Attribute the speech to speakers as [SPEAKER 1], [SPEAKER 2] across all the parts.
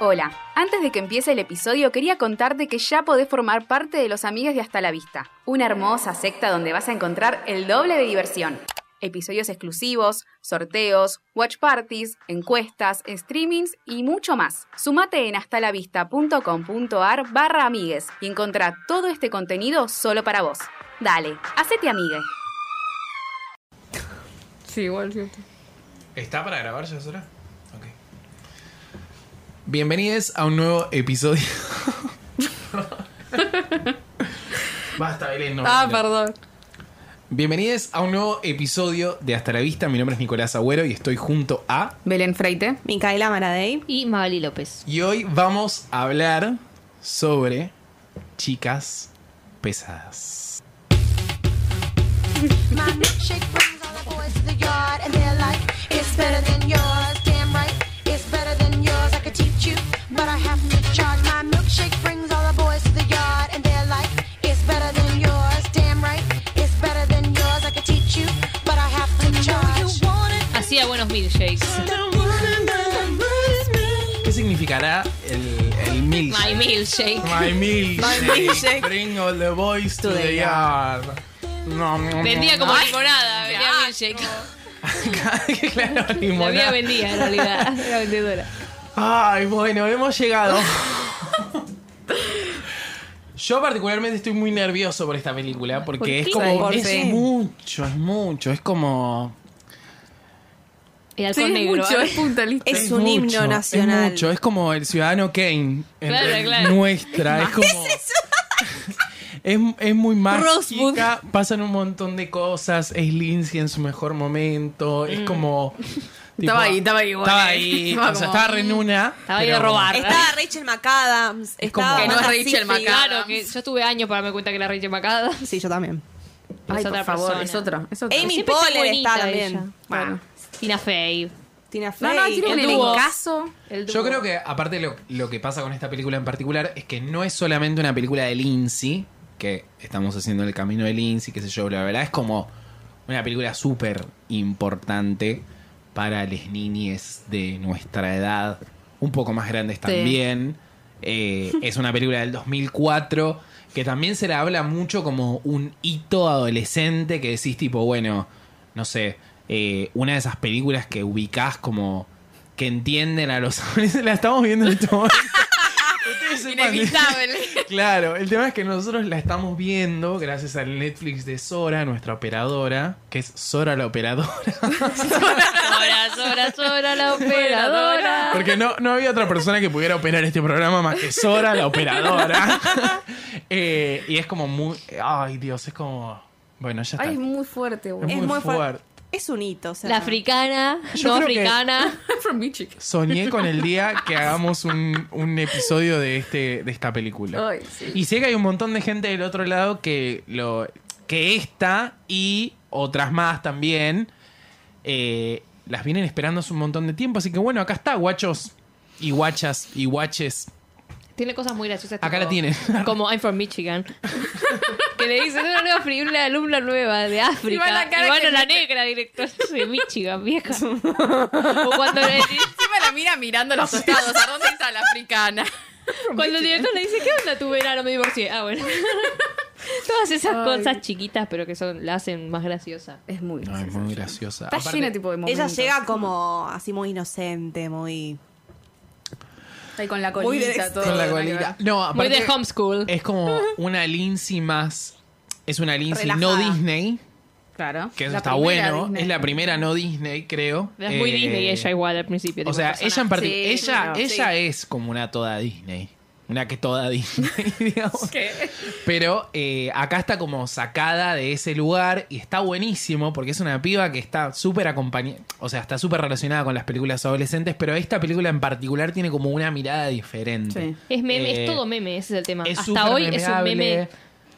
[SPEAKER 1] Hola, antes de que empiece el episodio quería contarte que ya podés formar parte de los Amigues de Hasta la Vista, una hermosa secta donde vas a encontrar el doble de diversión. Episodios exclusivos, sorteos, watch parties, encuestas, streamings y mucho más. Sumate en hastalavista.com.ar barra amigues y encontrá todo este contenido solo para vos. Dale, hacete amigue.
[SPEAKER 2] Sí, igual, cierto.
[SPEAKER 3] ¿Está para grabar ya, Sora? Ok. Bienvenidos a un nuevo episodio. Basta, Belén, no.
[SPEAKER 2] ah,
[SPEAKER 3] no.
[SPEAKER 2] perdón.
[SPEAKER 3] Bienvenidos a un nuevo episodio de Hasta la Vista. Mi nombre es Nicolás Agüero y estoy junto a.
[SPEAKER 1] Belén Freite.
[SPEAKER 4] Micaela Maradei.
[SPEAKER 5] Y Magali López.
[SPEAKER 3] Y hoy vamos a hablar sobre chicas pesadas.
[SPEAKER 6] My milkshake brings all the boys to the yard, and they're like, it's better than yours. Damn right, it's better than yours. I could teach you, but I have to charge. My milkshake brings all the boys to the yard, and they're like, it's better than yours. Damn right, it's better than yours. I could teach you, but I have to charge.
[SPEAKER 5] Hacía buenos milkshakes.
[SPEAKER 3] ¿Qué significará el, el
[SPEAKER 5] My
[SPEAKER 3] milkshake?
[SPEAKER 5] milkshake.
[SPEAKER 3] My milkshake.
[SPEAKER 4] milkshake.
[SPEAKER 3] Bring all the boys to
[SPEAKER 4] To
[SPEAKER 3] the
[SPEAKER 4] the
[SPEAKER 3] yard. No, no,
[SPEAKER 5] Vendía como limonada, vendía
[SPEAKER 2] asco.
[SPEAKER 5] milkshake.
[SPEAKER 3] claro,
[SPEAKER 5] La mía
[SPEAKER 3] limonada.
[SPEAKER 5] vendía en realidad. Era vendedora.
[SPEAKER 3] Ay, bueno, hemos llegado. Yo particularmente estoy muy nervioso por esta película porque
[SPEAKER 5] ¿Por
[SPEAKER 3] es
[SPEAKER 5] qué?
[SPEAKER 3] como
[SPEAKER 4] ¿Por
[SPEAKER 3] es
[SPEAKER 4] qué?
[SPEAKER 3] mucho, es mucho, es como
[SPEAKER 5] El
[SPEAKER 2] Sí,
[SPEAKER 5] halcón
[SPEAKER 2] es
[SPEAKER 5] negro. ¿eh?
[SPEAKER 2] mucho, es puntalista.
[SPEAKER 4] Es un
[SPEAKER 3] mucho,
[SPEAKER 4] himno nacional.
[SPEAKER 3] Es mucho, es como el ciudadano Kane.
[SPEAKER 5] Claro,
[SPEAKER 3] en-
[SPEAKER 5] claro.
[SPEAKER 3] Nuestra, es como. Es, es muy
[SPEAKER 4] Rosewood.
[SPEAKER 3] mágica, pasan un montón de cosas, es Lindsay en su mejor momento, es como... tipo,
[SPEAKER 2] ahí, Mm. estaba ahí, igual,
[SPEAKER 3] Estaba
[SPEAKER 2] eh.
[SPEAKER 3] ahí,
[SPEAKER 2] Estaba
[SPEAKER 3] o sea,
[SPEAKER 2] como,
[SPEAKER 3] estaba re nuna.
[SPEAKER 5] Estaba ahí
[SPEAKER 3] pero
[SPEAKER 5] a robar.
[SPEAKER 4] Estaba Rachel McAdams. Estaba
[SPEAKER 3] como- Que no
[SPEAKER 2] es
[SPEAKER 4] Amanda
[SPEAKER 2] Rachel
[SPEAKER 4] Seyfried.
[SPEAKER 2] McAdams.
[SPEAKER 5] Claro, que yo tuve años para darme cuenta que era Rachel McAdams.
[SPEAKER 4] Sí, yo también.
[SPEAKER 5] Es
[SPEAKER 1] Ay, por
[SPEAKER 5] otra
[SPEAKER 1] favor,
[SPEAKER 5] persona.
[SPEAKER 1] es otro, es otro.
[SPEAKER 4] Amy
[SPEAKER 5] Siempre está
[SPEAKER 4] Poehler
[SPEAKER 5] bonita
[SPEAKER 4] está también.
[SPEAKER 5] ella.
[SPEAKER 1] Bueno.
[SPEAKER 5] Tina Fey.
[SPEAKER 4] Tina Fey.
[SPEAKER 1] No, no, tiene un
[SPEAKER 5] el dúo.
[SPEAKER 1] elencazo.
[SPEAKER 5] El
[SPEAKER 3] Yo
[SPEAKER 5] dúo.
[SPEAKER 3] creo que, aparte, lo, lo que pasa con esta película en particular es que no es solamente una película de Lindsay, que estamos haciendo el camino de Lindsay, qué sé yo, bla, bla, bla. Es como una película súper importante para las niñes de nuestra edad, un poco más grandes también. Eh, es una película del 2004 que también se la habla mucho como un hito adolescente que decís tipo, bueno, no sé, eh, una de esas películas que ubicás como que entienden a los adolescentes. La estamos viendo en este momento. Ustedes sepan-
[SPEAKER 2] Inevitable.
[SPEAKER 3] Claro, el tema es que nosotros la estamos viendo gracias al Netflix de Sora, nuestra operadora, que es Sora la operadora.
[SPEAKER 5] Sora, Sora, Sora, la operadora.
[SPEAKER 3] Porque no, no había otra persona que pudiera operar este programa más que Sora la operadora. Eh, y es como muy... Ay, Dios, es como... Bueno, ya está.
[SPEAKER 1] Ay, es muy fuerte,
[SPEAKER 3] Es
[SPEAKER 1] güey.
[SPEAKER 4] Es
[SPEAKER 3] muy
[SPEAKER 4] muy fuerte.
[SPEAKER 3] fuerte.
[SPEAKER 4] Es un hito. O sea,
[SPEAKER 5] La africana,
[SPEAKER 3] Yo
[SPEAKER 5] no
[SPEAKER 3] creo que-
[SPEAKER 5] africana.
[SPEAKER 2] From Michigan.
[SPEAKER 3] Soñé con el día que hagamos un, un episodio de, este, de esta película.
[SPEAKER 1] Ay, sí.
[SPEAKER 3] Y sé que hay un montón de gente del otro lado que lo que esta y otras más también eh, las vienen esperando hace un montón de tiempo. Así que bueno, acá está, guachos y guachas y guaches.
[SPEAKER 5] Tiene cosas muy graciosas.
[SPEAKER 3] Acá
[SPEAKER 5] tipo-
[SPEAKER 3] la tienen.
[SPEAKER 5] Como I'm from Michigan. que le dicen una nueva fri- una alumna nueva de África. Y
[SPEAKER 2] va la cara
[SPEAKER 5] bueno,
[SPEAKER 2] que-
[SPEAKER 5] la negra, director de Michigan, vieja. o cuando, le-
[SPEAKER 2] Encima la mira mirando los costados. ¿A dónde está la africana?
[SPEAKER 5] cuando el director le dice, ¿qué onda tu verano? Me divorcié. Ah, bueno. Todas esas cosas chiquitas, pero que son la hacen más graciosa.
[SPEAKER 1] Es muy
[SPEAKER 3] No, es
[SPEAKER 1] gracioso.
[SPEAKER 3] muy graciosa.
[SPEAKER 1] Está
[SPEAKER 3] Aparte,
[SPEAKER 1] llena tipo de
[SPEAKER 4] ella
[SPEAKER 1] momentos.
[SPEAKER 4] llega como así muy inocente, muy.
[SPEAKER 1] Ahí con la
[SPEAKER 4] Muy
[SPEAKER 1] colita,
[SPEAKER 4] derecha.
[SPEAKER 1] todo.
[SPEAKER 3] con la
[SPEAKER 1] nada que ver.
[SPEAKER 3] colita. No,
[SPEAKER 5] Muy
[SPEAKER 3] aparte
[SPEAKER 5] de homeschool.
[SPEAKER 3] es como una Lindsay más. Es una Lindsay no
[SPEAKER 4] Relajada.
[SPEAKER 3] Disney,
[SPEAKER 1] Claro.
[SPEAKER 3] que eso
[SPEAKER 1] La
[SPEAKER 3] está
[SPEAKER 1] primera
[SPEAKER 3] bueno.
[SPEAKER 1] Disney.
[SPEAKER 3] Es la primera no Disney, creo.
[SPEAKER 5] Es muy
[SPEAKER 3] Eh,
[SPEAKER 5] Disney ella igual al principio.
[SPEAKER 3] O
[SPEAKER 5] tipo,
[SPEAKER 3] sea,
[SPEAKER 5] persona-
[SPEAKER 3] ella en particular.
[SPEAKER 1] Sí,
[SPEAKER 3] ella
[SPEAKER 1] no,
[SPEAKER 3] ella es como una toda Disney. Una que toda Disney, digamos. Pero eh, acá está como sacada de ese lugar y está buenísimo porque es una piba que está súper acompañada. O sea, está súper relacionada con las películas adolescentes, pero esta película en particular tiene como una mirada diferente.
[SPEAKER 1] Sí.
[SPEAKER 5] Es meme,
[SPEAKER 3] Eh,
[SPEAKER 5] es todo meme, ese es el tema.
[SPEAKER 3] es súper
[SPEAKER 5] Hasta hoy es un
[SPEAKER 3] memeable.
[SPEAKER 5] meme.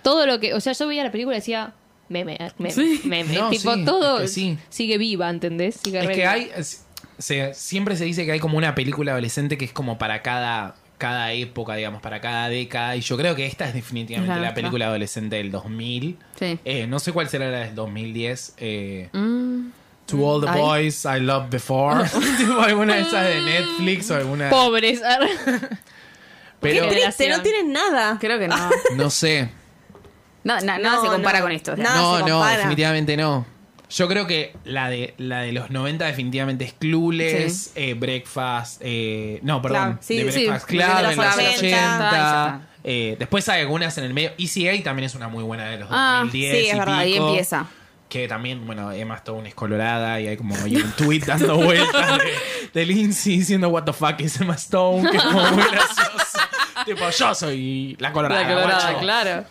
[SPEAKER 5] Todo lo que, o sea, yo veía la película y decía meme, eh, meme, meme.
[SPEAKER 3] No,
[SPEAKER 5] tipo,
[SPEAKER 3] sí,
[SPEAKER 5] todo
[SPEAKER 3] es que sí.
[SPEAKER 5] sigue viva, ¿entendés? Sigue
[SPEAKER 3] Es
[SPEAKER 5] re
[SPEAKER 3] que
[SPEAKER 5] viva.
[SPEAKER 3] hay. es- se- siempre se dice que hay como una película adolescente que es como para cada, cada época, digamos, para cada década. Y yo creo que esta es definitivamente
[SPEAKER 1] Ajá,
[SPEAKER 3] la
[SPEAKER 1] ajá.
[SPEAKER 3] película adolescente del 2000.
[SPEAKER 1] Sí.
[SPEAKER 3] Eh, no sé cuál será la del 2010. eh, To all the
[SPEAKER 1] Ay.
[SPEAKER 3] boys I loved before. Tipo, alguna de esas de Netflix o alguna.
[SPEAKER 5] Ah. Pobres.
[SPEAKER 4] Qué
[SPEAKER 3] Pero
[SPEAKER 4] triste, no
[SPEAKER 5] Generación.
[SPEAKER 4] tienen nada.
[SPEAKER 1] Creo que no.
[SPEAKER 3] no sé.
[SPEAKER 1] No, na- nada
[SPEAKER 4] No,
[SPEAKER 1] se compara
[SPEAKER 4] no.
[SPEAKER 1] con esto. o sea.
[SPEAKER 4] Nada
[SPEAKER 3] No,
[SPEAKER 4] se
[SPEAKER 3] no,
[SPEAKER 4] compara.
[SPEAKER 3] definitivamente no. Yo creo que la de, la de los 90 definitivamente es Clueless, eh, Breakfast, eh, no, perdón,
[SPEAKER 4] Claro, sí,
[SPEAKER 3] de
[SPEAKER 4] sí,
[SPEAKER 3] Breakfast
[SPEAKER 4] de
[SPEAKER 3] Club
[SPEAKER 4] los
[SPEAKER 3] en los 80.
[SPEAKER 4] 80,
[SPEAKER 1] ya está.
[SPEAKER 3] eh, después hay algunas en el medio. Easy A también es una muy buena de los
[SPEAKER 1] Ah,
[SPEAKER 3] 2010
[SPEAKER 1] sí, es
[SPEAKER 3] y
[SPEAKER 1] verdad, ahí
[SPEAKER 3] pico,
[SPEAKER 1] empieza.
[SPEAKER 3] Que también, bueno, Emma Stone es colorada y hay como hay un tweet dando vueltas de, de Lindsay diciendo What the fuck is Emma Stone, que es como muy gracioso. tipo, yo soy la colorada,
[SPEAKER 2] La colorada,
[SPEAKER 3] guacho.
[SPEAKER 2] claro.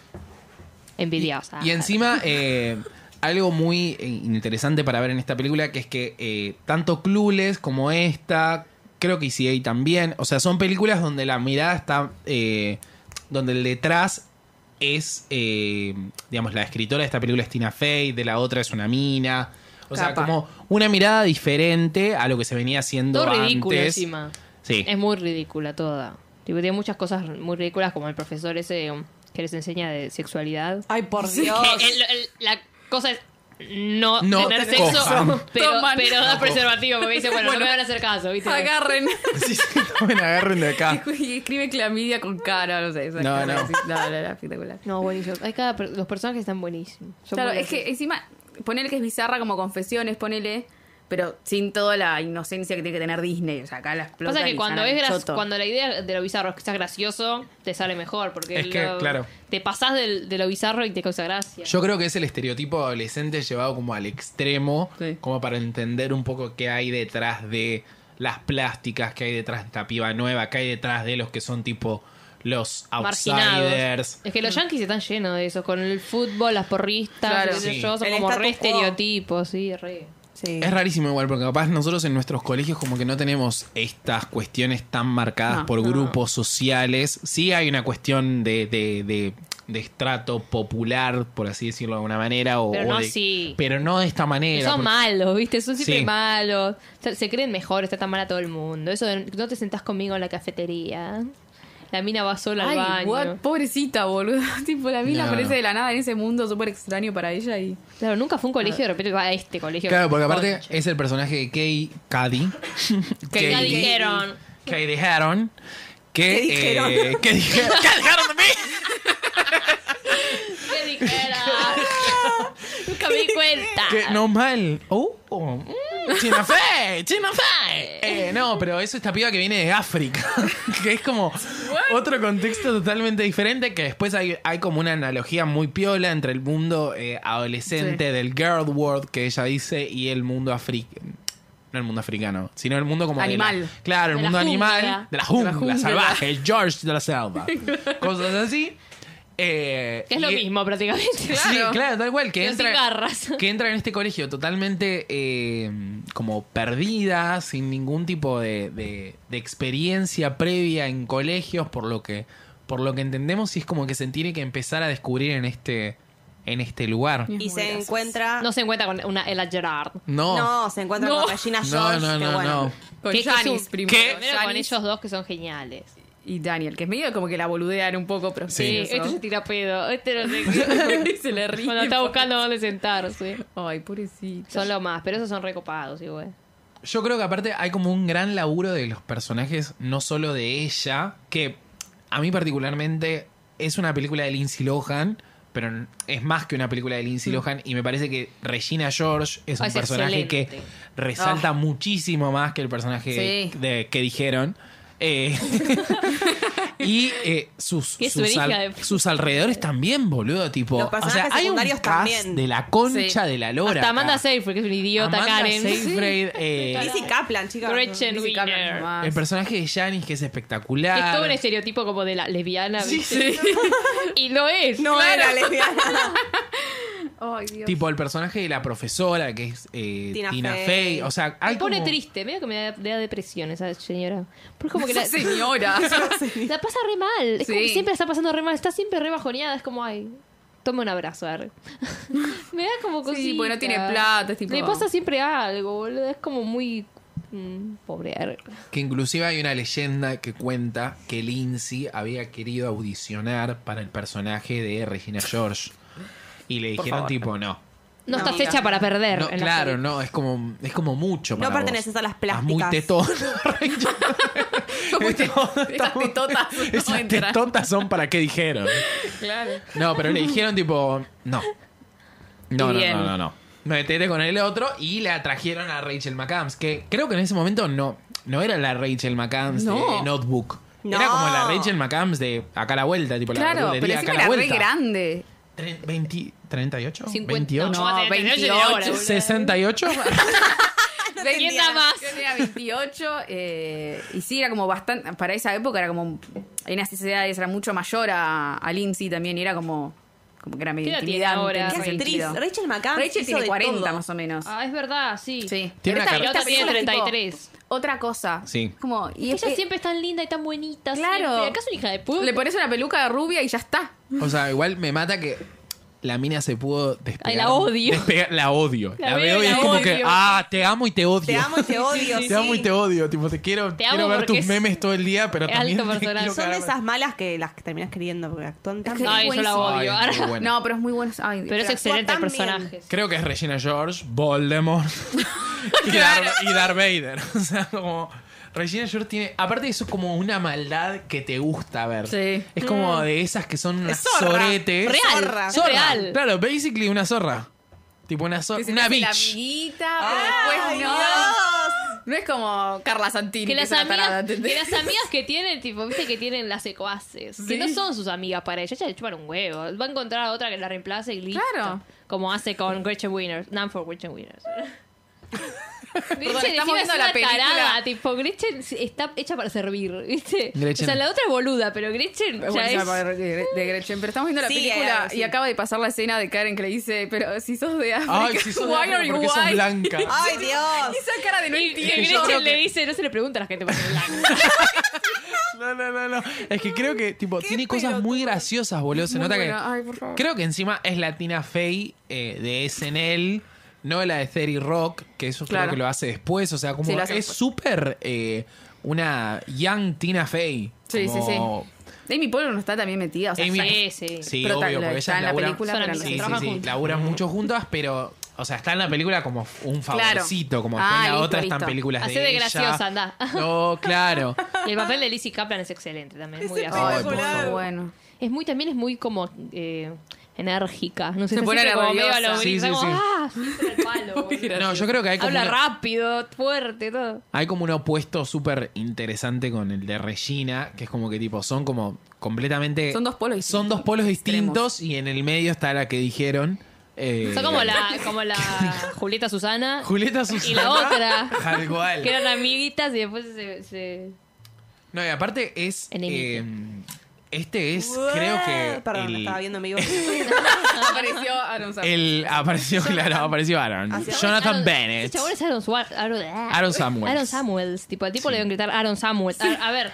[SPEAKER 5] Envidiosa.
[SPEAKER 3] Y encima, eh, algo muy eh, interesante para ver en esta película, que es que eh, tanto Clueless como esta, creo que ECA también, o sea, son películas donde la mirada está, eh, donde el detrás es, eh, digamos, la escritora de esta película es Tina Fey, de la otra es una mina. O sea,
[SPEAKER 1] Capa.
[SPEAKER 3] como una mirada diferente a lo que se venía haciendo
[SPEAKER 5] Todo
[SPEAKER 3] antes.
[SPEAKER 5] ridículo encima. Em
[SPEAKER 3] Sí.
[SPEAKER 5] Es muy ridícula toda. Tipo, tiene muchas cosas muy ridículas, como el profesor ese um, que les enseña de sexualidad.
[SPEAKER 4] Ay, por Dios.
[SPEAKER 5] Que el- el- la cosa es no,
[SPEAKER 3] No
[SPEAKER 5] tener
[SPEAKER 3] cojan.
[SPEAKER 5] sexo, pero,
[SPEAKER 2] Toman.
[SPEAKER 5] pero da
[SPEAKER 3] No.
[SPEAKER 5] preservativo, porque dice, bueno,
[SPEAKER 2] Bueno.
[SPEAKER 5] no me van a hacer caso, ¿viste?
[SPEAKER 2] Agarren.
[SPEAKER 3] Sí, sí, tomen, agarren de acá.
[SPEAKER 2] Y escribe clamidia con cara, no sé. esas
[SPEAKER 3] No,
[SPEAKER 2] cosas
[SPEAKER 3] no.
[SPEAKER 2] así. No, no, no, espectacular.
[SPEAKER 5] No, buenísimo. Hay cada, per- los personajes están buenísimos. Son
[SPEAKER 1] Claro,
[SPEAKER 5] muy
[SPEAKER 1] es que
[SPEAKER 5] graciosos.
[SPEAKER 1] encima, ponele que es bizarra como confesiones, ponele, pero sin toda la inocencia que tiene que tener Disney. O sea, acá las explotan
[SPEAKER 5] Pasa
[SPEAKER 1] y
[SPEAKER 5] que cuando,
[SPEAKER 1] salen
[SPEAKER 5] es gra-
[SPEAKER 1] choto.
[SPEAKER 5] cuando la idea de lo bizarro es que seas gracioso, te sale mejor. Porque
[SPEAKER 3] Es que,
[SPEAKER 5] lo-
[SPEAKER 3] claro.
[SPEAKER 5] te pasás del- de lo bizarro y te causa gracia.
[SPEAKER 3] Yo creo que es el estereotipo adolescente llevado como al extremo,
[SPEAKER 1] Sí.
[SPEAKER 3] como para entender un poco qué hay detrás de las plásticas, qué hay detrás de esta piba nueva, qué hay detrás de los que son tipo los
[SPEAKER 5] marginados.
[SPEAKER 3] outsiders.
[SPEAKER 5] Es que los yankees están llenos de eso, con el fútbol, las porristas,
[SPEAKER 1] Claro.
[SPEAKER 5] qué sé
[SPEAKER 3] Sí.
[SPEAKER 5] yo, son
[SPEAKER 4] El
[SPEAKER 5] como re
[SPEAKER 4] status quo.
[SPEAKER 5] estereotipos, sí, re.
[SPEAKER 4] Sí.
[SPEAKER 3] Es rarísimo igual, porque capaz nosotros en nuestros colegios como que no tenemos estas cuestiones tan marcadas
[SPEAKER 1] No,
[SPEAKER 3] por
[SPEAKER 5] no.
[SPEAKER 3] grupos sociales. Sí hay una cuestión de, de- de- de estrato popular, por así decirlo de alguna manera. O,
[SPEAKER 5] Pero
[SPEAKER 3] o
[SPEAKER 5] no
[SPEAKER 3] de-
[SPEAKER 5] así.
[SPEAKER 3] Pero no de esta manera.
[SPEAKER 5] son
[SPEAKER 3] porque-
[SPEAKER 5] malos, ¿viste? Son siempre
[SPEAKER 3] Sí.
[SPEAKER 5] malos. O sea, Se creen mejor, está tan mal a todo el mundo. Eso de no te sentás conmigo en la cafetería. La mina va sola
[SPEAKER 1] Ay,
[SPEAKER 5] al baño.
[SPEAKER 1] what? pobrecita, boludo. tipo, la mina
[SPEAKER 3] No.
[SPEAKER 1] aparece de la nada en ese mundo súper extraño para ella y.
[SPEAKER 5] Claro, nunca fue un colegio,
[SPEAKER 1] Ah.
[SPEAKER 5] de repente va a este colegio.
[SPEAKER 3] Claro, porque aparte
[SPEAKER 5] Concha.
[SPEAKER 3] es el personaje de Kay Cady.
[SPEAKER 5] Que ya dijeron.
[SPEAKER 3] Que dijeron. Que,
[SPEAKER 4] ¿Qué dijeron?
[SPEAKER 3] eh, que dije- ¿Qué dijeron de mí?
[SPEAKER 5] ¿Qué dijeron? nunca me di cuenta.
[SPEAKER 3] Que no mal. Oh, oh, mm, China Fe, China Fe. Eh, no, pero eso es esta piba que viene de África. que es como otro contexto totalmente diferente. Que después hay, hay como una analogía muy piola entre el mundo eh, adolescente del girl world que ella dice y el mundo africano. No el mundo africano, sino el mundo como de la-
[SPEAKER 1] Animal.
[SPEAKER 3] claro, el
[SPEAKER 5] De la
[SPEAKER 3] mundo
[SPEAKER 5] jungla.
[SPEAKER 3] animal. De la
[SPEAKER 1] De la
[SPEAKER 3] jungla
[SPEAKER 1] jungla.
[SPEAKER 3] salvaje, el George de la selva. Cosas así. Eh,
[SPEAKER 5] Que es lo
[SPEAKER 3] y-
[SPEAKER 5] mismo prácticamente.
[SPEAKER 3] Sí, claro, tal cual. Que
[SPEAKER 5] Los sin
[SPEAKER 3] entra,
[SPEAKER 5] garras.
[SPEAKER 3] que entra en este colegio totalmente eh, como perdida, sin ningún tipo de, de- de experiencia previa en colegios, por lo que por lo que entendemos, y es como que se tiene que empezar a descubrir en este, en este lugar.
[SPEAKER 4] Y se encuentra.
[SPEAKER 5] No se encuentra con una Ella Gerard.
[SPEAKER 3] No,
[SPEAKER 4] No, se encuentra
[SPEAKER 1] No.
[SPEAKER 4] con Regina
[SPEAKER 3] no,
[SPEAKER 4] George.
[SPEAKER 3] no,
[SPEAKER 4] que
[SPEAKER 3] no,
[SPEAKER 4] bueno.
[SPEAKER 3] no.
[SPEAKER 1] Con
[SPEAKER 5] Que- que
[SPEAKER 1] Janis
[SPEAKER 5] su-
[SPEAKER 1] primero.
[SPEAKER 3] ¿Qué?
[SPEAKER 5] Primero con
[SPEAKER 1] Janis
[SPEAKER 5] ellos dos que son geniales.
[SPEAKER 1] Y Daniel, que es medio como que la boludean un poco, pero
[SPEAKER 5] Sí,
[SPEAKER 1] sí,
[SPEAKER 5] este
[SPEAKER 1] eso.
[SPEAKER 5] se tira pedo. Este no sé qué.
[SPEAKER 1] Y se le ríe. pues.
[SPEAKER 5] Cuando está buscando dónde sentarse.
[SPEAKER 1] Ay, pobrecita.
[SPEAKER 5] Son lo más, pero esos son recopados, eh. sí, güey.
[SPEAKER 3] Yo creo que aparte hay como un gran laburo de los personajes, no solo de ella, que a mí particularmente es una película de Lindsay Lohan, pero n- es más que una película de Lindsay Lohan y me parece que Regina George es
[SPEAKER 5] Mm. Ah,
[SPEAKER 3] un
[SPEAKER 5] es
[SPEAKER 3] personaje que
[SPEAKER 5] excelente. Ah.
[SPEAKER 3] resalta muchísimo más que el personaje
[SPEAKER 1] Sí.
[SPEAKER 3] de, que dijeron. Eh, y eh, sus,
[SPEAKER 5] Qué
[SPEAKER 3] sus,
[SPEAKER 5] hija
[SPEAKER 3] al-
[SPEAKER 5] de-
[SPEAKER 3] sus alrededores también, boludo, tipo...
[SPEAKER 4] Los
[SPEAKER 3] o sea,
[SPEAKER 4] personajes
[SPEAKER 3] hay un
[SPEAKER 4] secundarios
[SPEAKER 3] cast
[SPEAKER 4] también.
[SPEAKER 3] de la concha de la lora.
[SPEAKER 5] Hasta Amanda
[SPEAKER 3] acá.
[SPEAKER 5] Seyfried, que es una idiota,
[SPEAKER 3] ah. Amanda
[SPEAKER 5] Karen.
[SPEAKER 3] Seyfried, eh,
[SPEAKER 4] Lizzie Kaplan, chicas.
[SPEAKER 5] Gretchen
[SPEAKER 1] Lizzie Kaplan
[SPEAKER 5] Wiener.
[SPEAKER 1] nomás.
[SPEAKER 3] el personaje de Janis, que es
[SPEAKER 5] Que
[SPEAKER 3] espectacular.
[SPEAKER 5] es todo un estereotipo como de la lesbiana,
[SPEAKER 3] Sí,
[SPEAKER 5] ¿viste? Y lo es.
[SPEAKER 4] No
[SPEAKER 5] claro.
[SPEAKER 4] era lesbiana.
[SPEAKER 1] Ay, Dios.
[SPEAKER 3] Tipo el personaje de la profesora, que es eh, Tina,
[SPEAKER 4] Tina
[SPEAKER 3] Fey.
[SPEAKER 4] Fey.
[SPEAKER 3] O sea, hay
[SPEAKER 5] Me pone
[SPEAKER 3] como-
[SPEAKER 5] triste, medio que me da, me da depresión esa señora. Porque como que
[SPEAKER 1] Esa
[SPEAKER 5] la,
[SPEAKER 1] señora.
[SPEAKER 5] la pasa re mal. Es como que
[SPEAKER 1] Sí.
[SPEAKER 5] siempre la está pasando re mal. Está siempre re bajoneada. Es como, ay, toma un abrazo. arre. me da como cosita.
[SPEAKER 1] Sí, porque no tiene plata, es tipo-
[SPEAKER 5] Le pasa siempre algo, boludo. Es como muy... mm, pobre. arre.
[SPEAKER 3] Que inclusive hay una leyenda que cuenta que Lindsay había querido audicionar para el personaje de Regina George. Y le dijeron tipo, no,
[SPEAKER 5] No,
[SPEAKER 4] No.
[SPEAKER 5] estás hecha para perder.
[SPEAKER 3] No,
[SPEAKER 5] Er, en la
[SPEAKER 3] claro,
[SPEAKER 5] serie.
[SPEAKER 3] no, es como, es como mucho.
[SPEAKER 4] No
[SPEAKER 3] para vos.
[SPEAKER 4] perteneces a las
[SPEAKER 3] Estás muy
[SPEAKER 4] plásticas.
[SPEAKER 3] tetona, Rachel.
[SPEAKER 2] Esas tetotas no
[SPEAKER 3] Esas
[SPEAKER 2] entran.
[SPEAKER 3] tetotas son para qué dijeron.
[SPEAKER 2] Claro.
[SPEAKER 3] No, pero le dijeron tipo, no. No, no,
[SPEAKER 2] Bien.
[SPEAKER 3] no, no, no. Metete con el otro y la trajeron a Rachel McAdams, que creo que en ese momento no, no era la Rachel McAdams de
[SPEAKER 2] No.
[SPEAKER 3] Notebook.
[SPEAKER 4] No.
[SPEAKER 3] Era como la Rachel McAdams de acá a la vuelta, tipo la
[SPEAKER 1] Claro,
[SPEAKER 3] verdulería
[SPEAKER 1] pero encima
[SPEAKER 3] acá a la
[SPEAKER 1] era re
[SPEAKER 3] vuelta.
[SPEAKER 1] grande.
[SPEAKER 5] Ah,
[SPEAKER 3] Tre- 20, 38,
[SPEAKER 5] 50,
[SPEAKER 3] 28,
[SPEAKER 5] no,
[SPEAKER 1] No,
[SPEAKER 5] 28.
[SPEAKER 1] 28.
[SPEAKER 3] 68.
[SPEAKER 1] Tenía-
[SPEAKER 5] entiendo más.
[SPEAKER 1] Yo tenía 28 eh, y sí, era como bastante, para esa época era como, en esas edades era mucho mayor a, a Lindsay también, y era como, como que era medio
[SPEAKER 5] ¿Qué edad tiene
[SPEAKER 1] intimidante.
[SPEAKER 5] ahora
[SPEAKER 1] en
[SPEAKER 5] Qué
[SPEAKER 1] ese
[SPEAKER 4] actriz?
[SPEAKER 1] sentido.
[SPEAKER 4] Rachel McAdams
[SPEAKER 1] Rachel
[SPEAKER 4] hizo
[SPEAKER 1] tiene
[SPEAKER 4] de
[SPEAKER 1] 40
[SPEAKER 4] todo.
[SPEAKER 1] más o menos.
[SPEAKER 5] Ah, es verdad, sí.
[SPEAKER 1] Sí.
[SPEAKER 3] Tiene
[SPEAKER 1] Pero
[SPEAKER 3] una
[SPEAKER 1] esta
[SPEAKER 3] cara-
[SPEAKER 5] El otro tiene
[SPEAKER 1] película es tipo
[SPEAKER 5] 33.
[SPEAKER 1] Otra cosa.
[SPEAKER 3] Sí.
[SPEAKER 1] Como, y
[SPEAKER 5] Ella
[SPEAKER 1] es que
[SPEAKER 5] siempre es tan linda y tan bonita.
[SPEAKER 1] Claro.
[SPEAKER 5] siempre. Acá es una hija de puta.
[SPEAKER 1] Le pones una peluca rubia y ya está.
[SPEAKER 3] O sea, igual me mata que la mina se pudo despegar.
[SPEAKER 5] Ay, la odio.
[SPEAKER 3] despegar- la odio.
[SPEAKER 5] La
[SPEAKER 3] La,
[SPEAKER 5] veo
[SPEAKER 3] veo
[SPEAKER 5] y
[SPEAKER 3] y
[SPEAKER 5] la
[SPEAKER 3] es como
[SPEAKER 5] odio.
[SPEAKER 3] que, ah, te amo y te odio.
[SPEAKER 4] Te amo y te odio.
[SPEAKER 3] Te amo y te odio, tipo, te quiero,
[SPEAKER 5] Te amo
[SPEAKER 3] quiero ver
[SPEAKER 5] porque es
[SPEAKER 3] tus memes todo el día, pero
[SPEAKER 5] alto
[SPEAKER 3] también te
[SPEAKER 5] personaje.
[SPEAKER 3] quiero
[SPEAKER 4] Son de
[SPEAKER 3] cagar-
[SPEAKER 4] esas malas que las que terminas queriendo porque actúan tan
[SPEAKER 1] que-
[SPEAKER 4] bien.
[SPEAKER 5] Ay, yo la
[SPEAKER 3] Ay,
[SPEAKER 5] odio.
[SPEAKER 3] es muy bueno.
[SPEAKER 1] No, pero es muy bueno. Ay,
[SPEAKER 5] Pero es
[SPEAKER 4] actúa
[SPEAKER 5] excelente el
[SPEAKER 4] tan
[SPEAKER 5] personaje.
[SPEAKER 3] Creo que es Regina George, Voldemort y, Dar- y Darth Vader. O sea, como Regina George tiene, aparte eso es como una maldad que te gusta ver.
[SPEAKER 1] Sí.
[SPEAKER 3] Es como
[SPEAKER 5] Mm.
[SPEAKER 3] de esas que son unas
[SPEAKER 4] Es zorra.
[SPEAKER 3] soretes.
[SPEAKER 5] Real,
[SPEAKER 4] Zorra.
[SPEAKER 5] es
[SPEAKER 3] Zorra.
[SPEAKER 5] real.
[SPEAKER 3] Claro, basically una zorra. Tipo una zorra,
[SPEAKER 1] que se te
[SPEAKER 3] una
[SPEAKER 1] hace La
[SPEAKER 3] bitch.
[SPEAKER 1] amiguita, pero
[SPEAKER 4] Ay,
[SPEAKER 1] después no.
[SPEAKER 4] Dios.
[SPEAKER 1] No es como Carla Santini.
[SPEAKER 5] Que
[SPEAKER 1] Que
[SPEAKER 5] las,
[SPEAKER 1] es una tarada,
[SPEAKER 5] amigas,
[SPEAKER 1] ¿entendés?
[SPEAKER 5] que las amigas que tienen, tipo, viste que tienen las secuaces, que
[SPEAKER 1] Sí.
[SPEAKER 5] no son sus amigas para ella, ella le chupan un huevo. Va a encontrar a otra que la reemplace y listo.
[SPEAKER 1] Claro.
[SPEAKER 5] Como hace con Gretchen Winners, None for Gretchen Winners.
[SPEAKER 1] estamos
[SPEAKER 5] Gretchen encima es
[SPEAKER 1] viendo
[SPEAKER 5] una
[SPEAKER 1] la película.
[SPEAKER 5] tarada, tipo, Gretchen está hecha para servir, ¿viste?
[SPEAKER 3] Gretchen.
[SPEAKER 5] O sea, la otra es boluda, pero Gretchen
[SPEAKER 1] Es
[SPEAKER 5] ya
[SPEAKER 1] buenísima
[SPEAKER 5] es...
[SPEAKER 1] de- de de Gretchen, pero estamos viendo la
[SPEAKER 4] Sí,
[SPEAKER 1] película
[SPEAKER 4] eh, sí.
[SPEAKER 1] y acaba de pasar la escena de Karen que le dice, pero si sos de África,
[SPEAKER 3] Ay, si sos
[SPEAKER 1] why are you
[SPEAKER 3] porque sos
[SPEAKER 1] white?" Ah.
[SPEAKER 3] blanca.
[SPEAKER 4] Ay, Dios.
[SPEAKER 1] Esa cara de no
[SPEAKER 5] Y que
[SPEAKER 1] entiendo.
[SPEAKER 5] Gretchen le dice, no se le pregunta a la gente por el blanco.
[SPEAKER 3] No, no, no, no. Es que creo que, tipo, tiene cosas muy graciosas, boludo. Se
[SPEAKER 1] Muy
[SPEAKER 3] nota
[SPEAKER 1] buena.
[SPEAKER 3] que.
[SPEAKER 1] Ay, por favor.
[SPEAKER 3] Creo que encima es Latina Fey eh, de SNL, no la de Theory Rock, que eso
[SPEAKER 1] Claro.
[SPEAKER 3] creo que lo hace después. O sea, como
[SPEAKER 1] Sí, lo hace
[SPEAKER 3] es
[SPEAKER 1] después.
[SPEAKER 3] súper eh, una Young Tina Fey.
[SPEAKER 1] Sí, sí, sí.
[SPEAKER 3] Como-
[SPEAKER 1] Amy Poehler no está también metida. O sea,
[SPEAKER 3] Amy-
[SPEAKER 5] sí, sí.
[SPEAKER 3] Sí,
[SPEAKER 1] Prota-
[SPEAKER 3] obvio,
[SPEAKER 1] la-
[SPEAKER 3] porque
[SPEAKER 1] está
[SPEAKER 3] ellas
[SPEAKER 1] en la
[SPEAKER 3] laburan-
[SPEAKER 1] película,
[SPEAKER 5] Son
[SPEAKER 1] pero no
[SPEAKER 5] amigas,
[SPEAKER 3] Sí,
[SPEAKER 1] sé.
[SPEAKER 3] sí,
[SPEAKER 5] trabajan
[SPEAKER 3] sí.
[SPEAKER 5] juntas.
[SPEAKER 3] Laburan mucho juntas, pero. O sea, está en la película como un favorcito, como
[SPEAKER 1] Ah,
[SPEAKER 3] después la
[SPEAKER 1] listo,
[SPEAKER 3] otra está
[SPEAKER 1] listo.
[SPEAKER 3] en películas
[SPEAKER 5] Hacé
[SPEAKER 3] de
[SPEAKER 5] de
[SPEAKER 3] ella.
[SPEAKER 5] graciosa, andá.
[SPEAKER 3] No, claro.
[SPEAKER 5] Y el papel de Lizzie Kaplan es excelente también, es muy
[SPEAKER 4] Ese
[SPEAKER 5] gracioso.
[SPEAKER 3] Ay,
[SPEAKER 1] Por
[SPEAKER 4] Claro.
[SPEAKER 1] favor, bueno. Ah,
[SPEAKER 5] Es muy, también es muy como eh, enérgica. No
[SPEAKER 1] Se
[SPEAKER 5] sé, está
[SPEAKER 1] pone
[SPEAKER 5] siempre como medio a
[SPEAKER 1] nerviosa.
[SPEAKER 5] lo
[SPEAKER 3] Sí,
[SPEAKER 5] está
[SPEAKER 3] sí,
[SPEAKER 5] como,
[SPEAKER 3] sí.
[SPEAKER 5] "Ah", siempre al palo, boludo.
[SPEAKER 3] No, yo creo que hay como
[SPEAKER 5] Habla
[SPEAKER 3] una-
[SPEAKER 5] rápido, fuerte, todo.
[SPEAKER 3] Hay como un opuesto súper interesante con el de Regina, que es como que tipo, son como completamente...
[SPEAKER 1] Son dos polos
[SPEAKER 3] Son dos polos distintos y en el medio está la que dijeron... eh,
[SPEAKER 5] Son como la, como la Julieta Susana,
[SPEAKER 3] Julieta Susana.
[SPEAKER 5] Y la otra.
[SPEAKER 3] Tal cual.
[SPEAKER 5] que eran amiguitas y después se... se-
[SPEAKER 3] No, y aparte es...
[SPEAKER 5] Enemigo.
[SPEAKER 3] eh, este es,
[SPEAKER 4] Ué.
[SPEAKER 3] creo que...
[SPEAKER 4] Perdón,
[SPEAKER 3] el-
[SPEAKER 4] estaba viendo en vivo.
[SPEAKER 1] Apareció Adam Sandler.
[SPEAKER 3] el- apareció, claro, apareció Aaron.
[SPEAKER 4] Hacia-
[SPEAKER 3] Jonathan
[SPEAKER 5] Aaron-
[SPEAKER 3] Bennett.
[SPEAKER 5] Ese chabón es Aaron, Swa- Aaron, ah,
[SPEAKER 3] Aaron Samuels.
[SPEAKER 5] Aaron Samuels. Tipo, al tipo le deben gritar Aaron Samuels. A, a ver, ella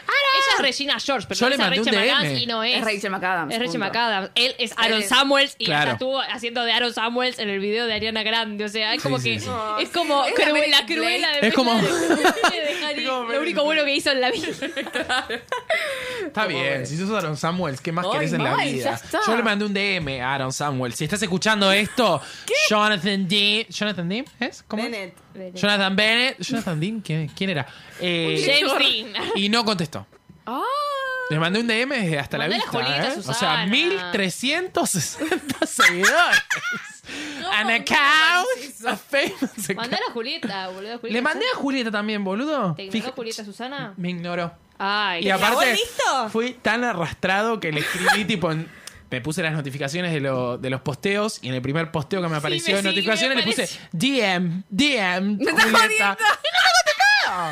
[SPEAKER 5] es Regina George, pero
[SPEAKER 3] Yo
[SPEAKER 5] no
[SPEAKER 3] le
[SPEAKER 5] es a
[SPEAKER 3] mandé un
[SPEAKER 5] Rachel
[SPEAKER 3] DM.
[SPEAKER 5] McAdams y no es.
[SPEAKER 1] Es Rachel McAdams,
[SPEAKER 5] Es Rachel
[SPEAKER 1] punto.
[SPEAKER 5] McAdams. Él es Aaron
[SPEAKER 1] es-
[SPEAKER 5] Samuels y
[SPEAKER 3] Claro.
[SPEAKER 5] hasta estuvo haciendo de Aaron Samuels en el video de Ariana Grande. O sea, es
[SPEAKER 3] Sí,
[SPEAKER 5] como
[SPEAKER 3] sí,
[SPEAKER 5] que.
[SPEAKER 3] sí.
[SPEAKER 5] Es como
[SPEAKER 1] Oh, Es la
[SPEAKER 5] cruel-
[SPEAKER 1] Meryl
[SPEAKER 5] la cruela de
[SPEAKER 3] Es como-
[SPEAKER 5] Harry, Lo único bueno que hizo en la vida.
[SPEAKER 3] Está bien, si sos Aaron Samuels, ¿qué más
[SPEAKER 1] Ay,
[SPEAKER 3] querés en la
[SPEAKER 1] Mike, ya
[SPEAKER 3] vida?
[SPEAKER 1] está.
[SPEAKER 3] Yo le mandé un DM a Aaron Samuels. Si estás escuchando esto, Jonathan Dean. ¿Jonathan Dean es? ¿Cómo? es?
[SPEAKER 4] Bennett.
[SPEAKER 3] Jonathan Bennett. ¿Jonathan Dean? ¿Quién, quién era? Eh,
[SPEAKER 5] James Dean.
[SPEAKER 3] y no contestó.
[SPEAKER 1] Ah,
[SPEAKER 3] Le mandé un DM desde hasta la
[SPEAKER 5] Mandale a
[SPEAKER 3] vista.
[SPEAKER 5] Julieta
[SPEAKER 3] ¿eh? O
[SPEAKER 5] Susana.
[SPEAKER 3] sea, 1360 seguidores. An account of famous
[SPEAKER 5] Mandala a Julieta, boludo. Julieta
[SPEAKER 3] Le mandé a Julieta también, boludo.
[SPEAKER 5] ¿Te ignoró
[SPEAKER 3] Fija-
[SPEAKER 5] Julieta Susana?
[SPEAKER 3] Me ignoró.
[SPEAKER 5] Ay,
[SPEAKER 3] Y
[SPEAKER 5] te-
[SPEAKER 3] aparte,
[SPEAKER 4] vos listo?
[SPEAKER 3] fui tan arrastrado que le escribí, tipo, en- me puse las notificaciones de, lo- de los posteos y en el primer posteo que me apareció
[SPEAKER 5] me
[SPEAKER 3] en
[SPEAKER 5] sigue,
[SPEAKER 3] notificaciones
[SPEAKER 5] me
[SPEAKER 3] le puse
[SPEAKER 5] apareció.
[SPEAKER 3] DM, DM, Julieta. ¡Y no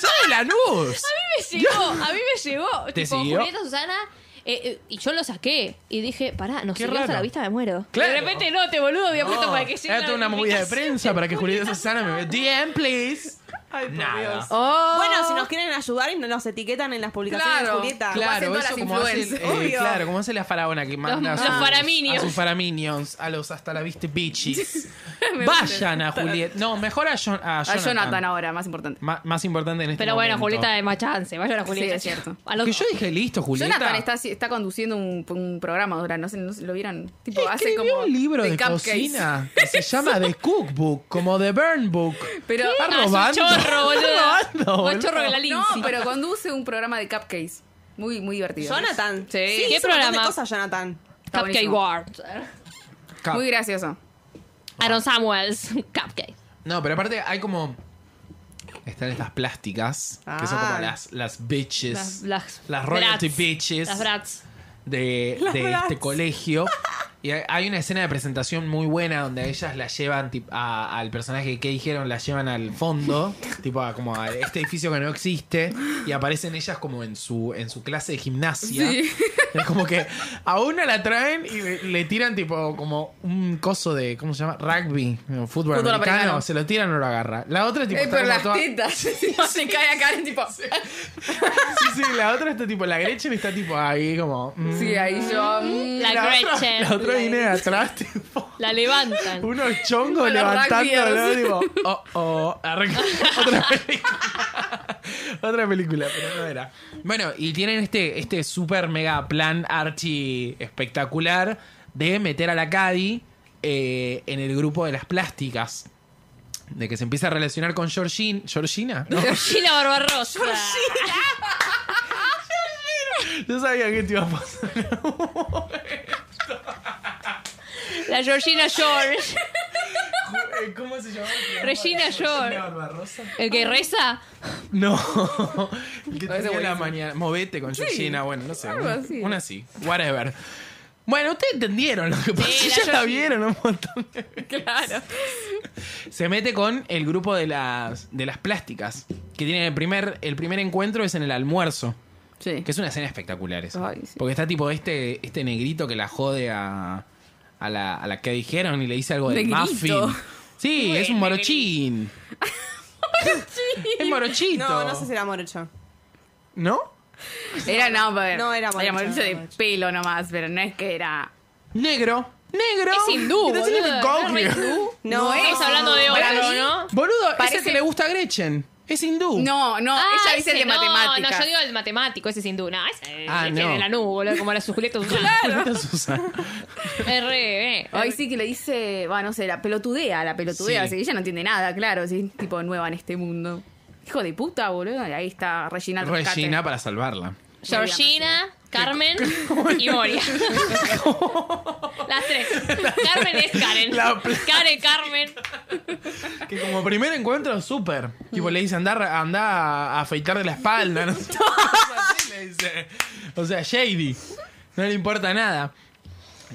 [SPEAKER 3] ¡Soy la luz!
[SPEAKER 5] me llegó, a mí me llegó.
[SPEAKER 3] ¿Te
[SPEAKER 5] tipo,
[SPEAKER 3] siguió?
[SPEAKER 5] Julieta Susana. eh, eh, y yo lo saqué y dije, pará, nos
[SPEAKER 3] Qué
[SPEAKER 5] siguió hasta
[SPEAKER 3] raro.
[SPEAKER 5] la vista, me muero.
[SPEAKER 3] Claro.
[SPEAKER 5] De repente no, te boludo, había puesto para que llegue.
[SPEAKER 3] Era toda una movida de prensa para que Julieta Susana me vea. DM, please. Nada.
[SPEAKER 2] Oh.
[SPEAKER 4] Bueno,
[SPEAKER 3] este
[SPEAKER 4] si nos quieren ayudar y nos etiquetan en las publicaciones
[SPEAKER 2] Claro,
[SPEAKER 4] de Julieta.
[SPEAKER 2] Como hacen
[SPEAKER 3] Claro,
[SPEAKER 2] todas
[SPEAKER 3] eso
[SPEAKER 2] las
[SPEAKER 3] como hace, el-
[SPEAKER 2] influencers.
[SPEAKER 3] eh,
[SPEAKER 4] Obvio.
[SPEAKER 3] claro, como hace la faraona que manda
[SPEAKER 5] Los-
[SPEAKER 3] a, sus,
[SPEAKER 5] los faraminions.
[SPEAKER 3] a sus faraminions, a los hasta la viste bitches. Vayan a Julieta. No, mejor a, Jon- a
[SPEAKER 1] A
[SPEAKER 3] Jonathan.
[SPEAKER 1] Jonathan ahora, más importante.
[SPEAKER 3] Ma- más importante en este
[SPEAKER 5] Pero bueno,
[SPEAKER 3] momento.
[SPEAKER 5] Julieta de Machance, vayan a Julieta.
[SPEAKER 1] es cierto.
[SPEAKER 5] A los-
[SPEAKER 3] Que yo dije, listo, Julieta.
[SPEAKER 1] Jonathan está, está conduciendo un, un programa ahora, no sé, no sé, lo vieron. Tipo, hace
[SPEAKER 3] Escribió
[SPEAKER 1] como.
[SPEAKER 3] un libro
[SPEAKER 1] de
[SPEAKER 3] de,
[SPEAKER 1] cupcakes.
[SPEAKER 3] cocina que se llama The Cookbook, como The Burn Book.
[SPEAKER 1] Pero.
[SPEAKER 3] Está
[SPEAKER 5] Ah, es un
[SPEAKER 3] robando.
[SPEAKER 5] chorro, boludo.
[SPEAKER 3] Está robando,
[SPEAKER 5] Más chorro que la
[SPEAKER 3] boludo.
[SPEAKER 1] No,
[SPEAKER 5] Lindsay.
[SPEAKER 1] pero conduce un programa de cupcakes. Muy, muy divertido.
[SPEAKER 4] Jonathan.
[SPEAKER 1] Sí.
[SPEAKER 5] ¿Qué
[SPEAKER 4] hizo un montón de
[SPEAKER 5] programa?
[SPEAKER 4] cosas, Jonathan.
[SPEAKER 1] Está
[SPEAKER 5] Cupcake
[SPEAKER 1] buenísimo.
[SPEAKER 5] Ward.
[SPEAKER 3] Cap-
[SPEAKER 1] Muy gracioso.
[SPEAKER 5] Aaron Samuels. Cupcake.
[SPEAKER 3] No, pero aparte hay como. Están estas plásticas, que son como
[SPEAKER 4] Ah.
[SPEAKER 3] las, las bitches.
[SPEAKER 5] Las, las,
[SPEAKER 3] royalty
[SPEAKER 5] brats.
[SPEAKER 3] bitches.
[SPEAKER 5] Las brats.
[SPEAKER 3] de,
[SPEAKER 4] Las
[SPEAKER 3] de
[SPEAKER 4] brats.
[SPEAKER 3] este colegio. Y hay- hay una escena de presentación muy buena donde a ellas la llevan tip- a- al personaje que dijeron, la llevan al fondo, tipo a, como a este edificio que no existe, y aparecen ellas como en su, en su clase de gimnasia. Es como que a una la traen y le, le tiran tipo como un coso de, ¿cómo se llama? Rugby, fútbol, americano.
[SPEAKER 1] americano.
[SPEAKER 3] Se lo tiran o lo agarra. La otra tipo...
[SPEAKER 1] Eh,
[SPEAKER 3] está
[SPEAKER 1] pero
[SPEAKER 3] como
[SPEAKER 1] las
[SPEAKER 3] toda-
[SPEAKER 1] tetas. se cae a Karen, tipo.
[SPEAKER 3] Sí, sí, la otra está tipo, la Gretchen está tipo ahí como... mm.
[SPEAKER 1] Sí, ahí yo. mm,
[SPEAKER 5] La
[SPEAKER 3] La otra-
[SPEAKER 5] Gretchen.
[SPEAKER 3] La otra viene de atrás, tipo.
[SPEAKER 5] La levantan.
[SPEAKER 3] Unos chongos
[SPEAKER 1] Con los
[SPEAKER 3] levantándolo,
[SPEAKER 1] rugbyers.
[SPEAKER 3] digo, oh, oh, arranca. otra película. otra película, pero no era. Bueno, y tienen este, este super mega plan archi espectacular de meter a la Cadi eh, en el grupo de las plásticas. De que se empieza a relacionar con Georgin- Georgina. No,
[SPEAKER 5] Gina Barbarossa.
[SPEAKER 3] yo sabía que te iba a pasar.
[SPEAKER 5] La Georgina George.
[SPEAKER 3] Eh, ¿Cómo se llama?
[SPEAKER 5] Regina George.
[SPEAKER 3] Barbarossa.
[SPEAKER 5] El que reza.
[SPEAKER 3] No. El que
[SPEAKER 1] Parece
[SPEAKER 3] tenía
[SPEAKER 1] buenísimo.
[SPEAKER 3] la mañana. Movete con Georgina, bueno, no sé.
[SPEAKER 1] algo
[SPEAKER 3] una-
[SPEAKER 1] así.
[SPEAKER 3] Una así. Whatever. Bueno, ustedes entendieron lo que pasó.
[SPEAKER 5] la
[SPEAKER 3] ya la
[SPEAKER 5] Georgina.
[SPEAKER 3] vieron un montón. de-
[SPEAKER 1] Claro.
[SPEAKER 3] Se mete con el grupo de las, de las plásticas. Que tienen el primer, el primer encuentro es en el almuerzo.
[SPEAKER 1] Sí.
[SPEAKER 3] Que es una escena espectacular esa.
[SPEAKER 1] Ay, sí.
[SPEAKER 3] Porque está tipo este, este negrito que la jode a, a, la, a la que dijeron y le dice algo del muffin.
[SPEAKER 1] Negrito.
[SPEAKER 3] Sí, es un morochín. es morochito.
[SPEAKER 4] No, no sé si era morocho.
[SPEAKER 3] ¿No?
[SPEAKER 1] Era, no, a ver,
[SPEAKER 4] No, era
[SPEAKER 1] Era
[SPEAKER 4] morocho,
[SPEAKER 1] morocho de
[SPEAKER 4] morocho.
[SPEAKER 1] pelo nomás, pero no es que era.
[SPEAKER 3] Negro. Negro.
[SPEAKER 5] Es hindú,
[SPEAKER 3] It doesn't
[SPEAKER 5] boludo.
[SPEAKER 3] even go
[SPEAKER 5] No es
[SPEAKER 3] here.
[SPEAKER 4] No,
[SPEAKER 1] No
[SPEAKER 5] Estamos
[SPEAKER 1] es.
[SPEAKER 5] hablando de
[SPEAKER 1] Para
[SPEAKER 5] Oro,
[SPEAKER 1] mí-
[SPEAKER 5] ¿no?
[SPEAKER 3] Boludo, ese
[SPEAKER 1] Parece-
[SPEAKER 3] que le gusta a Gretchen. Es hindú.
[SPEAKER 1] No, no,
[SPEAKER 5] Ah,
[SPEAKER 1] ella dice el de
[SPEAKER 5] ese no,
[SPEAKER 1] matemáticas.
[SPEAKER 5] No, yo digo el matemático, ese sin duda. No, ese
[SPEAKER 3] Ah,
[SPEAKER 5] ese
[SPEAKER 3] no.
[SPEAKER 5] de la nube, boludo, como la su Julieta Susana.
[SPEAKER 3] Julieta Susana.
[SPEAKER 5] R,
[SPEAKER 1] Hoy sí que le dice, va, no sé, la pelotudea, la pelotudea,
[SPEAKER 3] Sí.
[SPEAKER 1] así que ella no entiende nada, claro, sí, tipo nueva en este mundo. Hijo de puta, boludo, y ahí está Regina. al rescate.
[SPEAKER 3] Regina para salvarla.
[SPEAKER 5] Georgina, Carmen y Moria. Las tres. Carmen es Karen.
[SPEAKER 3] La pla-
[SPEAKER 5] Karen, Carmen.
[SPEAKER 3] Que como primer encuentro, súper. Tipo, le dice, anda, anda a afeitar de la espalda. No sé. Así le dice. O sea, Shady. No le importa nada.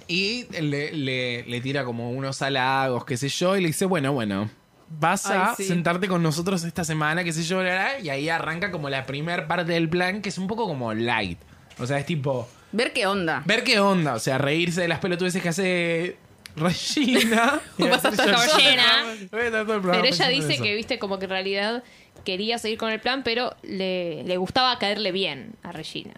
[SPEAKER 3] Y le, le- le tira como unos halagos, qué sé yo, y le dice, bueno, bueno. Vas a
[SPEAKER 1] Ay, sí.
[SPEAKER 3] sentarte con nosotros esta semana, qué sé yo, bla, bla, y ahí arranca como la primera parte del plan, que es un poco como light. O sea, es tipo,
[SPEAKER 1] Ver qué onda.
[SPEAKER 3] ver qué onda, o sea, reírse de las pelotudeces que hace Regina. Y hacer
[SPEAKER 5] Georgina.
[SPEAKER 3] Voy a estar todo el programa
[SPEAKER 5] Pero ella
[SPEAKER 3] pensando en
[SPEAKER 5] dice
[SPEAKER 3] eso.
[SPEAKER 5] que, viste, como que en realidad quería seguir con el plan, pero le, le gustaba caerle bien a Regina.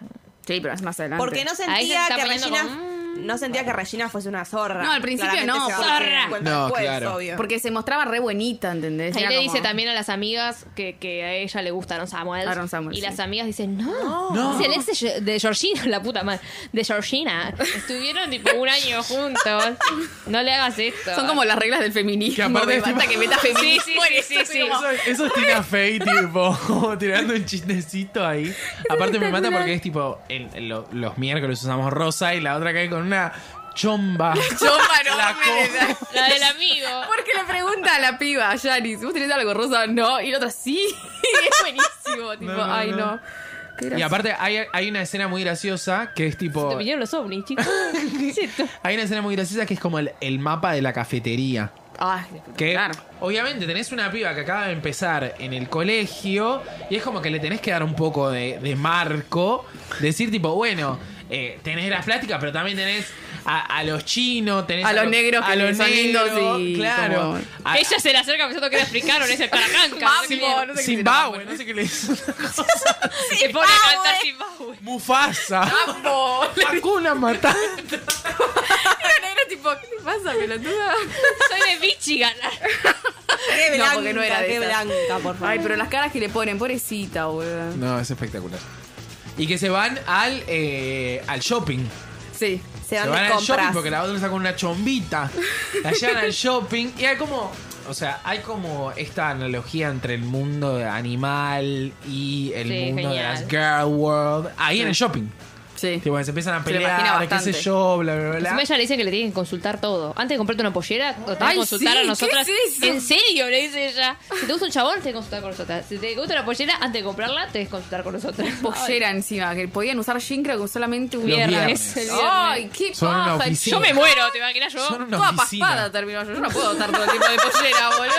[SPEAKER 1] Sí, pero es más adelante.
[SPEAKER 4] Porque no
[SPEAKER 5] Ahí se
[SPEAKER 4] sentía
[SPEAKER 5] está
[SPEAKER 4] que
[SPEAKER 5] poniendo
[SPEAKER 4] Regina.
[SPEAKER 5] con-
[SPEAKER 4] No sentía que Regina fuese una zorra.
[SPEAKER 1] No, al principio
[SPEAKER 4] Claramente
[SPEAKER 1] no,
[SPEAKER 4] se va a dar
[SPEAKER 5] zorra.
[SPEAKER 4] cuenta
[SPEAKER 3] No,
[SPEAKER 4] después,
[SPEAKER 3] claro.
[SPEAKER 4] obvio.
[SPEAKER 1] Porque se mostraba re buenita, ¿entendés?
[SPEAKER 5] Ahí
[SPEAKER 1] Era
[SPEAKER 5] le
[SPEAKER 1] como-
[SPEAKER 5] dice también a las amigas que, que a ella le gusta Aaron Samuels.
[SPEAKER 1] Aaron Samuels,
[SPEAKER 5] y
[SPEAKER 1] sí.
[SPEAKER 5] las amigas dicen, no.
[SPEAKER 3] No.
[SPEAKER 5] Dice, el ex de Ge- de Georgina, la puta madre. De Georgina. Estuvieron tipo un año juntos. No le hagas esto.
[SPEAKER 1] Son como las reglas del feminismo.
[SPEAKER 3] Que aparte
[SPEAKER 1] me
[SPEAKER 3] es tipo-
[SPEAKER 1] mata que meta
[SPEAKER 5] Sí,
[SPEAKER 1] feminismo.
[SPEAKER 5] sí,
[SPEAKER 1] en
[SPEAKER 5] sí,
[SPEAKER 1] eso,
[SPEAKER 5] sí,
[SPEAKER 1] así
[SPEAKER 5] sí.
[SPEAKER 1] como-
[SPEAKER 3] Eso, eso es Tina Fey, tipo, como tirando un chistecito ahí. Aparte me mata porque es tipo, el- el- lo- los miércoles usamos rosa y la otra cae con una chomba.
[SPEAKER 1] Chomba
[SPEAKER 3] La
[SPEAKER 1] enorme de
[SPEAKER 3] co-
[SPEAKER 1] edad.
[SPEAKER 5] La del amigo.
[SPEAKER 1] Porque le pregunta a la piba, a Yanis, ¿vos tenés algo rosa? No. Oh, Y la otra, sí. es buenísimo. Tipo,
[SPEAKER 3] no,
[SPEAKER 1] ay,
[SPEAKER 3] no.
[SPEAKER 1] no. Qué
[SPEAKER 3] Y
[SPEAKER 1] gracioso.
[SPEAKER 3] aparte hay, hay una escena muy graciosa que es
[SPEAKER 5] Te
[SPEAKER 3] tipo...
[SPEAKER 5] vinieron los ovnis, chicos. ¿Qué es esto?
[SPEAKER 3] Hay una escena muy graciosa que es como el, el mapa de la cafetería.
[SPEAKER 2] Ah,
[SPEAKER 1] Ay,
[SPEAKER 3] Que
[SPEAKER 1] claro.
[SPEAKER 3] obviamente tenés una piba que acaba de empezar en el colegio y es como que le tenés que dar un poco de, de marco. Decir tipo, bueno, eh, tenés las plásticas, pero también tenés a, a los chinos, tenés
[SPEAKER 2] A los negros que
[SPEAKER 3] a los
[SPEAKER 2] son lindos
[SPEAKER 3] negros,
[SPEAKER 2] y
[SPEAKER 3] claro.
[SPEAKER 2] como-
[SPEAKER 1] Ah.
[SPEAKER 3] A-
[SPEAKER 5] Ella se le acerca pensando que era africano, le dice Caracanca. no sé
[SPEAKER 2] Mambo,
[SPEAKER 5] bien.
[SPEAKER 2] no sé qué
[SPEAKER 3] Zimbabue, no sé qué le dicen.
[SPEAKER 5] Se pone a cantar Zimbabue.
[SPEAKER 3] Mufasa.
[SPEAKER 2] Mambo.
[SPEAKER 3] Hakuna Matata.
[SPEAKER 2] La negra tipo, ¿qué te pasa, pelotuda?
[SPEAKER 5] Soy de Michigan.
[SPEAKER 4] Qué
[SPEAKER 2] No,
[SPEAKER 4] blanca,
[SPEAKER 2] porque no era de
[SPEAKER 4] qué
[SPEAKER 2] esas.
[SPEAKER 4] blanca, por favor.
[SPEAKER 2] Ay, pero las caras que le ponen, pobrecita, weón.
[SPEAKER 3] No, es espectacular. Y que se van al, eh, al shopping.
[SPEAKER 2] Sí.
[SPEAKER 4] se
[SPEAKER 3] se
[SPEAKER 4] van,
[SPEAKER 3] van
[SPEAKER 4] de
[SPEAKER 3] al shopping
[SPEAKER 4] compras.
[SPEAKER 3] porque la otra está con una chombita. La llevan al shopping y hay como. O sea, hay como esta analogía entre el mundo animal y el
[SPEAKER 5] Sí,
[SPEAKER 3] mundo de
[SPEAKER 5] genial.
[SPEAKER 3] las girl world. Ahí en el shopping.
[SPEAKER 2] Sí.
[SPEAKER 3] Tipo, se empiezan a
[SPEAKER 2] Se lo imagina
[SPEAKER 3] pelear, qué sé
[SPEAKER 2] bastante.
[SPEAKER 3] yo, bla, bla, bla.
[SPEAKER 5] Encima ella le dice que le tienen que consultar todo. Antes de comprarte una pollera, lo tenés que
[SPEAKER 2] Ay,
[SPEAKER 5] consultar
[SPEAKER 2] sí,
[SPEAKER 5] a nosotras.
[SPEAKER 2] ¿qué es eso?
[SPEAKER 5] ¿En serio? Le dice ella. Si te gusta un chabón, tenés que consultar con nosotras. Si te gusta una pollera, antes de comprarla, tenés que consultar con nosotras.
[SPEAKER 2] Pollera encima, que podían usar jean creo que solamente un
[SPEAKER 3] Los viernes.
[SPEAKER 2] viernes.
[SPEAKER 3] Ah,
[SPEAKER 5] El viernes.
[SPEAKER 2] Ay, qué
[SPEAKER 3] Son una
[SPEAKER 2] paja.
[SPEAKER 3] oficina.
[SPEAKER 5] Yo me muero, ¿te imaginas yo?
[SPEAKER 3] Son una
[SPEAKER 2] Toda
[SPEAKER 3] oficina.
[SPEAKER 2] paspada terminó yo. Yo no puedo estar todo el tiempo de pollera, boludo.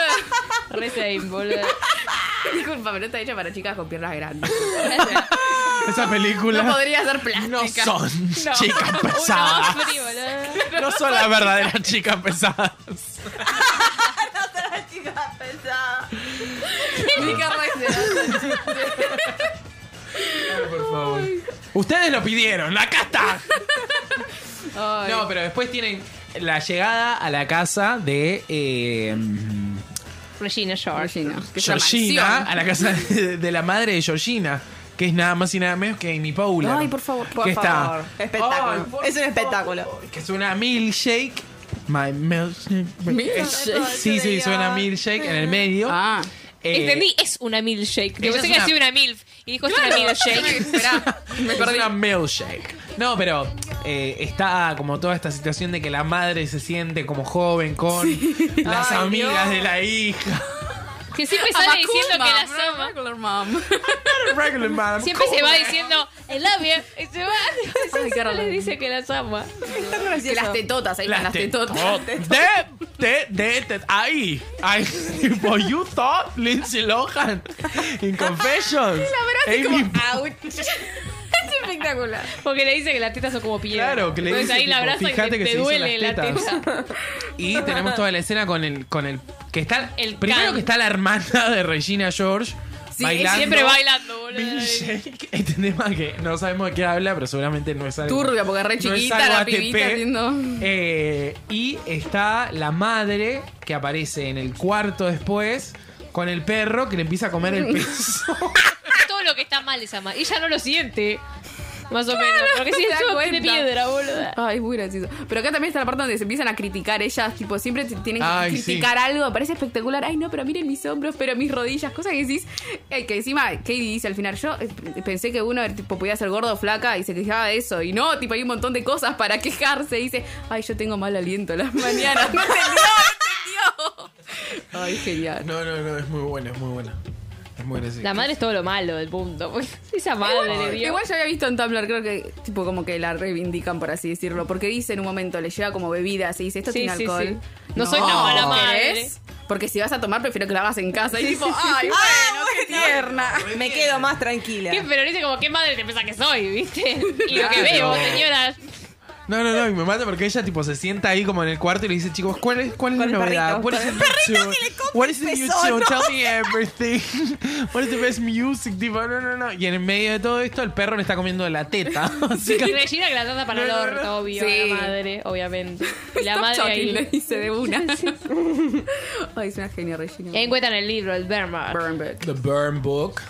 [SPEAKER 5] Re same, boludo.
[SPEAKER 2] Disculpa, pero está hecha para chicas con piernas grandes.
[SPEAKER 3] Esa película.
[SPEAKER 2] No
[SPEAKER 3] No,
[SPEAKER 2] podría ser plástica.
[SPEAKER 3] son chicas pesadas.
[SPEAKER 5] Un hombre, boludo.
[SPEAKER 3] No son las verdaderas chicas pesadas.
[SPEAKER 4] Otra chica pesada.
[SPEAKER 2] Chicas re-
[SPEAKER 3] Ustedes lo pidieron, acá está.
[SPEAKER 2] Ay.
[SPEAKER 3] No, pero después tienen la llegada a la casa de eh,
[SPEAKER 5] Regina George.
[SPEAKER 2] Georgina. que es una
[SPEAKER 3] Georgina,
[SPEAKER 2] mansión.
[SPEAKER 3] a la casa de, de la madre de Georgina, que es nada más y nada menos que Amy Paula.
[SPEAKER 2] Ay, por favor, por
[SPEAKER 3] que está-
[SPEAKER 4] favor. Espectáculo.
[SPEAKER 3] Ay, por
[SPEAKER 4] Es un
[SPEAKER 3] favor.
[SPEAKER 4] espectáculo.
[SPEAKER 3] Que suena milkshake. My milkshake.
[SPEAKER 2] Milkshake.
[SPEAKER 3] Sí, sí, suena milkshake en el medio.
[SPEAKER 2] Ah.
[SPEAKER 3] Eh,
[SPEAKER 5] Entendí, es una milkshake. Yo
[SPEAKER 3] ella
[SPEAKER 5] pensé
[SPEAKER 3] es
[SPEAKER 5] que
[SPEAKER 3] una-
[SPEAKER 5] hacía una milf. Y dijo, es una milkshake.
[SPEAKER 2] Esperá, me
[SPEAKER 3] Es
[SPEAKER 2] perdí.
[SPEAKER 3] una milkshake. No, pero eh, está como toda esta situación de que la madre se siente como joven con las
[SPEAKER 2] Ay,
[SPEAKER 3] amigas
[SPEAKER 2] Dios.
[SPEAKER 3] de la hija.
[SPEAKER 5] Que siempre sale diciendo que las ama.
[SPEAKER 2] Regular mom.
[SPEAKER 3] Regular man.
[SPEAKER 5] Siempre se va diciendo, I love you. Y se va. y siempre
[SPEAKER 2] Carolina.
[SPEAKER 5] le dice que las ama.
[SPEAKER 2] Que las tetotas, ahí están las tetotas.
[SPEAKER 3] De, de, de, de- ahí. Ahí. Tipo, you thought Lindsay Lohan in Confessions. Amy-
[SPEAKER 2] ah. Es espectacular.
[SPEAKER 5] Porque le dice que las tetas son como piedras.
[SPEAKER 3] Claro, que le
[SPEAKER 5] Entonces
[SPEAKER 3] dice,
[SPEAKER 5] ahí la
[SPEAKER 3] tipo,
[SPEAKER 5] abraza y
[SPEAKER 3] "Fíjate
[SPEAKER 5] te,
[SPEAKER 3] que
[SPEAKER 5] te
[SPEAKER 3] se hizo
[SPEAKER 5] duele
[SPEAKER 3] las
[SPEAKER 5] la
[SPEAKER 3] tetas".
[SPEAKER 5] teta.
[SPEAKER 3] Y tenemos toda la escena con el. Con el que está,
[SPEAKER 5] El
[SPEAKER 3] primero
[SPEAKER 5] can.
[SPEAKER 3] que está la hermana de Regina George.
[SPEAKER 2] Sí,
[SPEAKER 3] bailando.
[SPEAKER 5] Siempre bailando, boludo.
[SPEAKER 3] Milkshake, entendemos este que no sabemos de qué habla, pero seguramente no es algo.
[SPEAKER 2] Turbia, porque re
[SPEAKER 3] no
[SPEAKER 2] chiquita
[SPEAKER 3] es algo
[SPEAKER 2] la
[SPEAKER 3] ATP.
[SPEAKER 2] pibita haciendo-
[SPEAKER 3] Eh, y está la madre que aparece en el cuarto después con el perro que le empieza a comer el peso.
[SPEAKER 5] Todo lo que está mal es ama. Ella no lo siente. Más o menos. Porque si
[SPEAKER 2] se da
[SPEAKER 5] es una
[SPEAKER 2] cuenta.
[SPEAKER 5] piedra, boludo.
[SPEAKER 2] Ay, es muy gracioso. Pero acá también está la parte donde se empiezan a criticar ellas, tipo, siempre t- tienen que
[SPEAKER 3] Ay, sí.
[SPEAKER 2] criticar algo, parece espectacular. Ay, no, pero miren mis hombros, pero mis rodillas, cosas que decís. eh, que encima, Katie dice al final, yo eh, p- pensé que uno tipo, podía ser gordo o flaca y se quejaba de eso. Y no, tipo, hay un montón de cosas para quejarse. Y dice, ay, yo tengo mal aliento a las mañanas. No entendió, no entendió. Ay, genial.
[SPEAKER 3] No, no, no, es muy buena, es muy buena. Es muy graciosa.
[SPEAKER 5] La madre es todo lo malo del mundo. porque Esa madre le dio.
[SPEAKER 2] Igual yo había visto en Tumblr, creo que tipo como que la reivindican, por así decirlo, porque dice en un momento, le llega como bebida, se dice, esto
[SPEAKER 5] Sí,
[SPEAKER 2] tiene
[SPEAKER 5] sí,
[SPEAKER 2] alcohol.
[SPEAKER 5] sí. No soy tan mala madre.
[SPEAKER 2] ¿querés? Porque si vas a tomar, prefiero que lo hagas en casa. Y tipo, ay, bueno, qué tierna.
[SPEAKER 4] Me quedo más tranquila.
[SPEAKER 5] ¿Qué? Pero dice como, ¿qué madre te pensás que soy, viste? Y lo que
[SPEAKER 3] Claro.
[SPEAKER 5] veo, señora.
[SPEAKER 3] No, no, no, y me mata porque ella tipo se sienta ahí como en el cuarto y le dice, chicos, ¿cuál es, cuál es la
[SPEAKER 4] Con el
[SPEAKER 3] novedad?
[SPEAKER 4] perrito,
[SPEAKER 3] What is the new
[SPEAKER 4] con el
[SPEAKER 3] tune? What is the
[SPEAKER 4] el
[SPEAKER 3] new
[SPEAKER 4] pezón,
[SPEAKER 3] tune? Tell me everything. What is the best music? Tipo, no, no, no. Y en el medio de todo esto, el perro le está comiendo la teta.
[SPEAKER 5] Y
[SPEAKER 3] Así que-
[SPEAKER 5] Regina que la trata para el
[SPEAKER 3] No, no, no.
[SPEAKER 5] orto, obvio.
[SPEAKER 2] Sí.
[SPEAKER 5] La madre, obviamente. Y la
[SPEAKER 2] Stop
[SPEAKER 5] madre
[SPEAKER 2] talking,
[SPEAKER 5] ahí.
[SPEAKER 2] le dice de una. ay, es una genia, Regina.
[SPEAKER 5] Y ahí encuentran el libro, el Bermar.
[SPEAKER 2] Burn Book.
[SPEAKER 3] The Burn Book.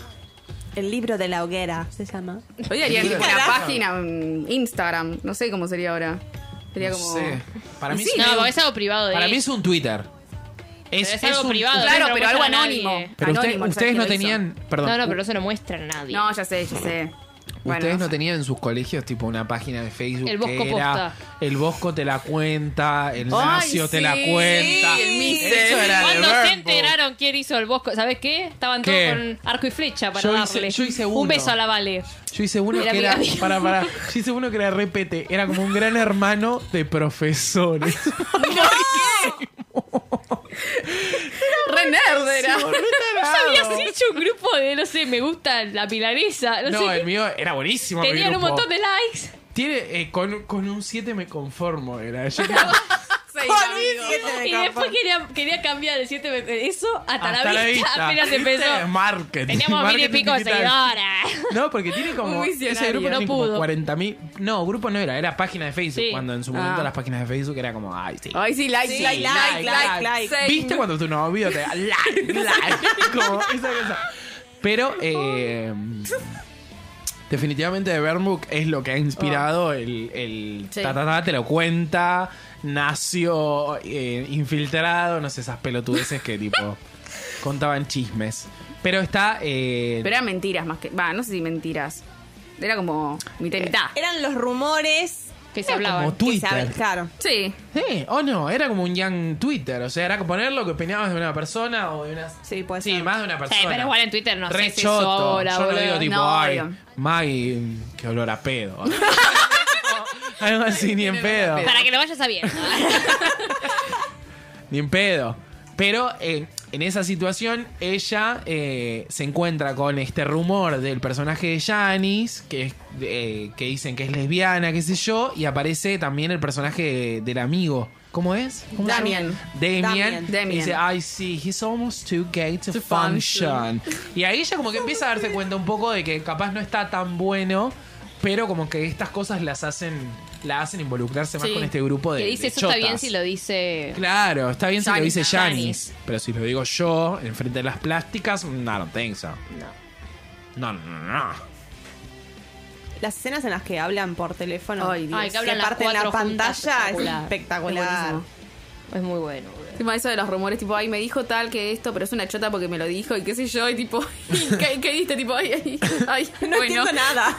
[SPEAKER 4] El libro de la hoguera se llama.
[SPEAKER 2] Hoy harían tipo una
[SPEAKER 4] Carajo.
[SPEAKER 2] página en Instagram, no sé cómo sería ahora. Sería
[SPEAKER 3] No
[SPEAKER 2] como...
[SPEAKER 3] sé. Para mí,
[SPEAKER 2] Sí,
[SPEAKER 3] es,
[SPEAKER 5] No, porque es algo privado de
[SPEAKER 3] para mí
[SPEAKER 5] ella.
[SPEAKER 3] es un Twitter.
[SPEAKER 5] Pero es algo privado.
[SPEAKER 2] Claro,
[SPEAKER 5] no
[SPEAKER 2] pero
[SPEAKER 5] muestra
[SPEAKER 2] algo
[SPEAKER 5] a nadie.
[SPEAKER 2] anónimo.
[SPEAKER 3] Pero usted-
[SPEAKER 2] Anónimo,
[SPEAKER 3] ustedes
[SPEAKER 2] ¿sabes
[SPEAKER 3] no
[SPEAKER 2] quién lo hizo?
[SPEAKER 3] tenían. Perdón.
[SPEAKER 5] No, no, pero no se lo muestra a nadie.
[SPEAKER 2] No, ya sé, ya sé.
[SPEAKER 3] Ustedes no tenían en sus colegios tipo una página de Facebook
[SPEAKER 5] El Bosco
[SPEAKER 3] que era
[SPEAKER 5] Posta.
[SPEAKER 3] el Bosco te la cuenta, el
[SPEAKER 2] Ay,
[SPEAKER 3] Nacio te
[SPEAKER 2] sí,
[SPEAKER 3] la cuenta.
[SPEAKER 2] el Mises.
[SPEAKER 3] Eso era de
[SPEAKER 5] Cuando
[SPEAKER 3] Burn
[SPEAKER 5] se
[SPEAKER 3] Book.
[SPEAKER 5] enteraron quién hizo el bosco, ¿sabes qué? Estaban todos
[SPEAKER 3] ¿Qué?
[SPEAKER 5] con arco y flecha para
[SPEAKER 3] Yo hice-
[SPEAKER 5] darle.
[SPEAKER 3] yo hice
[SPEAKER 5] Un
[SPEAKER 3] uno.
[SPEAKER 5] beso a la Vale.
[SPEAKER 3] Yo hice uno
[SPEAKER 5] Era
[SPEAKER 3] que era.
[SPEAKER 5] amiga mía.
[SPEAKER 3] Para, para. Yo hice uno que era repete. Era como un gran hermano de profesores.
[SPEAKER 2] Re nerd era.
[SPEAKER 5] Habías hecho un grupo de, no sé, me gusta la milanesa, no,
[SPEAKER 3] No,
[SPEAKER 5] sé.
[SPEAKER 3] el
[SPEAKER 5] qué.
[SPEAKER 3] mío era buenísimo. mi
[SPEAKER 5] Tenían un
[SPEAKER 3] grupo.
[SPEAKER 5] montón de likes.
[SPEAKER 3] Tiene, eh, con, con un 7 me conformo, era. Yo creo-
[SPEAKER 2] Seis,
[SPEAKER 4] Con
[SPEAKER 2] amigo.
[SPEAKER 4] un siete de
[SPEAKER 5] Y después
[SPEAKER 4] campo.
[SPEAKER 5] quería, quería cambiar el 7 de eso hasta,
[SPEAKER 3] Hasta
[SPEAKER 5] la vista. Apenas
[SPEAKER 3] ¿viste?
[SPEAKER 5] empezó.
[SPEAKER 3] Marketing.
[SPEAKER 5] Teníamos mil y
[SPEAKER 3] marketing
[SPEAKER 5] pico de
[SPEAKER 3] digital.
[SPEAKER 5] seguidoras.
[SPEAKER 3] No, porque tiene como.
[SPEAKER 2] Un visionario.
[SPEAKER 3] Ese grupo
[SPEAKER 5] No
[SPEAKER 3] tiene como
[SPEAKER 5] pudo.
[SPEAKER 3] 40.000. No, grupo no era, era página de Facebook.
[SPEAKER 5] Sí.
[SPEAKER 3] Cuando en su momento
[SPEAKER 2] Ah.
[SPEAKER 3] las páginas de Facebook era como, ay, sí.
[SPEAKER 2] Ay, sí, like,
[SPEAKER 4] Sí,
[SPEAKER 2] like, like,
[SPEAKER 4] like,
[SPEAKER 2] like,
[SPEAKER 4] like,
[SPEAKER 2] like.
[SPEAKER 4] like.
[SPEAKER 2] Seis.
[SPEAKER 3] ¿Viste cuando tu novio te da like, like? Como esa cosa. Pero, eh, definitivamente, Vermouth es lo que ha inspirado
[SPEAKER 4] Oh.
[SPEAKER 3] el, el
[SPEAKER 2] Sí.
[SPEAKER 3] ta, ta, ta, te lo cuenta, nació eh, infiltrado, no sé, esas pelotudeces que tipo contaban chismes. Pero está. eh,
[SPEAKER 2] Pero eran mentiras más que. Va, no sé si mentiras. Era como
[SPEAKER 3] Eh.
[SPEAKER 2] mitad y mitad.
[SPEAKER 4] Eran los rumores
[SPEAKER 5] Que se
[SPEAKER 3] como
[SPEAKER 5] hablaban.
[SPEAKER 4] que se
[SPEAKER 3] Twitter.
[SPEAKER 4] claro.
[SPEAKER 2] Sí.
[SPEAKER 3] Sí, o no, era como un young Twitter, o sea, era poner lo que opinabas de una persona o de una...
[SPEAKER 4] Sí, puede
[SPEAKER 3] Sí,
[SPEAKER 4] ser.
[SPEAKER 3] más de una persona.
[SPEAKER 5] Sí, pero igual en Twitter no
[SPEAKER 3] Re
[SPEAKER 5] sé si
[SPEAKER 3] choto.
[SPEAKER 5] sola,
[SPEAKER 3] Yo no
[SPEAKER 5] boludo.
[SPEAKER 3] digo tipo,
[SPEAKER 2] No,
[SPEAKER 3] ay,
[SPEAKER 2] obvio.
[SPEAKER 3] Maggie, qué olor a pedo. Algo así, ni en pedo.
[SPEAKER 5] Para que lo vayas sabiendo.
[SPEAKER 3] Ni en pedo. Pero eh, en esa situación, ella eh, se encuentra con este rumor del personaje de Janice, que, es, eh, que dicen que es lesbiana, qué sé yo, y aparece también el personaje de- del amigo. ¿Cómo es? ¿Cómo se llama?
[SPEAKER 2] Damien.
[SPEAKER 3] Damian.
[SPEAKER 4] Damien.
[SPEAKER 2] Damien.
[SPEAKER 3] Dice, ay, sí, he's almost too gay to,
[SPEAKER 2] To function.
[SPEAKER 3] function. Y ahí ella como que empieza a darse cuenta un poco de que capaz no está tan bueno, pero como que estas cosas las hacen, la hacen involucrarse más
[SPEAKER 2] Sí.
[SPEAKER 3] con este grupo de
[SPEAKER 5] que dice,
[SPEAKER 3] de
[SPEAKER 5] eso está bien
[SPEAKER 3] chotas".
[SPEAKER 5] si lo dice.
[SPEAKER 3] Claro, está bien si lo
[SPEAKER 5] Janis,
[SPEAKER 3] dice
[SPEAKER 5] ¿no?
[SPEAKER 3] Janis.
[SPEAKER 5] Janis.
[SPEAKER 3] Pero si lo digo yo, enfrente de las plásticas, no, no think so. No. No, no, no.
[SPEAKER 4] Las escenas en las que hablan por teléfono.
[SPEAKER 2] Ay, Dios.
[SPEAKER 5] Ay, que hablan las
[SPEAKER 4] parten la
[SPEAKER 5] cuatro juntas,
[SPEAKER 4] pantalla es
[SPEAKER 5] espectacular.
[SPEAKER 4] espectacular.
[SPEAKER 2] buenísimo.
[SPEAKER 5] Es muy bueno, boludo.
[SPEAKER 2] Encima eso de los rumores, tipo, ay, me dijo tal que esto, pero es una chota porque me lo dijo y qué sé yo, y tipo, ¿y qué, qué diste? Tipo, ay, ay, ay,
[SPEAKER 4] No
[SPEAKER 2] bueno.
[SPEAKER 4] entiendo nada.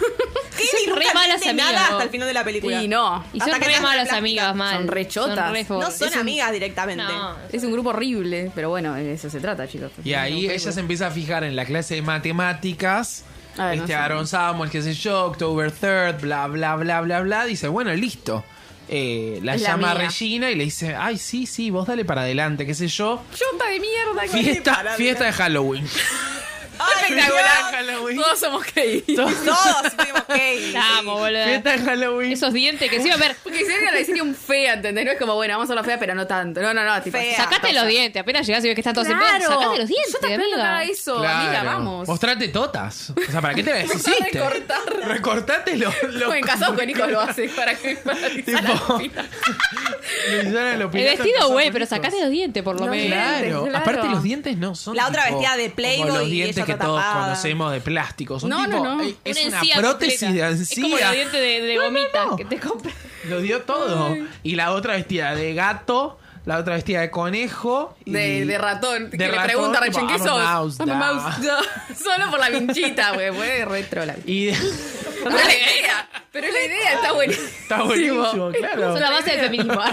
[SPEAKER 4] Katie
[SPEAKER 5] re
[SPEAKER 4] nunca
[SPEAKER 5] malas
[SPEAKER 4] entiende
[SPEAKER 5] amigas,
[SPEAKER 4] nada
[SPEAKER 5] ¿no?
[SPEAKER 4] hasta el final de la película.
[SPEAKER 2] Y no.
[SPEAKER 5] Y
[SPEAKER 4] Hasta
[SPEAKER 5] son re
[SPEAKER 4] que te hacen
[SPEAKER 5] malas
[SPEAKER 4] plástica.
[SPEAKER 5] amigas, mal.
[SPEAKER 2] Son re chotas.
[SPEAKER 5] re
[SPEAKER 4] No
[SPEAKER 5] forros.
[SPEAKER 4] son
[SPEAKER 5] Es un-
[SPEAKER 4] amigas directamente.
[SPEAKER 5] No.
[SPEAKER 2] Es un grupo horrible, pero bueno, de eso se trata, chicos.
[SPEAKER 3] Y ahí ella se empieza a fijar en la clase de matemáticas.
[SPEAKER 2] A ver, Ah, no
[SPEAKER 3] este
[SPEAKER 2] sé.
[SPEAKER 3] Aaron Samuel, qué sé yo, October 3rd, bla, bla, bla, bla, bla. Dice, bueno, listo. Eh, la
[SPEAKER 2] Es la
[SPEAKER 3] llama
[SPEAKER 2] mía.
[SPEAKER 3] Regina y le dice, ay, sí, sí, vos dale para adelante, qué sé yo.
[SPEAKER 2] ¡Chota de mierda!
[SPEAKER 3] Fiesta,
[SPEAKER 4] para
[SPEAKER 3] fiesta de Halloween.
[SPEAKER 4] Ay,
[SPEAKER 3] Fiesta de
[SPEAKER 4] Dios,
[SPEAKER 3] Halloween.
[SPEAKER 2] Todos somos gays.
[SPEAKER 4] Todos fuimos Katie.
[SPEAKER 5] La amo, boludo.
[SPEAKER 3] Fiesta de Halloween.
[SPEAKER 5] Esos dientes que encima, a ver,
[SPEAKER 2] Porque si alguien le decía un fea, ¿entendés? No es como, bueno, vamos a la fea, pero no tanto. No, no, no, tipo,
[SPEAKER 4] Fea.
[SPEAKER 5] sacate los dientes. Apenas llegás y ves que están todos en
[SPEAKER 2] Claro.
[SPEAKER 5] pedo, Sacate los dientes,
[SPEAKER 2] Yo también
[SPEAKER 5] amiga.
[SPEAKER 2] no haga eso, amiga, vamos.
[SPEAKER 3] Mostrate totas. O sea, ¿para qué te la deshiciste?
[SPEAKER 2] recortar.
[SPEAKER 3] Recortate los. los
[SPEAKER 2] Como en casados con hijos lo hace para que para que
[SPEAKER 3] Tipo,
[SPEAKER 2] salga la fila.
[SPEAKER 5] El vestido, güey, pero sacate los dientes por lo
[SPEAKER 2] No,
[SPEAKER 5] menos.
[SPEAKER 3] Claro.
[SPEAKER 2] dientes, claro.
[SPEAKER 3] aparte los dientes no son
[SPEAKER 4] La otra
[SPEAKER 3] tipo
[SPEAKER 4] vestida de Playboy
[SPEAKER 3] como los
[SPEAKER 4] y
[SPEAKER 3] dientes
[SPEAKER 4] ella
[SPEAKER 3] que
[SPEAKER 4] toda
[SPEAKER 3] todos
[SPEAKER 4] tapada.
[SPEAKER 3] conocemos de plástico, son
[SPEAKER 2] No,
[SPEAKER 3] tipo
[SPEAKER 2] no, no.
[SPEAKER 3] eh, es
[SPEAKER 5] Una
[SPEAKER 3] una,
[SPEAKER 5] encía
[SPEAKER 3] prótesis de
[SPEAKER 5] completa. Es como
[SPEAKER 3] encía.
[SPEAKER 5] los dientes de, de
[SPEAKER 3] No, no,
[SPEAKER 5] gomita
[SPEAKER 3] no.
[SPEAKER 5] que te compras.
[SPEAKER 3] Lo dio todo. Y la otra vestida de gato, la otra vestida de conejo y-
[SPEAKER 2] De, de ratón.
[SPEAKER 3] de
[SPEAKER 2] que le
[SPEAKER 3] ratón,
[SPEAKER 2] pregunta a
[SPEAKER 3] tipo,
[SPEAKER 2] Rachel, ¿qué
[SPEAKER 3] I'm a
[SPEAKER 2] sos?
[SPEAKER 3] mouse,
[SPEAKER 2] I'm a
[SPEAKER 3] da.
[SPEAKER 2] mouse, da. Solo por la vinchita, güey. Fue re trola.
[SPEAKER 3] Y
[SPEAKER 2] No es la idea. Pero es la idea, está buenísima.
[SPEAKER 3] está buenísimo, claro.
[SPEAKER 5] Son la base del feminismo.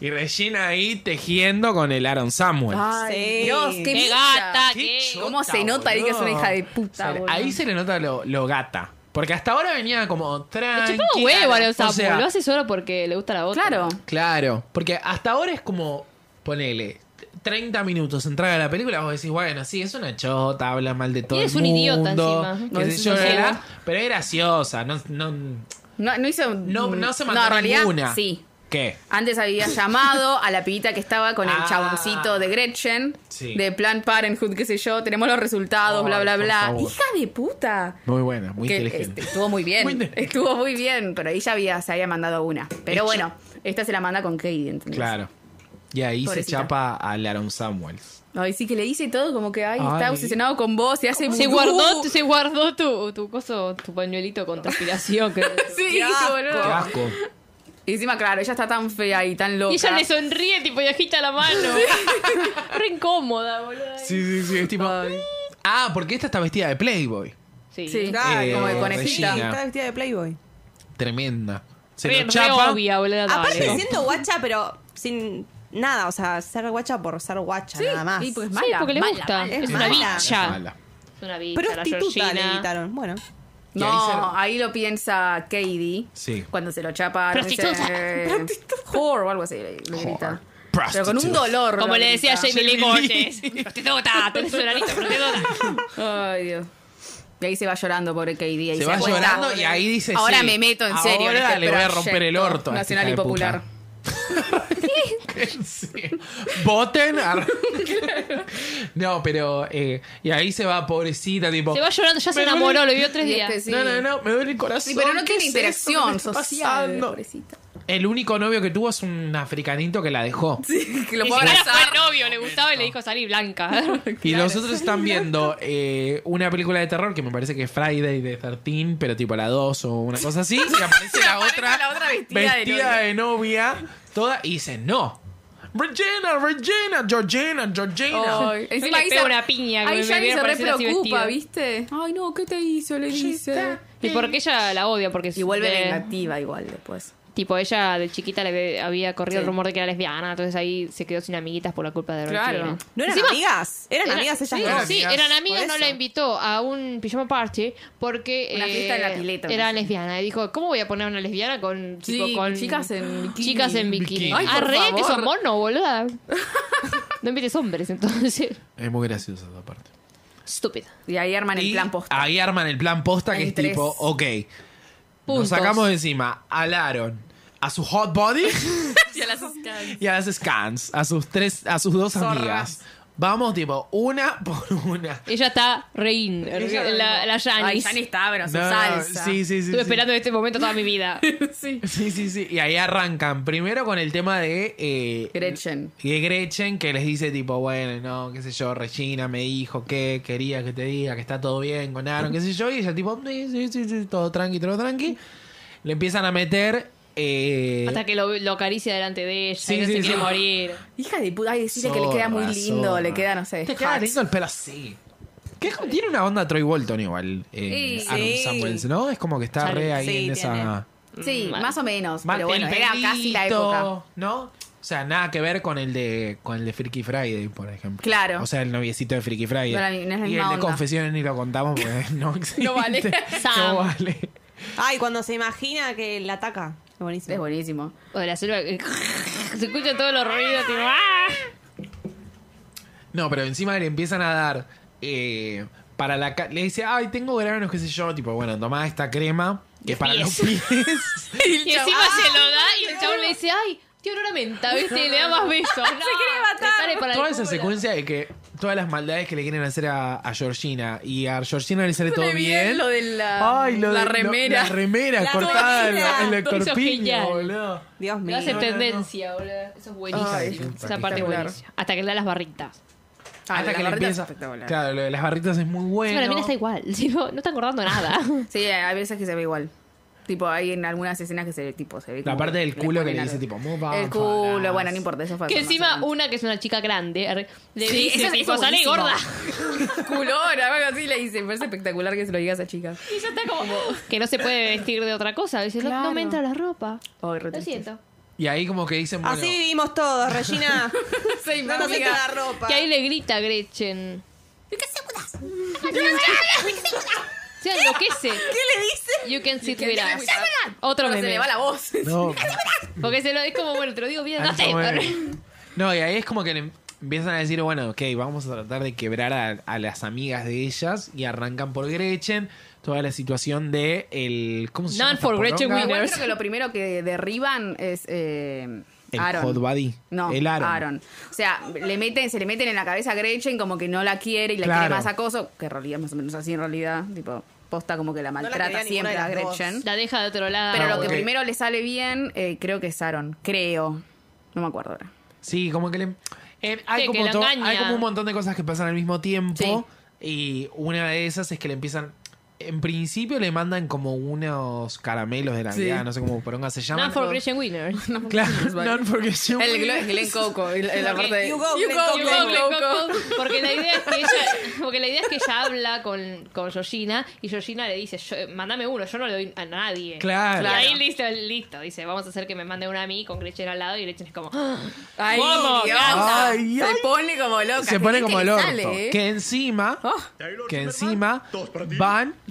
[SPEAKER 3] Y Regina ahí tejiendo con el Aaron Samuel.
[SPEAKER 4] Ah, Sí.
[SPEAKER 2] Dios, qué,
[SPEAKER 5] ¡Qué
[SPEAKER 2] milla.
[SPEAKER 5] gata!
[SPEAKER 3] Qué
[SPEAKER 5] ¡Qué
[SPEAKER 3] chota,
[SPEAKER 2] ¿Cómo se nota ahí que es una
[SPEAKER 3] boludo.
[SPEAKER 2] hija de
[SPEAKER 3] O
[SPEAKER 2] puta,
[SPEAKER 3] sea,
[SPEAKER 2] boludo?
[SPEAKER 3] Ahí se le nota lo, lo gata. Porque hasta ahora venía como
[SPEAKER 5] Le
[SPEAKER 3] tranquila.
[SPEAKER 5] chupaba un huevo a los
[SPEAKER 3] O
[SPEAKER 5] Samu,
[SPEAKER 3] sea,
[SPEAKER 5] Lo hace solo porque le gusta la otra.
[SPEAKER 2] Claro.
[SPEAKER 3] Claro, porque hasta ahora es como, ponele, 30 minutos entrar a la película, vos decís, bueno, sí, es una chota, habla mal de todo
[SPEAKER 5] eres
[SPEAKER 3] el
[SPEAKER 5] un idiota
[SPEAKER 3] mundo,
[SPEAKER 5] encima.
[SPEAKER 3] qué
[SPEAKER 5] No,
[SPEAKER 3] sé
[SPEAKER 5] es
[SPEAKER 3] yo,
[SPEAKER 5] un
[SPEAKER 3] bla, bla,
[SPEAKER 5] ciego.
[SPEAKER 3] bla, pero es graciosa, no, no,
[SPEAKER 2] No, no hizo.
[SPEAKER 3] no, no se
[SPEAKER 2] en
[SPEAKER 3] mandó
[SPEAKER 2] realidad,
[SPEAKER 3] ninguna.
[SPEAKER 2] Sí.
[SPEAKER 3] ¿Qué?
[SPEAKER 2] Antes había llamado a la pibita que estaba con el
[SPEAKER 3] Ah.
[SPEAKER 2] chaboncito de Gretchen,
[SPEAKER 3] Sí.
[SPEAKER 2] de Plan Parenthood, qué sé yo, tenemos los resultados,
[SPEAKER 3] Ay,
[SPEAKER 2] bla, bla,
[SPEAKER 3] por
[SPEAKER 2] bla.
[SPEAKER 3] favor.
[SPEAKER 2] Hija de puta.
[SPEAKER 3] Muy buena, muy
[SPEAKER 2] que
[SPEAKER 3] inteligente.
[SPEAKER 2] este, estuvo muy bien,
[SPEAKER 3] Muy inteligente.
[SPEAKER 2] estuvo muy bien, pero ahí ya había, se había mandado una. Pero
[SPEAKER 3] Hecho.
[SPEAKER 2] bueno, esta se la manda con Katie, ¿entendés?
[SPEAKER 3] Claro. Y ahí
[SPEAKER 2] Pobrecita.
[SPEAKER 3] se chapa al Aaron Samuels.
[SPEAKER 2] Ay, sí que le dice todo como que, ay,
[SPEAKER 3] Ay.
[SPEAKER 2] está obsesionado con vos, se hace
[SPEAKER 5] Se
[SPEAKER 2] vudú.
[SPEAKER 5] guardó, se guardó tu, tu coso, tu pañuelito contra aspiración. creo.
[SPEAKER 2] Sí,
[SPEAKER 4] Qué asco.
[SPEAKER 2] boludo.
[SPEAKER 3] Qué asco.
[SPEAKER 2] Y encima, claro, ella está tan fea y tan loca.
[SPEAKER 5] Y ella le sonríe, tipo, y agita la mano. Re incómoda, boludo.
[SPEAKER 3] Sí, sí, sí, es tipo... Ah, porque esta está vestida de Playboy.
[SPEAKER 5] Sí.
[SPEAKER 2] Sí,
[SPEAKER 4] Claro,
[SPEAKER 2] como de
[SPEAKER 3] Eh,
[SPEAKER 2] conejita.
[SPEAKER 3] Regina.
[SPEAKER 4] Está vestida de Playboy.
[SPEAKER 3] Tremenda. Se
[SPEAKER 5] Re,
[SPEAKER 3] lo
[SPEAKER 5] re
[SPEAKER 3] chapa.
[SPEAKER 5] obvia, boludo.
[SPEAKER 4] Aparte
[SPEAKER 5] dale.
[SPEAKER 4] siendo guacha, pero sin nada, o sea, ser guacha por ser guacha, nada más.
[SPEAKER 2] Sí, porque es
[SPEAKER 5] Sí, pues,
[SPEAKER 2] mala.
[SPEAKER 5] porque le
[SPEAKER 2] mala,
[SPEAKER 5] gusta.
[SPEAKER 2] mala.
[SPEAKER 4] es
[SPEAKER 5] es una
[SPEAKER 4] mala.
[SPEAKER 5] bicha.
[SPEAKER 3] Es mala.
[SPEAKER 5] Es una bicha. la
[SPEAKER 4] Prostituta le
[SPEAKER 5] Georgina.
[SPEAKER 4] gritaron. Bueno,
[SPEAKER 3] Y ahí
[SPEAKER 2] No, ah, ahí lo piensa Katie.
[SPEAKER 3] Sí.
[SPEAKER 2] Cuando se lo chapa.
[SPEAKER 5] Prostituta.
[SPEAKER 2] Prostituta. Whore o algo así le, le grita.
[SPEAKER 3] Whore.
[SPEAKER 2] Pero con un
[SPEAKER 3] Prostituta.
[SPEAKER 2] dolor.
[SPEAKER 5] Como
[SPEAKER 2] lo
[SPEAKER 5] le decía
[SPEAKER 2] grita.
[SPEAKER 5] Jamie Lee Curtis. Te toca, tenés un anito, pero te toca.
[SPEAKER 2] Ay, Dios. Y ahí se va llorando, pobre Katie. ahí
[SPEAKER 3] Se va
[SPEAKER 2] acuesta.
[SPEAKER 3] llorando y ahí dice
[SPEAKER 2] Ahora
[SPEAKER 3] sí,
[SPEAKER 2] me meto en serio. en
[SPEAKER 3] Ahora
[SPEAKER 2] este
[SPEAKER 3] le voy a romper el
[SPEAKER 2] proyecto
[SPEAKER 3] orto. a esta
[SPEAKER 2] Nacional y
[SPEAKER 3] hija de
[SPEAKER 2] popular.
[SPEAKER 3] puta". Sí. Voten. a- no, pero. eh, y ahí se va, pobrecita, tipo.
[SPEAKER 5] Se va llorando, ya se
[SPEAKER 3] Me duele-
[SPEAKER 5] enamoró, lo vio tres
[SPEAKER 2] Y
[SPEAKER 5] días.
[SPEAKER 2] este sí.
[SPEAKER 3] No, no, no, me duele el corazón.
[SPEAKER 2] Sí, pero no
[SPEAKER 3] ¿qué
[SPEAKER 2] tiene
[SPEAKER 3] es
[SPEAKER 2] interacción
[SPEAKER 3] esto que me está
[SPEAKER 2] social,
[SPEAKER 3] pasando?
[SPEAKER 2] pobrecita.
[SPEAKER 3] El único novio que tuvo es un africanito que la dejó.
[SPEAKER 2] Que lo
[SPEAKER 5] Ni
[SPEAKER 2] puedo
[SPEAKER 5] siquiera fue
[SPEAKER 2] abrazar.
[SPEAKER 5] el novio, le gustaba y le dijo salir blanca.
[SPEAKER 3] Y nosotros están viendo eh, una película de terror que me parece que es Friday de 13, pero tipo la 2 o una cosa así. Y aparece, la,
[SPEAKER 2] aparece
[SPEAKER 3] otra
[SPEAKER 2] la otra vestida de novia.
[SPEAKER 3] de novia. toda, y dice, no. Regina, Regina, Georgina, Georgina.
[SPEAKER 2] Ay,
[SPEAKER 5] Yo le pego una piña,
[SPEAKER 2] ahí
[SPEAKER 5] me-
[SPEAKER 2] ya
[SPEAKER 5] me
[SPEAKER 2] se
[SPEAKER 5] vieron
[SPEAKER 2] re
[SPEAKER 5] aparecer así
[SPEAKER 2] preocupa,
[SPEAKER 5] vestida.
[SPEAKER 2] ¿viste? Ay, no, ¿qué te hizo? Le dice.
[SPEAKER 5] Y porque ella la odia, porque
[SPEAKER 2] Y vuelve
[SPEAKER 5] de-
[SPEAKER 2] vengativa igual después.
[SPEAKER 5] Tipo, ella de chiquita le ve- había corrido
[SPEAKER 2] Sí.
[SPEAKER 5] el rumor de que era lesbiana, entonces ahí se quedó sin amiguitas por la culpa de
[SPEAKER 2] Claro.
[SPEAKER 5] Regina.
[SPEAKER 4] ¿No eran
[SPEAKER 5] Encima-
[SPEAKER 4] amigas? Eran
[SPEAKER 5] Era-
[SPEAKER 4] amigas ellas
[SPEAKER 5] sí,
[SPEAKER 4] dos.
[SPEAKER 5] Sí,
[SPEAKER 3] Amigas.
[SPEAKER 5] eran
[SPEAKER 4] Por
[SPEAKER 5] amigas, no
[SPEAKER 4] eso.
[SPEAKER 5] la invitó a un pijama party porque eh,
[SPEAKER 2] Una fiesta en la pileta, una
[SPEAKER 5] era
[SPEAKER 2] fiesta.
[SPEAKER 5] lesbiana. Y dijo, ¿cómo voy a poner una lesbiana con,
[SPEAKER 2] Sí,
[SPEAKER 5] tipo, con
[SPEAKER 2] chicas en bikini.
[SPEAKER 5] chicas en bikini?
[SPEAKER 3] Bikini. Ay,
[SPEAKER 2] por
[SPEAKER 5] Arre, que
[SPEAKER 2] favor.
[SPEAKER 5] son mono, boluda. no invites hombres, entonces.
[SPEAKER 3] Es muy graciosa esa parte.
[SPEAKER 5] Estúpido.
[SPEAKER 2] Y ahí arman el
[SPEAKER 3] Y
[SPEAKER 2] plan posta.
[SPEAKER 3] Ahí arman el plan posta que
[SPEAKER 2] En
[SPEAKER 3] es
[SPEAKER 2] tres
[SPEAKER 3] tipo, ok. Nos
[SPEAKER 5] puntos.
[SPEAKER 3] sacamos de encima a Laron, a su hot body y a las scans, a sus tres, a sus dos
[SPEAKER 4] Zorras.
[SPEAKER 3] amigas. Vamos tipo una por una.
[SPEAKER 5] Ella está rein,
[SPEAKER 3] Ella-
[SPEAKER 5] la, la
[SPEAKER 2] Ay,
[SPEAKER 5] Janis.
[SPEAKER 2] ya ni está, pero su
[SPEAKER 3] No, no,
[SPEAKER 2] salsa.
[SPEAKER 3] Sí, sí, Eh. sí.
[SPEAKER 5] Estuve
[SPEAKER 3] sí.
[SPEAKER 5] esperando este momento toda mi vida.
[SPEAKER 2] Sí.
[SPEAKER 3] Sí, sí, sí. Y ahí arrancan. Primero con el tema de. eh,
[SPEAKER 2] Gretchen.
[SPEAKER 3] De Gretchen, que les dice, tipo, bueno, no, qué sé yo, Regina me dijo que quería que te diga que está todo bien con Aaron, qué sé yo. Y ella, tipo, sí, sí, sí, sí, todo tranqui, todo tranqui. Le empiezan a meter. eh,
[SPEAKER 5] Hasta que lo, lo acaricia delante de ella
[SPEAKER 3] Sí,
[SPEAKER 5] y no
[SPEAKER 3] sí,
[SPEAKER 5] se
[SPEAKER 3] sí.
[SPEAKER 5] quiere morir.
[SPEAKER 2] Hija de puta, ay, decirle que le
[SPEAKER 3] Zorra,
[SPEAKER 2] queda muy lindo,
[SPEAKER 3] zorra.
[SPEAKER 2] le queda, no sé.
[SPEAKER 3] Te queda
[SPEAKER 2] hacks.
[SPEAKER 3] lindo el pelo así. Que es como- tiene una onda Troy Bolton igual. Eh,
[SPEAKER 2] Sí.
[SPEAKER 3] Aaron Samuels, ¿no? Es como que está
[SPEAKER 5] Sal-
[SPEAKER 3] re ahí
[SPEAKER 4] sí,
[SPEAKER 3] en esa.
[SPEAKER 4] tiene.
[SPEAKER 2] Sí,
[SPEAKER 5] Mm,
[SPEAKER 2] más o menos.
[SPEAKER 3] Más
[SPEAKER 2] pero bueno,
[SPEAKER 3] el
[SPEAKER 2] era casi la
[SPEAKER 3] pelito,
[SPEAKER 2] época.
[SPEAKER 3] ¿No? O sea, nada que ver con el de con el de Freaky Friday, por ejemplo.
[SPEAKER 2] Claro.
[SPEAKER 3] O sea, el noviecito de Freaky Friday.
[SPEAKER 2] No era- no es
[SPEAKER 3] y
[SPEAKER 2] la
[SPEAKER 3] el
[SPEAKER 2] misma
[SPEAKER 3] de
[SPEAKER 2] onda.
[SPEAKER 3] Confesiones ni lo contamos porque no existe.
[SPEAKER 2] No vale.
[SPEAKER 5] Sam.
[SPEAKER 3] No vale.
[SPEAKER 4] Ay, cuando se imagina que la ataca. Es buenísimo.
[SPEAKER 2] Es buenísimo.
[SPEAKER 5] O de la selva. que- Se escuchan todos los ruidos, tipo, ¡ah!
[SPEAKER 3] No, pero encima le empiezan a dar eh, para la ca- le dice, "Ay, tengo granos, qué sé yo." Tipo, bueno, toma esta crema que es para los pies.
[SPEAKER 5] Y encima se lo da y el chabón le dice, ay, tío, olor a menta, ¿viste? Y le da más besos. No, se quiere matar. Sale para el
[SPEAKER 3] Toda esa
[SPEAKER 5] culo.
[SPEAKER 3] secuencia de que todas las maldades que le quieren hacer a, a Georgina y a Georgina le sale todo
[SPEAKER 2] Sale bien
[SPEAKER 3] bien.
[SPEAKER 2] lo de la- la
[SPEAKER 3] de-
[SPEAKER 2] remera.
[SPEAKER 3] la remera
[SPEAKER 4] La
[SPEAKER 3] cortada en la- en
[SPEAKER 5] corpiña.
[SPEAKER 3] la
[SPEAKER 5] Todo eso
[SPEAKER 3] corpiña,
[SPEAKER 5] genial.
[SPEAKER 3] boludo.
[SPEAKER 4] Dios
[SPEAKER 5] Lo
[SPEAKER 4] mío.
[SPEAKER 5] hace
[SPEAKER 3] no,
[SPEAKER 5] tendencia, boludo. Eso es buenísimo.
[SPEAKER 2] Ay,
[SPEAKER 5] Esa parte es
[SPEAKER 2] espectacular.
[SPEAKER 5] buenísima. Hasta que le da las barritas.
[SPEAKER 2] Ah,
[SPEAKER 3] Hasta
[SPEAKER 2] la
[SPEAKER 3] que le
[SPEAKER 2] barrita es
[SPEAKER 3] empieza.
[SPEAKER 2] espectacular.
[SPEAKER 3] Claro, lo de las barritas es muy
[SPEAKER 5] Encima la
[SPEAKER 3] bueno.
[SPEAKER 5] mina está igual. tipo, no está acordando nada.
[SPEAKER 2] Sí, hay veces que se ve igual. Tipo, hay en algunas escenas que se ve, tipo, se ve
[SPEAKER 3] La
[SPEAKER 2] como
[SPEAKER 3] parte del culo que
[SPEAKER 2] ponen
[SPEAKER 3] le dice,
[SPEAKER 2] algo.
[SPEAKER 3] tipo, "Move on,
[SPEAKER 2] El culo,
[SPEAKER 3] falas".
[SPEAKER 2] bueno, no importa, eso fue.
[SPEAKER 5] que
[SPEAKER 2] cuando
[SPEAKER 5] encima
[SPEAKER 2] se-
[SPEAKER 5] una que es una chica grande arre, le
[SPEAKER 2] Sí,
[SPEAKER 5] dice,
[SPEAKER 2] eso- eso
[SPEAKER 5] tipo,
[SPEAKER 2] es
[SPEAKER 5] sale
[SPEAKER 2] buenísimo.
[SPEAKER 5] gorda.
[SPEAKER 2] Culona, algo así le dice. Me parece espectacular que se lo digas a chicas.
[SPEAKER 5] Y ya está como que no se puede vestir de otra cosa. Dice, no- no,
[SPEAKER 2] Claro.
[SPEAKER 5] me entra la ropa.
[SPEAKER 2] Ay, re
[SPEAKER 5] Lo
[SPEAKER 2] triste.
[SPEAKER 5] siento.
[SPEAKER 3] Y ahí como que dicen,
[SPEAKER 5] Ah,
[SPEAKER 3] bueno,
[SPEAKER 4] Así vivimos todos, Regina.
[SPEAKER 2] Sí,
[SPEAKER 4] no nos
[SPEAKER 2] amiga.
[SPEAKER 4] entra la ropa.
[SPEAKER 5] Que ahí le grita a Gretchen. Se enloquece.
[SPEAKER 4] ¿Qué
[SPEAKER 5] You can sit
[SPEAKER 2] can
[SPEAKER 5] with
[SPEAKER 2] sit
[SPEAKER 5] us.
[SPEAKER 2] with us.
[SPEAKER 5] Otro
[SPEAKER 2] Pero se
[SPEAKER 5] meme.
[SPEAKER 2] le va la voz.
[SPEAKER 3] no,
[SPEAKER 5] Porque se lo es como, bueno, te lo digo bien, no
[SPEAKER 3] tanto
[SPEAKER 5] sé.
[SPEAKER 3] Ah, bueno. No, y ahí es como que le empiezan a decir, bueno, ok, vamos a tratar de quebrar a, a las amigas de ellas y arrancan por Gretchen, toda la situación de el ¿cómo se
[SPEAKER 5] None
[SPEAKER 3] llama? esta
[SPEAKER 5] for Gretchen
[SPEAKER 3] poronga?
[SPEAKER 5] Winners.
[SPEAKER 2] Igual creo que lo primero que derriban es eh,
[SPEAKER 3] El
[SPEAKER 2] Aaron.
[SPEAKER 3] hot body.
[SPEAKER 2] No,
[SPEAKER 3] El Aaron.
[SPEAKER 2] O sea, le meten, se le meten en la cabeza a Gretchen como que no la quiere y la
[SPEAKER 3] Claro.
[SPEAKER 2] quiere más acoso. Que en realidad es más o menos así en realidad. Tipo, posta como que la
[SPEAKER 4] la
[SPEAKER 2] maltrata
[SPEAKER 4] quería ninguna
[SPEAKER 2] siempre
[SPEAKER 4] de
[SPEAKER 2] a
[SPEAKER 4] las dos.
[SPEAKER 2] Gretchen.
[SPEAKER 5] La deja de otro lado.
[SPEAKER 2] Pero
[SPEAKER 3] Ah,
[SPEAKER 2] lo que
[SPEAKER 3] ok.
[SPEAKER 2] primero le sale bien, eh, creo que es Aaron. Creo. No me acuerdo ahora.
[SPEAKER 3] Sí, como que le. eh, hay,
[SPEAKER 5] Sí,
[SPEAKER 3] como
[SPEAKER 5] que lo
[SPEAKER 3] to-
[SPEAKER 5] engaña.
[SPEAKER 3] hay como un montón de cosas que pasan al mismo tiempo.
[SPEAKER 2] Sí.
[SPEAKER 3] Y una de esas es que le empiezan. En principio le mandan como unos caramelos de Navidad, no sé cómo poronga se
[SPEAKER 5] None
[SPEAKER 3] llaman.
[SPEAKER 5] for Gretchen Winner.
[SPEAKER 3] Claro, none for Gretchen
[SPEAKER 2] El
[SPEAKER 3] Winners.
[SPEAKER 2] Glenn, Glenn Coco, el- el- la
[SPEAKER 5] Ok,
[SPEAKER 2] parte de...
[SPEAKER 4] you go, Glenn
[SPEAKER 5] Yo
[SPEAKER 4] Coco.
[SPEAKER 5] creo que Coco, Porque la idea es que ella, porque la idea es que ella habla con, con Georgina y Georgina le dice, yo, mandame uno, yo no le doy a nadie.
[SPEAKER 3] Claro.
[SPEAKER 5] Y ahí listo, listo, dice, vamos a hacer que me mande una a mí con Gretchen al lado y Gretchen es como, "Ah".
[SPEAKER 2] Ay,
[SPEAKER 5] ¿Cómo?
[SPEAKER 2] Dios.
[SPEAKER 3] Ay, ay.
[SPEAKER 2] Se pone como loca.
[SPEAKER 3] Se pone
[SPEAKER 2] ¿Qué
[SPEAKER 3] como el
[SPEAKER 2] le
[SPEAKER 3] orto.
[SPEAKER 2] sale, eh?
[SPEAKER 3] Que encima, que encima van.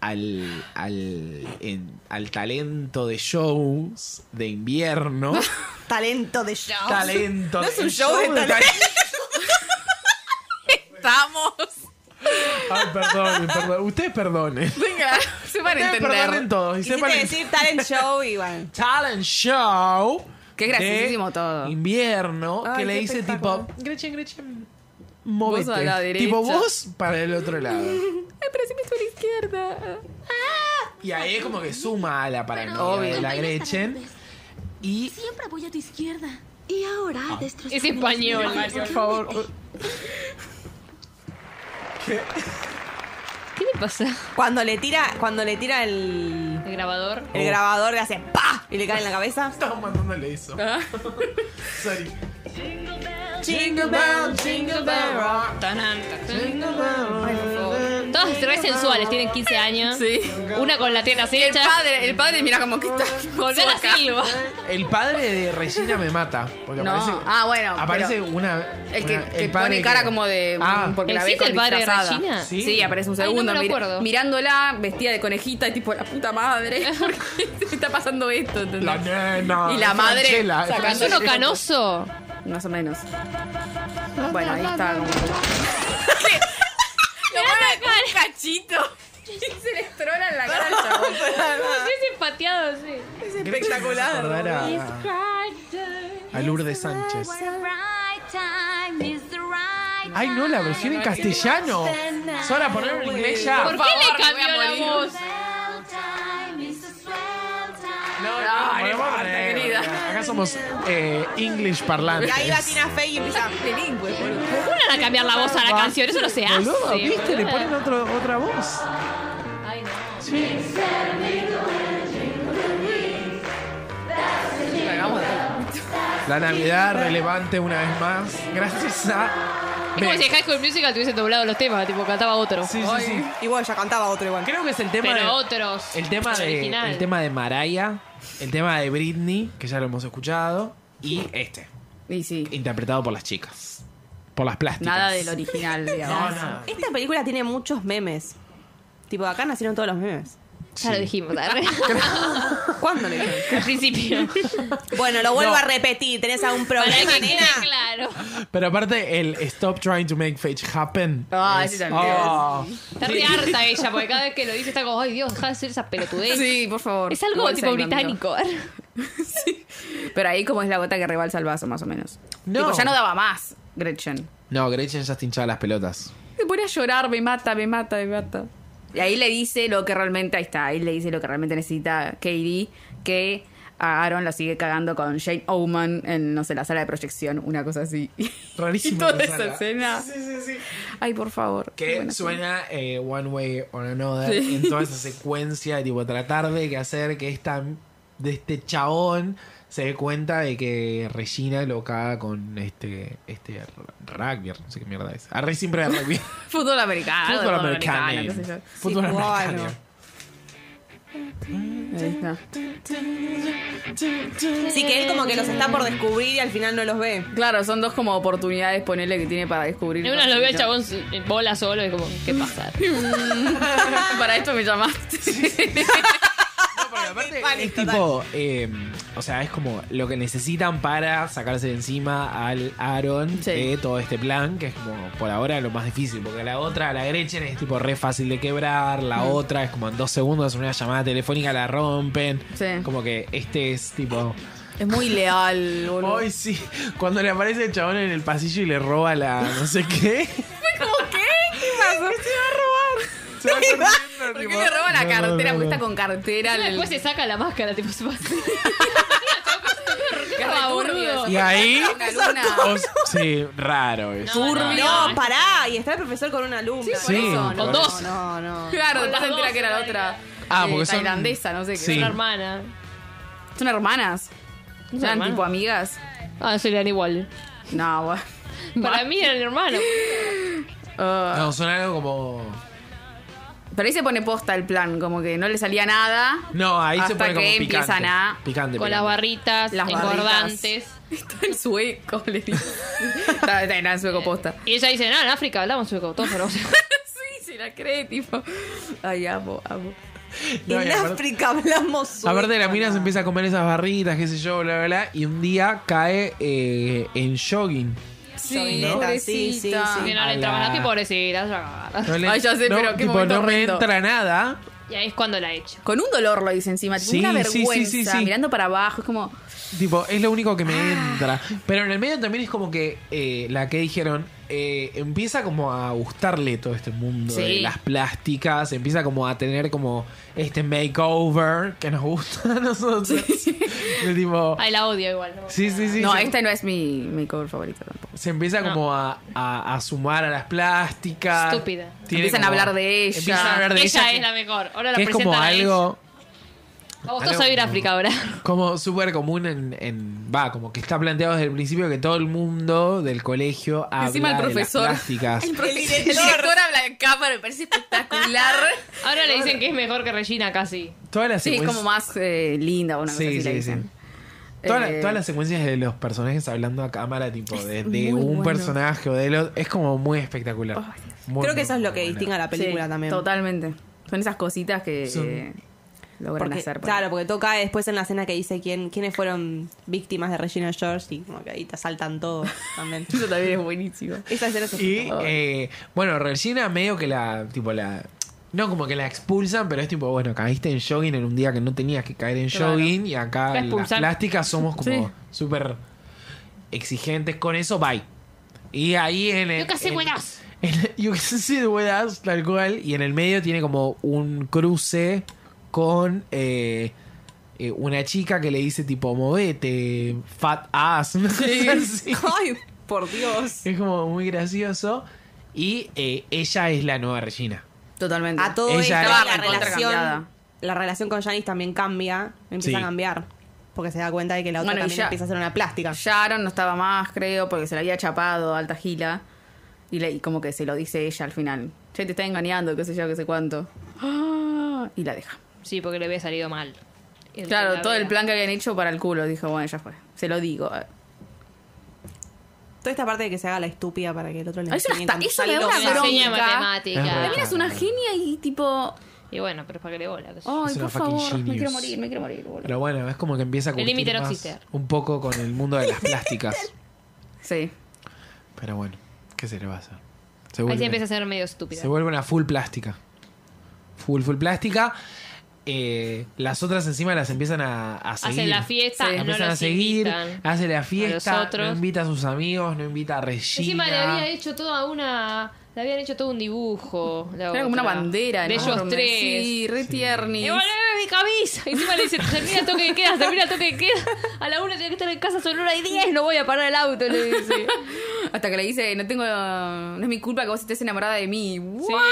[SPEAKER 3] al, al, en- al talento de shows de invierno.
[SPEAKER 4] Talento de show.
[SPEAKER 3] talento.
[SPEAKER 2] Ah, No es un
[SPEAKER 3] el
[SPEAKER 2] show de
[SPEAKER 3] tal-
[SPEAKER 2] Estamos.
[SPEAKER 3] Ay, perdón, perdón. Ustedes perdonen.
[SPEAKER 2] Venga, se van a
[SPEAKER 3] Ustedes perdonen
[SPEAKER 2] entender.
[SPEAKER 3] todos. Y
[SPEAKER 4] Quisiste
[SPEAKER 3] sepan el
[SPEAKER 4] decir talent show y bueno.
[SPEAKER 3] talent show.
[SPEAKER 2] Qué graciosísimo
[SPEAKER 3] de
[SPEAKER 2] todo.
[SPEAKER 3] Invierno,
[SPEAKER 4] Ay,
[SPEAKER 3] que le
[SPEAKER 4] qué
[SPEAKER 3] dice tipo,
[SPEAKER 4] espectacular.
[SPEAKER 3] Gretchen, Gretchen, móvete.
[SPEAKER 2] a la derecha.
[SPEAKER 3] Tipo vos para el otro lado.
[SPEAKER 2] Ay, pero si me estoy a la izquierda.
[SPEAKER 3] Y ahí es como que suma a la paranoia
[SPEAKER 2] Obvio.
[SPEAKER 3] de la Gretchen. Y
[SPEAKER 6] Siempre voy a tu izquierda. Y ahora
[SPEAKER 3] Ah.
[SPEAKER 6] destrozaré
[SPEAKER 5] Es español.
[SPEAKER 6] Por
[SPEAKER 3] favor.
[SPEAKER 5] ¿Qué le pasa?
[SPEAKER 4] Cuando le tira, cuando le tira el,
[SPEAKER 5] El grabador.
[SPEAKER 4] el grabador le hace ¡pa! y le cae en la cabeza.
[SPEAKER 3] estamos mandándole eso.
[SPEAKER 2] Ah.
[SPEAKER 3] Sorry.
[SPEAKER 4] Jingle bell, jingle bell rock.
[SPEAKER 5] Tanan, tanan. Todas re sensuales, tienen 15 años.
[SPEAKER 2] Sí.
[SPEAKER 5] Una con la tierra
[SPEAKER 2] El
[SPEAKER 5] hecha.
[SPEAKER 2] padre, el padre mira como que está.
[SPEAKER 5] Volver a Silva.
[SPEAKER 3] El padre de Regina me mata. Porque
[SPEAKER 2] No.
[SPEAKER 3] aparece.
[SPEAKER 2] Ah, bueno,
[SPEAKER 3] Aparece
[SPEAKER 2] pero-
[SPEAKER 3] una.
[SPEAKER 2] El que,
[SPEAKER 3] una-
[SPEAKER 2] que
[SPEAKER 3] padre
[SPEAKER 2] pone
[SPEAKER 3] que-
[SPEAKER 2] cara como de.
[SPEAKER 3] Ah,
[SPEAKER 2] porque la ve
[SPEAKER 5] ¿Existe
[SPEAKER 2] con
[SPEAKER 5] el padre de
[SPEAKER 2] disfrazada.
[SPEAKER 5] Regina?
[SPEAKER 2] ¿Sí?
[SPEAKER 3] Sí.
[SPEAKER 2] aparece un
[SPEAKER 5] Ay, no me
[SPEAKER 2] segundo.
[SPEAKER 5] lo
[SPEAKER 2] mir-
[SPEAKER 5] acuerdo.
[SPEAKER 2] mirándola, vestida de conejita, y tipo, la puta madre. ¿Por qué se está pasando esto? ¿entendés?
[SPEAKER 3] La nena.
[SPEAKER 2] Y la madre
[SPEAKER 3] Franchella,
[SPEAKER 5] Es
[SPEAKER 2] sacando-
[SPEAKER 5] uno canoso.
[SPEAKER 2] Más o menos. Bueno, ahí está. Como... un cachito. Y se le trona en la cara al chabón.
[SPEAKER 5] Es empateado, sí.
[SPEAKER 3] Es espectacular. Recordar a, a Lourdes Sánchez. Ay, no, la versión en castellano. Sora, ponerlo en inglés ya.
[SPEAKER 5] ¿Por
[SPEAKER 2] Por
[SPEAKER 5] qué
[SPEAKER 2] favor,
[SPEAKER 5] le cambió
[SPEAKER 2] me voy a
[SPEAKER 5] la
[SPEAKER 2] morir.
[SPEAKER 5] voz?
[SPEAKER 3] No,
[SPEAKER 2] No, no
[SPEAKER 3] podemos
[SPEAKER 2] importa,
[SPEAKER 3] poner.
[SPEAKER 2] querida.
[SPEAKER 3] Acá somos eh, English parlantes.
[SPEAKER 4] Y ahí va Tina Fey y empieza.
[SPEAKER 2] Bilingüe, boludo.
[SPEAKER 5] ¿Cómo le van a cambiar la voz a la canción? Eso no se hace.
[SPEAKER 3] Boludo, ¿viste? Le
[SPEAKER 5] boluda.
[SPEAKER 3] ponen otro- otra voz.
[SPEAKER 5] Ay, no.
[SPEAKER 3] La Navidad relevante una vez más. Gracias a.
[SPEAKER 5] Es como si High School Musical tuviese doblado los temas, tipo cantaba otro.
[SPEAKER 3] Sí, sí, sí.
[SPEAKER 4] Y bueno, ya cantaba otro igual.
[SPEAKER 3] Creo que es el tema
[SPEAKER 5] Pero
[SPEAKER 3] de.
[SPEAKER 5] otros.
[SPEAKER 3] El tema de.
[SPEAKER 5] original.
[SPEAKER 3] El tema de Mariah. El tema de Britney, que ya lo hemos escuchado. Y este.
[SPEAKER 2] Y sí.
[SPEAKER 3] Interpretado por las chicas. Por las plásticas.
[SPEAKER 2] Nada del original,
[SPEAKER 3] No,
[SPEAKER 2] digamos.
[SPEAKER 3] nada.
[SPEAKER 4] Esta película tiene muchos memes. Tipo, acá nacieron todos los memes.
[SPEAKER 5] Ya lo dijimos. arre.
[SPEAKER 4] ¿Cuándo le dijeron?
[SPEAKER 5] Al principio.
[SPEAKER 4] Bueno, lo vuelvo
[SPEAKER 3] No.
[SPEAKER 4] a repetir. ¿Tenés algún
[SPEAKER 5] Para
[SPEAKER 4] problema,
[SPEAKER 5] que
[SPEAKER 4] nena?
[SPEAKER 5] quede claro.
[SPEAKER 3] Pero aparte, el Stop Trying to Make Fate Happen.
[SPEAKER 2] Ah,
[SPEAKER 3] es-
[SPEAKER 2] ese también.
[SPEAKER 3] Oh.
[SPEAKER 5] Está re harta ella, porque cada vez que lo dice está como, ay Dios, deja de hacer esa pelotudez.
[SPEAKER 2] Sí, por favor.
[SPEAKER 5] Es algo
[SPEAKER 2] Igual
[SPEAKER 5] tipo
[SPEAKER 2] soy mi amigo.
[SPEAKER 5] británico.
[SPEAKER 2] Pero ahí como es la gota que rebalsa el vaso, más o menos.
[SPEAKER 3] No.
[SPEAKER 2] Tipo, ya no daba más, Gretchen.
[SPEAKER 3] No, Gretchen ya está hinchada las pelotas.
[SPEAKER 2] Se pone a llorar, me mata, me mata, me mata. Y ahí le dice lo que realmente, ahí está, ahí le dice lo que realmente necesita Katie, que a Aaron la sigue cagando con Shane Oman en, no sé, la sala de proyección, una cosa así.
[SPEAKER 3] Rarísimo
[SPEAKER 2] Y toda
[SPEAKER 3] que
[SPEAKER 2] esa
[SPEAKER 3] salga.
[SPEAKER 2] escena.
[SPEAKER 3] sí, sí.
[SPEAKER 2] Ay, por favor.
[SPEAKER 3] Que
[SPEAKER 2] Bueno, sí.
[SPEAKER 3] suena eh, One Way or Another en toda esa secuencia, tipo tratar de que hacer que esta, de este chabón se dé cuenta de que Regina lo caga con este, este r- rugby, no sé qué mierda es. Arre siempre de rugby.
[SPEAKER 2] Fútbol americano.
[SPEAKER 3] Fútbol americano.
[SPEAKER 2] qué sé yo.
[SPEAKER 3] Fútbol
[SPEAKER 4] Sí,
[SPEAKER 3] americano.
[SPEAKER 4] bueno.
[SPEAKER 2] Ahí está.
[SPEAKER 4] Sí, que él como que los está por descubrir y al final no los ve.
[SPEAKER 2] Claro, son dos como oportunidades, ponele, que tiene para descubrir.
[SPEAKER 5] En una lo veo al chabón en bola solo y como, ¿qué pasa?
[SPEAKER 2] Para esto me llamaste.
[SPEAKER 3] No, porque aparte es tipo, eh, o sea, es como lo que necesitan para sacarse de encima al Aaron
[SPEAKER 2] Sí.
[SPEAKER 3] de todo este plan, que es como por ahora lo más difícil, porque la otra, la Gretchen, es tipo re fácil de quebrar,
[SPEAKER 2] Mm.
[SPEAKER 3] la otra es como en dos segundos una llamada telefónica la rompen,
[SPEAKER 2] Sí.
[SPEAKER 3] como que este es tipo...
[SPEAKER 2] Es muy leal, boludo.
[SPEAKER 3] Hoy sí, cuando le aparece el chabón en el pasillo y le roba la no sé qué. Se va corriendo,
[SPEAKER 2] ¿Por qué
[SPEAKER 3] tipo,
[SPEAKER 2] le roba
[SPEAKER 3] no,
[SPEAKER 2] la
[SPEAKER 3] no,
[SPEAKER 2] cartera?
[SPEAKER 3] no,
[SPEAKER 2] Porque
[SPEAKER 3] no.
[SPEAKER 2] está con cartera. el-
[SPEAKER 5] Después se saca la máscara, tipo, se pasa.
[SPEAKER 2] Qué
[SPEAKER 5] Ah, boludo.
[SPEAKER 2] returbio.
[SPEAKER 3] Y ahí...
[SPEAKER 2] Con la luna.
[SPEAKER 3] os- sí, raro eso.
[SPEAKER 5] Turbio.
[SPEAKER 4] No, pará. Y está el profesor con una alumna.
[SPEAKER 3] Sí,
[SPEAKER 2] eso,
[SPEAKER 5] Con
[SPEAKER 3] por
[SPEAKER 5] dos.
[SPEAKER 4] No, no.
[SPEAKER 2] Claro,
[SPEAKER 5] Con
[SPEAKER 2] después
[SPEAKER 5] las
[SPEAKER 2] se entera
[SPEAKER 5] dos,
[SPEAKER 2] que era la
[SPEAKER 5] en
[SPEAKER 2] otra.
[SPEAKER 3] Ah,
[SPEAKER 2] eh,
[SPEAKER 3] porque son-
[SPEAKER 2] Tailandesa, no sé qué.
[SPEAKER 3] Sí.
[SPEAKER 5] Una hermana.
[SPEAKER 2] Son hermanas.
[SPEAKER 5] ¿No son
[SPEAKER 2] Eran
[SPEAKER 5] hermanas?
[SPEAKER 2] tipo amigas.
[SPEAKER 5] Ah, se le dan igual.
[SPEAKER 2] No, bueno.
[SPEAKER 5] Para mí eran hermanos.
[SPEAKER 3] No, son algo como.
[SPEAKER 2] Pero ahí se pone posta el plan, como que no le salía nada.
[SPEAKER 3] No, ahí
[SPEAKER 2] Hasta
[SPEAKER 3] se pone como
[SPEAKER 2] que
[SPEAKER 3] picante.
[SPEAKER 2] empiezan a-
[SPEAKER 3] Picante,
[SPEAKER 5] Con las
[SPEAKER 3] picante.
[SPEAKER 5] barritas,
[SPEAKER 2] Las barritas.
[SPEAKER 5] engordantes.
[SPEAKER 2] Está en sueco, le dice. está, está en sueco posta.
[SPEAKER 5] Y ella dice, no, en África hablamos sueco, todos hablamos sueco".
[SPEAKER 2] Sí, se la cree, tipo. Ay, amo, amo.
[SPEAKER 3] No, y
[SPEAKER 4] en
[SPEAKER 3] aparte-
[SPEAKER 4] África hablamos sueco.
[SPEAKER 3] Aparte la mina se
[SPEAKER 4] no.
[SPEAKER 3] empieza a comer esas barritas, qué sé yo, bla, bla, bla, y un día cae eh, en jogging.
[SPEAKER 2] Sí,
[SPEAKER 4] ¿no?
[SPEAKER 2] pobrecita.
[SPEAKER 4] Sí, sí,
[SPEAKER 5] Que
[SPEAKER 4] sí.
[SPEAKER 5] no le
[SPEAKER 3] Ala.
[SPEAKER 5] entraba nada, que pobrecita.
[SPEAKER 3] No le-
[SPEAKER 2] Ay, ya sé,
[SPEAKER 3] no,
[SPEAKER 2] pero qué
[SPEAKER 3] tipo,
[SPEAKER 2] momento
[SPEAKER 3] no me
[SPEAKER 2] horrendo.
[SPEAKER 3] entra nada.
[SPEAKER 5] Y ahí es cuando la echa.
[SPEAKER 2] Con un dolor lo dice encima, tipo
[SPEAKER 3] Sí,
[SPEAKER 2] una
[SPEAKER 3] sí, sí,
[SPEAKER 2] vergüenza,
[SPEAKER 3] sí, sí.
[SPEAKER 2] mirando para abajo, es como.
[SPEAKER 3] Tipo, es lo único que me
[SPEAKER 2] Ah.
[SPEAKER 3] entra. Pero en el medio también es como que eh, la que dijeron, eh, empieza como a gustarle todo este mundo de
[SPEAKER 2] Sí.
[SPEAKER 3] las plásticas, empieza como a tener como este makeover que nos gusta a nosotros. De tipo,
[SPEAKER 5] Ay, la odio igual. ¿no?
[SPEAKER 3] sí, sí, sí.
[SPEAKER 2] no,
[SPEAKER 3] se,
[SPEAKER 2] este no es mi, mi cover favorito tampoco.
[SPEAKER 3] se empieza como a, a- a sumar a las plásticas.
[SPEAKER 5] Estúpida.
[SPEAKER 3] Tiene
[SPEAKER 2] Empiezan a hablar de ella.
[SPEAKER 3] Empiezan a hablar de
[SPEAKER 5] ella
[SPEAKER 3] ella.
[SPEAKER 5] es
[SPEAKER 3] que-
[SPEAKER 5] la mejor. Ahora la
[SPEAKER 3] que es
[SPEAKER 5] presentan
[SPEAKER 3] como
[SPEAKER 5] a ella.
[SPEAKER 3] algo...
[SPEAKER 5] A vos
[SPEAKER 3] algo
[SPEAKER 5] sos a ir a
[SPEAKER 3] como-
[SPEAKER 5] África ahora.
[SPEAKER 3] como súper común en, en- va como que está planteado desde el principio que todo el mundo del colegio habla
[SPEAKER 2] Encima el profesor.
[SPEAKER 3] de las plásticas
[SPEAKER 2] El director, habla en cámara, me parece espectacular.
[SPEAKER 5] Ahora le dicen que es mejor que Regina casi.
[SPEAKER 3] todas las
[SPEAKER 2] sí, es
[SPEAKER 3] secuen-
[SPEAKER 2] como más eh, linda o una cosa
[SPEAKER 3] pues. Sí,
[SPEAKER 2] así le
[SPEAKER 3] sí,
[SPEAKER 2] dicen.
[SPEAKER 3] sí. Todas, las-
[SPEAKER 2] Eh,
[SPEAKER 3] todas las secuencias de los personajes hablando a cámara tipo de,
[SPEAKER 2] Es
[SPEAKER 3] de
[SPEAKER 2] muy
[SPEAKER 3] un
[SPEAKER 2] bueno.
[SPEAKER 3] personaje o del otro es como muy espectacular Muy,
[SPEAKER 4] Creo
[SPEAKER 3] muy,
[SPEAKER 4] que eso es lo que
[SPEAKER 3] muy bueno.
[SPEAKER 4] distingue a la película
[SPEAKER 2] sí,
[SPEAKER 4] también.
[SPEAKER 2] Totalmente. Son esas cositas que
[SPEAKER 3] Son-
[SPEAKER 2] eh, logran
[SPEAKER 4] Porque,
[SPEAKER 2] hacer. por
[SPEAKER 4] claro,
[SPEAKER 2] ahí.
[SPEAKER 4] porque todo cae después en la escena que dice quién, quiénes fueron víctimas de Regina George y como que ahí te saltan todos también.
[SPEAKER 2] Eso también es buenísimo.
[SPEAKER 4] Esa escena es
[SPEAKER 3] y eh, bueno Regina medio que la tipo la no como que la expulsan pero es tipo bueno caíste en jogging en un día que no tenías que caer en
[SPEAKER 5] Claro.
[SPEAKER 3] jogging y acá
[SPEAKER 5] La
[SPEAKER 3] las
[SPEAKER 5] expulsan.
[SPEAKER 3] plásticas somos como súper exigentes con eso bye y ahí en el
[SPEAKER 5] Yo casi
[SPEAKER 3] en-
[SPEAKER 5] buenas.
[SPEAKER 3] en- yo qué sé, buenas, tal cual. Y en el medio tiene como un cruce con eh, eh, una chica que le dice tipo, movete, fat ass. una cosa así.
[SPEAKER 4] Ay, por Dios.
[SPEAKER 3] Es como muy gracioso. Y eh, ella es la nueva Regina.
[SPEAKER 2] Totalmente.
[SPEAKER 4] A todo
[SPEAKER 3] Ella
[SPEAKER 4] esto,
[SPEAKER 3] era
[SPEAKER 4] la
[SPEAKER 2] recontra cambiada.
[SPEAKER 4] relación, la relación con Janice también cambia, empieza
[SPEAKER 3] Sí.
[SPEAKER 4] a cambiar. Porque se da cuenta de que la otra
[SPEAKER 2] Bueno, y
[SPEAKER 4] también
[SPEAKER 2] ya-
[SPEAKER 4] empieza a hacer una plástica.
[SPEAKER 2] Sharon no estaba más, creo, porque se la había chapado alta gila. Y, le- y como que se lo dice ella al final. Che, te está engañando, qué sé yo, qué sé cuánto. Ah, Y la deja.
[SPEAKER 5] Sí, porque le había salido mal. El que
[SPEAKER 2] Claro,
[SPEAKER 5] la
[SPEAKER 2] todo el
[SPEAKER 5] vea.
[SPEAKER 2] plan que habían hecho para el culo. Dijo, bueno, ya fue. Se lo digo. Ay,
[SPEAKER 4] Toda esta parte de que se haga la estúpida para que el otro le
[SPEAKER 2] Es una
[SPEAKER 4] enseñe tanto
[SPEAKER 2] esta- eso me da
[SPEAKER 4] salto.
[SPEAKER 2] una
[SPEAKER 5] Que le enseña
[SPEAKER 2] bronca.
[SPEAKER 3] Es
[SPEAKER 5] matemática.
[SPEAKER 3] verdad.
[SPEAKER 2] La mina es una genia y tipo...
[SPEAKER 5] Y bueno, pero es para que le bola. qué sé yo.
[SPEAKER 2] Ay,
[SPEAKER 3] Es una
[SPEAKER 2] por
[SPEAKER 3] fucking
[SPEAKER 2] favor, me
[SPEAKER 3] genius.
[SPEAKER 2] quiero morir, me quiero morir, boludo.
[SPEAKER 3] Pero bueno, es como que empieza a
[SPEAKER 5] El límite
[SPEAKER 3] curtir
[SPEAKER 5] no
[SPEAKER 3] más
[SPEAKER 5] existe.
[SPEAKER 3] un poco con el mundo de las plásticas.
[SPEAKER 2] Sí.
[SPEAKER 3] Pero bueno, ¿qué se le va a hacer? Se
[SPEAKER 5] Ahí
[SPEAKER 3] vuelve-
[SPEAKER 5] se empieza a ser medio estúpida.
[SPEAKER 3] Se vuelve una full plástica. Full, full plástica. Eh, las otras encima las empiezan a, a
[SPEAKER 5] Hacen
[SPEAKER 3] seguir.
[SPEAKER 5] la fiesta, no
[SPEAKER 3] empiezan a
[SPEAKER 5] las
[SPEAKER 3] seguir.
[SPEAKER 5] invitan
[SPEAKER 3] Hace la
[SPEAKER 5] a
[SPEAKER 3] fiesta.
[SPEAKER 5] los otros.
[SPEAKER 3] No invita a sus amigos, no invita a Regina.
[SPEAKER 5] Encima le había hecho toda una. Le habían hecho todo un dibujo. la
[SPEAKER 2] Era como una
[SPEAKER 5] otra.
[SPEAKER 2] bandera.
[SPEAKER 5] De ellos
[SPEAKER 2] enorme.
[SPEAKER 5] tres.
[SPEAKER 2] Sí, re tiernis.
[SPEAKER 5] Y bueno, mi camisa. Y encima le dice, termina el toque de queda, termina el toque de queda. A la una tiene que estar en casa, son una y diez, no voy a parar el auto, le dice.
[SPEAKER 2] Hasta que le dice, no tengo... No es mi culpa que vos estés enamorada de mí.
[SPEAKER 5] Sí,
[SPEAKER 2] What?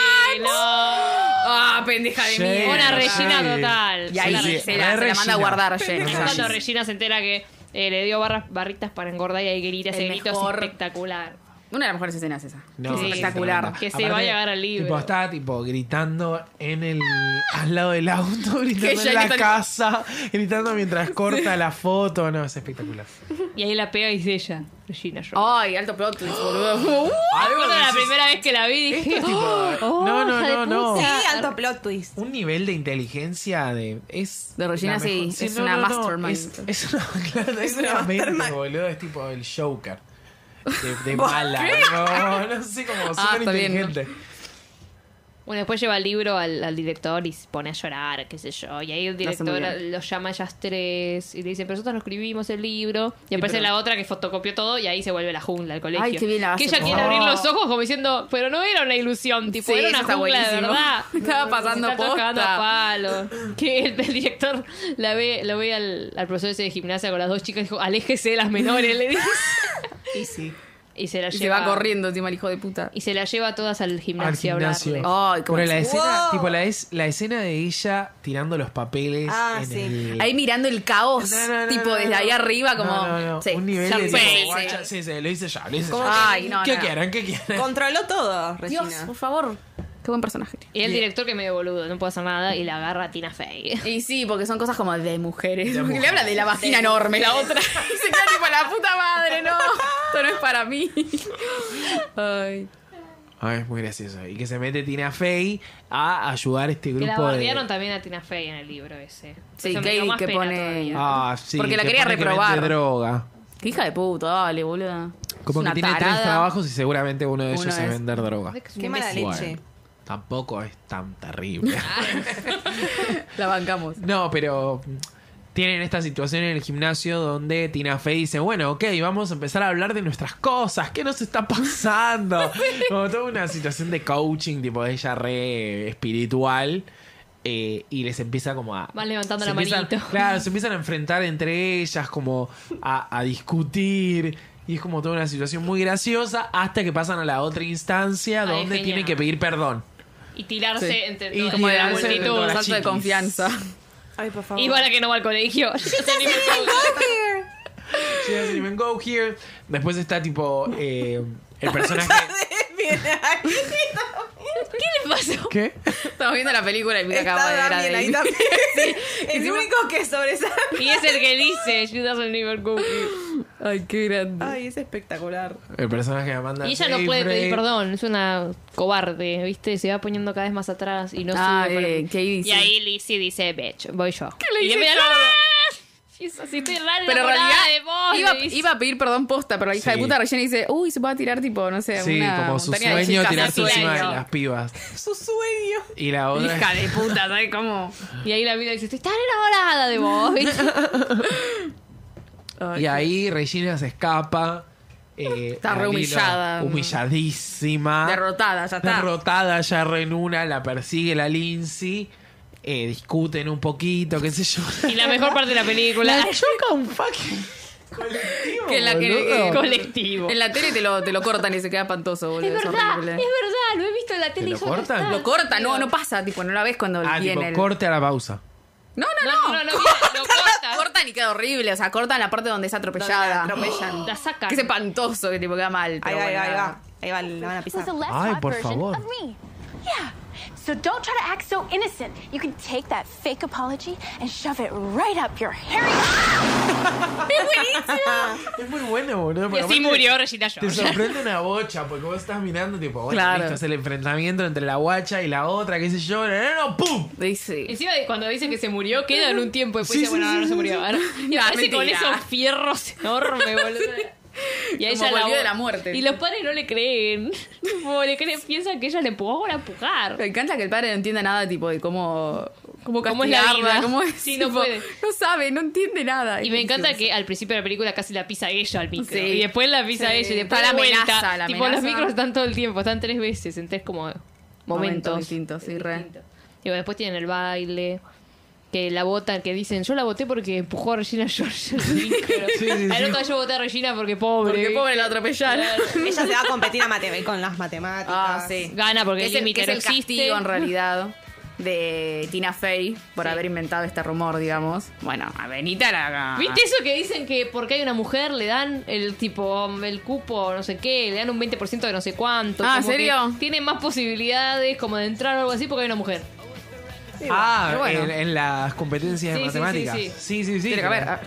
[SPEAKER 5] no.
[SPEAKER 2] Ah, pendeja de
[SPEAKER 3] Sí.
[SPEAKER 2] mí.
[SPEAKER 5] Una
[SPEAKER 3] Sí.
[SPEAKER 5] Regina total.
[SPEAKER 2] Y ahí
[SPEAKER 5] Una
[SPEAKER 3] Sí,
[SPEAKER 2] se, la,
[SPEAKER 3] re
[SPEAKER 2] se la manda
[SPEAKER 3] Regina.
[SPEAKER 2] a guardar Jane.
[SPEAKER 5] Es
[SPEAKER 3] Exacto.
[SPEAKER 5] cuando Regina se entera que eh, le dio barras, barritas para engordar y ahí grita ese
[SPEAKER 2] El
[SPEAKER 5] grito es
[SPEAKER 2] mejor.
[SPEAKER 5] espectacular.
[SPEAKER 2] Una de las mejores escenas esa.
[SPEAKER 3] No,
[SPEAKER 2] es
[SPEAKER 5] Sí.
[SPEAKER 2] espectacular.
[SPEAKER 3] tremenda.
[SPEAKER 5] Que se vaya a agarrar el libro.
[SPEAKER 3] Tipo, estaba tipo gritando en el al lado del auto, gritando
[SPEAKER 2] ya
[SPEAKER 3] en la
[SPEAKER 2] está-
[SPEAKER 3] casa, gritando mientras corta la foto. No, es espectacular.
[SPEAKER 5] Y ahí la pega y dice ella, Regina yo.
[SPEAKER 2] Ay, alto plot twist, boludo.
[SPEAKER 5] Me acuerdo Ah, la primera vez que la vi
[SPEAKER 3] Esto
[SPEAKER 5] dije,
[SPEAKER 3] es tipo.
[SPEAKER 5] "Oh,
[SPEAKER 3] no,
[SPEAKER 5] hija de
[SPEAKER 3] no, no, no.
[SPEAKER 5] puta".
[SPEAKER 4] Sí, alto plot twist.
[SPEAKER 3] un nivel de inteligencia de es
[SPEAKER 2] De Regina,
[SPEAKER 3] la mejor-
[SPEAKER 2] sí, es una mastermind.
[SPEAKER 3] es, es una claro, es, una, mente, boludo es tipo el Joker de, de mala no, no sé como
[SPEAKER 2] Ah,
[SPEAKER 3] súper
[SPEAKER 2] está bien.
[SPEAKER 3] inteligente
[SPEAKER 5] Bueno, después lleva el libro al, al director y se pone a llorar, qué sé yo. Y ahí el
[SPEAKER 2] hace muy
[SPEAKER 5] director
[SPEAKER 2] bien.
[SPEAKER 5] los llama a ellas tres y le dice, pero nosotros no escribimos el libro. Y aparece la otra que fotocopió todo y ahí se vuelve la jungla al colegio.
[SPEAKER 2] Ay, qué bien la
[SPEAKER 5] que
[SPEAKER 2] hace.
[SPEAKER 5] ella quiere
[SPEAKER 2] Oh.
[SPEAKER 5] abrir los ojos como diciendo, pero no era una ilusión, tipo,
[SPEAKER 2] Sí,
[SPEAKER 5] era
[SPEAKER 2] eso
[SPEAKER 5] una
[SPEAKER 2] está
[SPEAKER 5] jungla de
[SPEAKER 2] buenísimo.
[SPEAKER 5] verdad.
[SPEAKER 2] Estaba
[SPEAKER 5] Se
[SPEAKER 2] pasando
[SPEAKER 5] está todos
[SPEAKER 2] posta.
[SPEAKER 5] cagando a palo. Que el, el director la ve, lo ve al, al profesor ese de gimnasia con las dos chicas y dijo, aléjese de las menores, le dice.
[SPEAKER 4] Y sí.
[SPEAKER 5] Y se la
[SPEAKER 2] Y
[SPEAKER 5] lleva.
[SPEAKER 2] se va corriendo encima el hijo de puta.
[SPEAKER 5] Y se la lleva todas al
[SPEAKER 3] al
[SPEAKER 5] gimnasio, a
[SPEAKER 3] gimnasio
[SPEAKER 5] hablarle.
[SPEAKER 2] Ay, cómo
[SPEAKER 3] pero la
[SPEAKER 2] es-
[SPEAKER 3] escena
[SPEAKER 4] Wow.
[SPEAKER 3] tipo la es la escena de ella tirando los papeles
[SPEAKER 4] Ah,
[SPEAKER 3] en
[SPEAKER 4] sí.
[SPEAKER 3] el-
[SPEAKER 2] Ahí mirando el caos,
[SPEAKER 3] No, no, no,
[SPEAKER 2] tipo
[SPEAKER 3] no,
[SPEAKER 2] desde
[SPEAKER 3] no.
[SPEAKER 2] ahí arriba, como.
[SPEAKER 3] No, no, no.
[SPEAKER 2] Sí.
[SPEAKER 3] un nivel
[SPEAKER 2] Ya
[SPEAKER 3] de
[SPEAKER 2] sé,
[SPEAKER 3] tipo,
[SPEAKER 2] sí,
[SPEAKER 3] guacha, sí,
[SPEAKER 2] sí.
[SPEAKER 3] sí, lo hice ya lo hice
[SPEAKER 4] ¿Cómo
[SPEAKER 3] ya
[SPEAKER 2] Ay, no,
[SPEAKER 3] qué
[SPEAKER 2] no.
[SPEAKER 3] quieren qué quieren
[SPEAKER 4] Controló todo, Regina.
[SPEAKER 2] Dios, por favor. Qué buen personaje.
[SPEAKER 5] Y el director que medio boludo, no puedo hacer nada, y la agarra a Tina Fey.
[SPEAKER 2] Y sí, porque son cosas como de mujeres. Porque Le habla de la vagina enorme, la otra. Y se queda tipo, la puta madre, no. Esto no es para mí. Ay.
[SPEAKER 3] Ay, es muy gracioso. Y que se mete Tina Fey a ayudar a este
[SPEAKER 5] Que la
[SPEAKER 3] grupo
[SPEAKER 5] bardearon
[SPEAKER 3] de...
[SPEAKER 5] también a Tina Fey en el libro ese.
[SPEAKER 2] Sí,
[SPEAKER 5] Eso me dio
[SPEAKER 2] Katie
[SPEAKER 5] más
[SPEAKER 2] que
[SPEAKER 5] pena
[SPEAKER 2] pone-
[SPEAKER 5] todavía.
[SPEAKER 3] Ah, sí,
[SPEAKER 2] Porque la
[SPEAKER 3] que
[SPEAKER 2] quería
[SPEAKER 3] pone que
[SPEAKER 2] reprobar.
[SPEAKER 3] vende droga.
[SPEAKER 2] Qué hija de puta, dale, boluda.
[SPEAKER 3] Como
[SPEAKER 2] Es
[SPEAKER 3] que
[SPEAKER 2] una
[SPEAKER 3] tiene tres
[SPEAKER 2] tarada.
[SPEAKER 3] trabajos y seguramente uno de ellos
[SPEAKER 2] Uno
[SPEAKER 3] es
[SPEAKER 2] es-
[SPEAKER 3] vender droga.
[SPEAKER 4] Qué mala leche.
[SPEAKER 7] Bueno.
[SPEAKER 3] Tampoco es tan terrible.
[SPEAKER 2] La bancamos.
[SPEAKER 3] No, pero mm, tienen esta situación en el gimnasio donde Tina Fey dice, bueno, ok, vamos a empezar a hablar de nuestras cosas, ¿qué nos está pasando? Como toda una situación de coaching, tipo ella re espiritual. eh, y les empieza como a...
[SPEAKER 5] Van levantando
[SPEAKER 3] se
[SPEAKER 5] la
[SPEAKER 3] empiezan-
[SPEAKER 5] manito.
[SPEAKER 3] Claro, se empiezan a enfrentar entre ellas, como a, a discutir. Y es como toda una situación muy graciosa hasta que pasan a la otra instancia
[SPEAKER 5] Ay,
[SPEAKER 3] donde
[SPEAKER 5] genial.
[SPEAKER 3] tienen que pedir perdón.
[SPEAKER 5] Y tirarse
[SPEAKER 2] Sí.
[SPEAKER 5] entre
[SPEAKER 3] Y
[SPEAKER 5] todas
[SPEAKER 2] Como de
[SPEAKER 5] la
[SPEAKER 3] tirarse entre
[SPEAKER 5] multitud.
[SPEAKER 2] un
[SPEAKER 3] todas las
[SPEAKER 2] salto de
[SPEAKER 3] chiquis.
[SPEAKER 2] confianza.
[SPEAKER 4] Ay, por favor.
[SPEAKER 5] Y para que no va al colegio.
[SPEAKER 3] She doesn't even go here. Después está tipo eh, el personaje.
[SPEAKER 4] Viene ahí,
[SPEAKER 5] ¿Qué le pasó?
[SPEAKER 3] ¿Qué?
[SPEAKER 2] Estamos viendo la película y mira
[SPEAKER 4] está
[SPEAKER 2] acaba de ver a
[SPEAKER 4] Damien ahí
[SPEAKER 2] David.
[SPEAKER 4] también. Sí, el único que sobresale.
[SPEAKER 5] Y es el que dice, she doesn't even go here".
[SPEAKER 2] Ay, qué grande.
[SPEAKER 4] Ay, es espectacular.
[SPEAKER 3] El personaje de Amanda.
[SPEAKER 5] Y ella no puede
[SPEAKER 3] Seyfried.
[SPEAKER 5] pedir perdón, es una cobarde, ¿viste? Se va poniendo cada vez más atrás y no
[SPEAKER 2] Ah,
[SPEAKER 5] sube. para-
[SPEAKER 2] eh, Katie,
[SPEAKER 5] Y
[SPEAKER 2] sí.
[SPEAKER 5] ahí Lizzie dice, bitch, voy yo. ¿Qué
[SPEAKER 2] le
[SPEAKER 5] y
[SPEAKER 2] dice
[SPEAKER 5] mira,
[SPEAKER 2] todo?
[SPEAKER 5] "Ah, Jesus, si estoy rara
[SPEAKER 2] Pero en
[SPEAKER 5] enamorada
[SPEAKER 2] realidad
[SPEAKER 5] de vos",
[SPEAKER 2] iba,
[SPEAKER 5] le dice.
[SPEAKER 2] iba a pedir perdón posta, pero la hija
[SPEAKER 3] Sí.
[SPEAKER 2] de puta recién dice, uy, se va a tirar tipo, no sé,
[SPEAKER 3] Sí,
[SPEAKER 2] una
[SPEAKER 3] como su
[SPEAKER 2] montaña de
[SPEAKER 3] sueño
[SPEAKER 2] chicas
[SPEAKER 3] tirarse
[SPEAKER 5] su
[SPEAKER 2] así.
[SPEAKER 3] encima de
[SPEAKER 5] sueño.
[SPEAKER 3] las pibas.
[SPEAKER 4] Su sueño.
[SPEAKER 3] Y la otra.
[SPEAKER 2] Hija de puta, ¿sabes cómo?
[SPEAKER 5] Y ahí la mira y dice, estoy tan enamorada de vos. ¿viste?
[SPEAKER 3] Y ahí Regina se escapa. eh,
[SPEAKER 2] Está re
[SPEAKER 3] Danilo,
[SPEAKER 2] humillada.
[SPEAKER 3] Humilladísima.
[SPEAKER 2] Derrotada, ya está.
[SPEAKER 3] Derrotada ya re en una, la persigue la Lindsay. eh, discuten un poquito, qué sé yo.
[SPEAKER 5] Y la mejor parte de la película,
[SPEAKER 3] choca un fucking colectivo.
[SPEAKER 2] Que la que-
[SPEAKER 3] boludo.
[SPEAKER 5] colectivo.
[SPEAKER 2] En la tele te lo, te lo cortan y se queda espantoso, boludo.
[SPEAKER 5] Es verdad, es
[SPEAKER 2] horrible.
[SPEAKER 5] verdad, lo he visto en la tele.
[SPEAKER 3] lo
[SPEAKER 5] y yo no
[SPEAKER 3] cortan?
[SPEAKER 5] estaba.
[SPEAKER 2] Lo cortan, no, no pasa, tipo, no la ves cuando
[SPEAKER 3] Ah,
[SPEAKER 2] viene
[SPEAKER 3] tipo,
[SPEAKER 2] el...
[SPEAKER 3] corte a la pausa.
[SPEAKER 2] No, no,
[SPEAKER 5] No,
[SPEAKER 2] no.
[SPEAKER 5] no, no, mira, lo cortan.
[SPEAKER 2] Cortan y queda horrible, o sea, cortan la parte donde es atropellada.
[SPEAKER 4] Donde la
[SPEAKER 2] atropellan.
[SPEAKER 5] La sacan.
[SPEAKER 2] Que es espantoso, que tipo queda mal.
[SPEAKER 4] Ahí
[SPEAKER 2] pero
[SPEAKER 4] va, ahí
[SPEAKER 2] bueno,
[SPEAKER 4] va, ahí
[SPEAKER 2] nada.
[SPEAKER 4] va. Ahí va, la van a pisar.
[SPEAKER 3] Ay, por favor.
[SPEAKER 6] Yeah. So don't try to act so innocent. You can take that fake apology and shove it right up your hairy.
[SPEAKER 3] Es muy bueno, boludo.
[SPEAKER 5] Y
[SPEAKER 3] porque
[SPEAKER 5] así
[SPEAKER 3] aparte
[SPEAKER 5] murió Regina
[SPEAKER 3] Te
[SPEAKER 5] George.
[SPEAKER 3] sorprende una bocha, porque vos estás mirando, tipo, bueno,
[SPEAKER 2] Claro.
[SPEAKER 3] listo, es el enfrentamiento entre la guacha y la otra, qué sé yo, no, no, no, ¡pum!
[SPEAKER 2] Dice.
[SPEAKER 5] Encima de cuando dicen que se murió, queda en un tiempo después
[SPEAKER 3] Sí,
[SPEAKER 5] dice, bueno,
[SPEAKER 3] sí,
[SPEAKER 5] ahora no
[SPEAKER 3] sí,
[SPEAKER 5] se
[SPEAKER 3] sí,
[SPEAKER 5] murió. ahora. Y
[SPEAKER 2] No,
[SPEAKER 5] aparece con
[SPEAKER 2] mentira.
[SPEAKER 5] esos fierros enormes, boludo. Y a
[SPEAKER 2] Como
[SPEAKER 5] ella la,
[SPEAKER 2] volvió de la muerte.
[SPEAKER 5] Y los padres no le creen. Como le creen, piensan que ella le pudo ahora empujar.
[SPEAKER 2] Me encanta que el padre no entienda nada, tipo, de cómo. Cómo
[SPEAKER 5] Cómo es la
[SPEAKER 2] castigarla,
[SPEAKER 5] vida.
[SPEAKER 2] cómo es,
[SPEAKER 5] Sí, no
[SPEAKER 2] tipo,
[SPEAKER 5] puede.
[SPEAKER 2] no sabe, no entiende nada.
[SPEAKER 5] Y me encanta que al principio de la película casi la pisa ella al micro.
[SPEAKER 2] Sí.
[SPEAKER 5] Y después la pisa ella
[SPEAKER 2] Sí.
[SPEAKER 5] y
[SPEAKER 2] Está
[SPEAKER 5] después
[SPEAKER 2] la
[SPEAKER 5] la vuelta.
[SPEAKER 2] amenaza, la
[SPEAKER 5] tipo, los
[SPEAKER 2] amenaza.
[SPEAKER 5] micros están todo el tiempo, están tres veces, en tres como momentos.
[SPEAKER 2] Momentos distintos, sí, re.
[SPEAKER 5] Distintos. Y bueno, después tienen el baile. Que la votan, que dicen, yo la voté porque empujó a Regina George al micro. Al otro yo voté a Regina porque pobre.
[SPEAKER 2] Porque pobre la atropellaron.
[SPEAKER 4] Ella se va a competir a mate- con las matemáticas.
[SPEAKER 2] Ah, sí.
[SPEAKER 5] Gana porque
[SPEAKER 2] es
[SPEAKER 5] el límite
[SPEAKER 2] que es
[SPEAKER 5] no
[SPEAKER 2] el
[SPEAKER 5] existe.
[SPEAKER 2] castigo en realidad de Tina Fey por haber inventado este rumor, digamos. Bueno, a Benita la
[SPEAKER 5] ¿Viste eso que dicen que porque hay una mujer le dan el tipo, el cupo, no sé qué, le dan un 20% de no sé cuánto?
[SPEAKER 2] Ah,
[SPEAKER 5] como que
[SPEAKER 2] ¿serio?
[SPEAKER 5] Tiene más posibilidades como de entrar o algo así porque hay una mujer.
[SPEAKER 3] ah,
[SPEAKER 2] pero bueno.
[SPEAKER 3] en, en las competencias
[SPEAKER 5] Sí,
[SPEAKER 3] de
[SPEAKER 5] sí,
[SPEAKER 3] matemáticas.
[SPEAKER 5] sí,
[SPEAKER 3] Sí, sí, sí.
[SPEAKER 2] Tiene que haber, ah,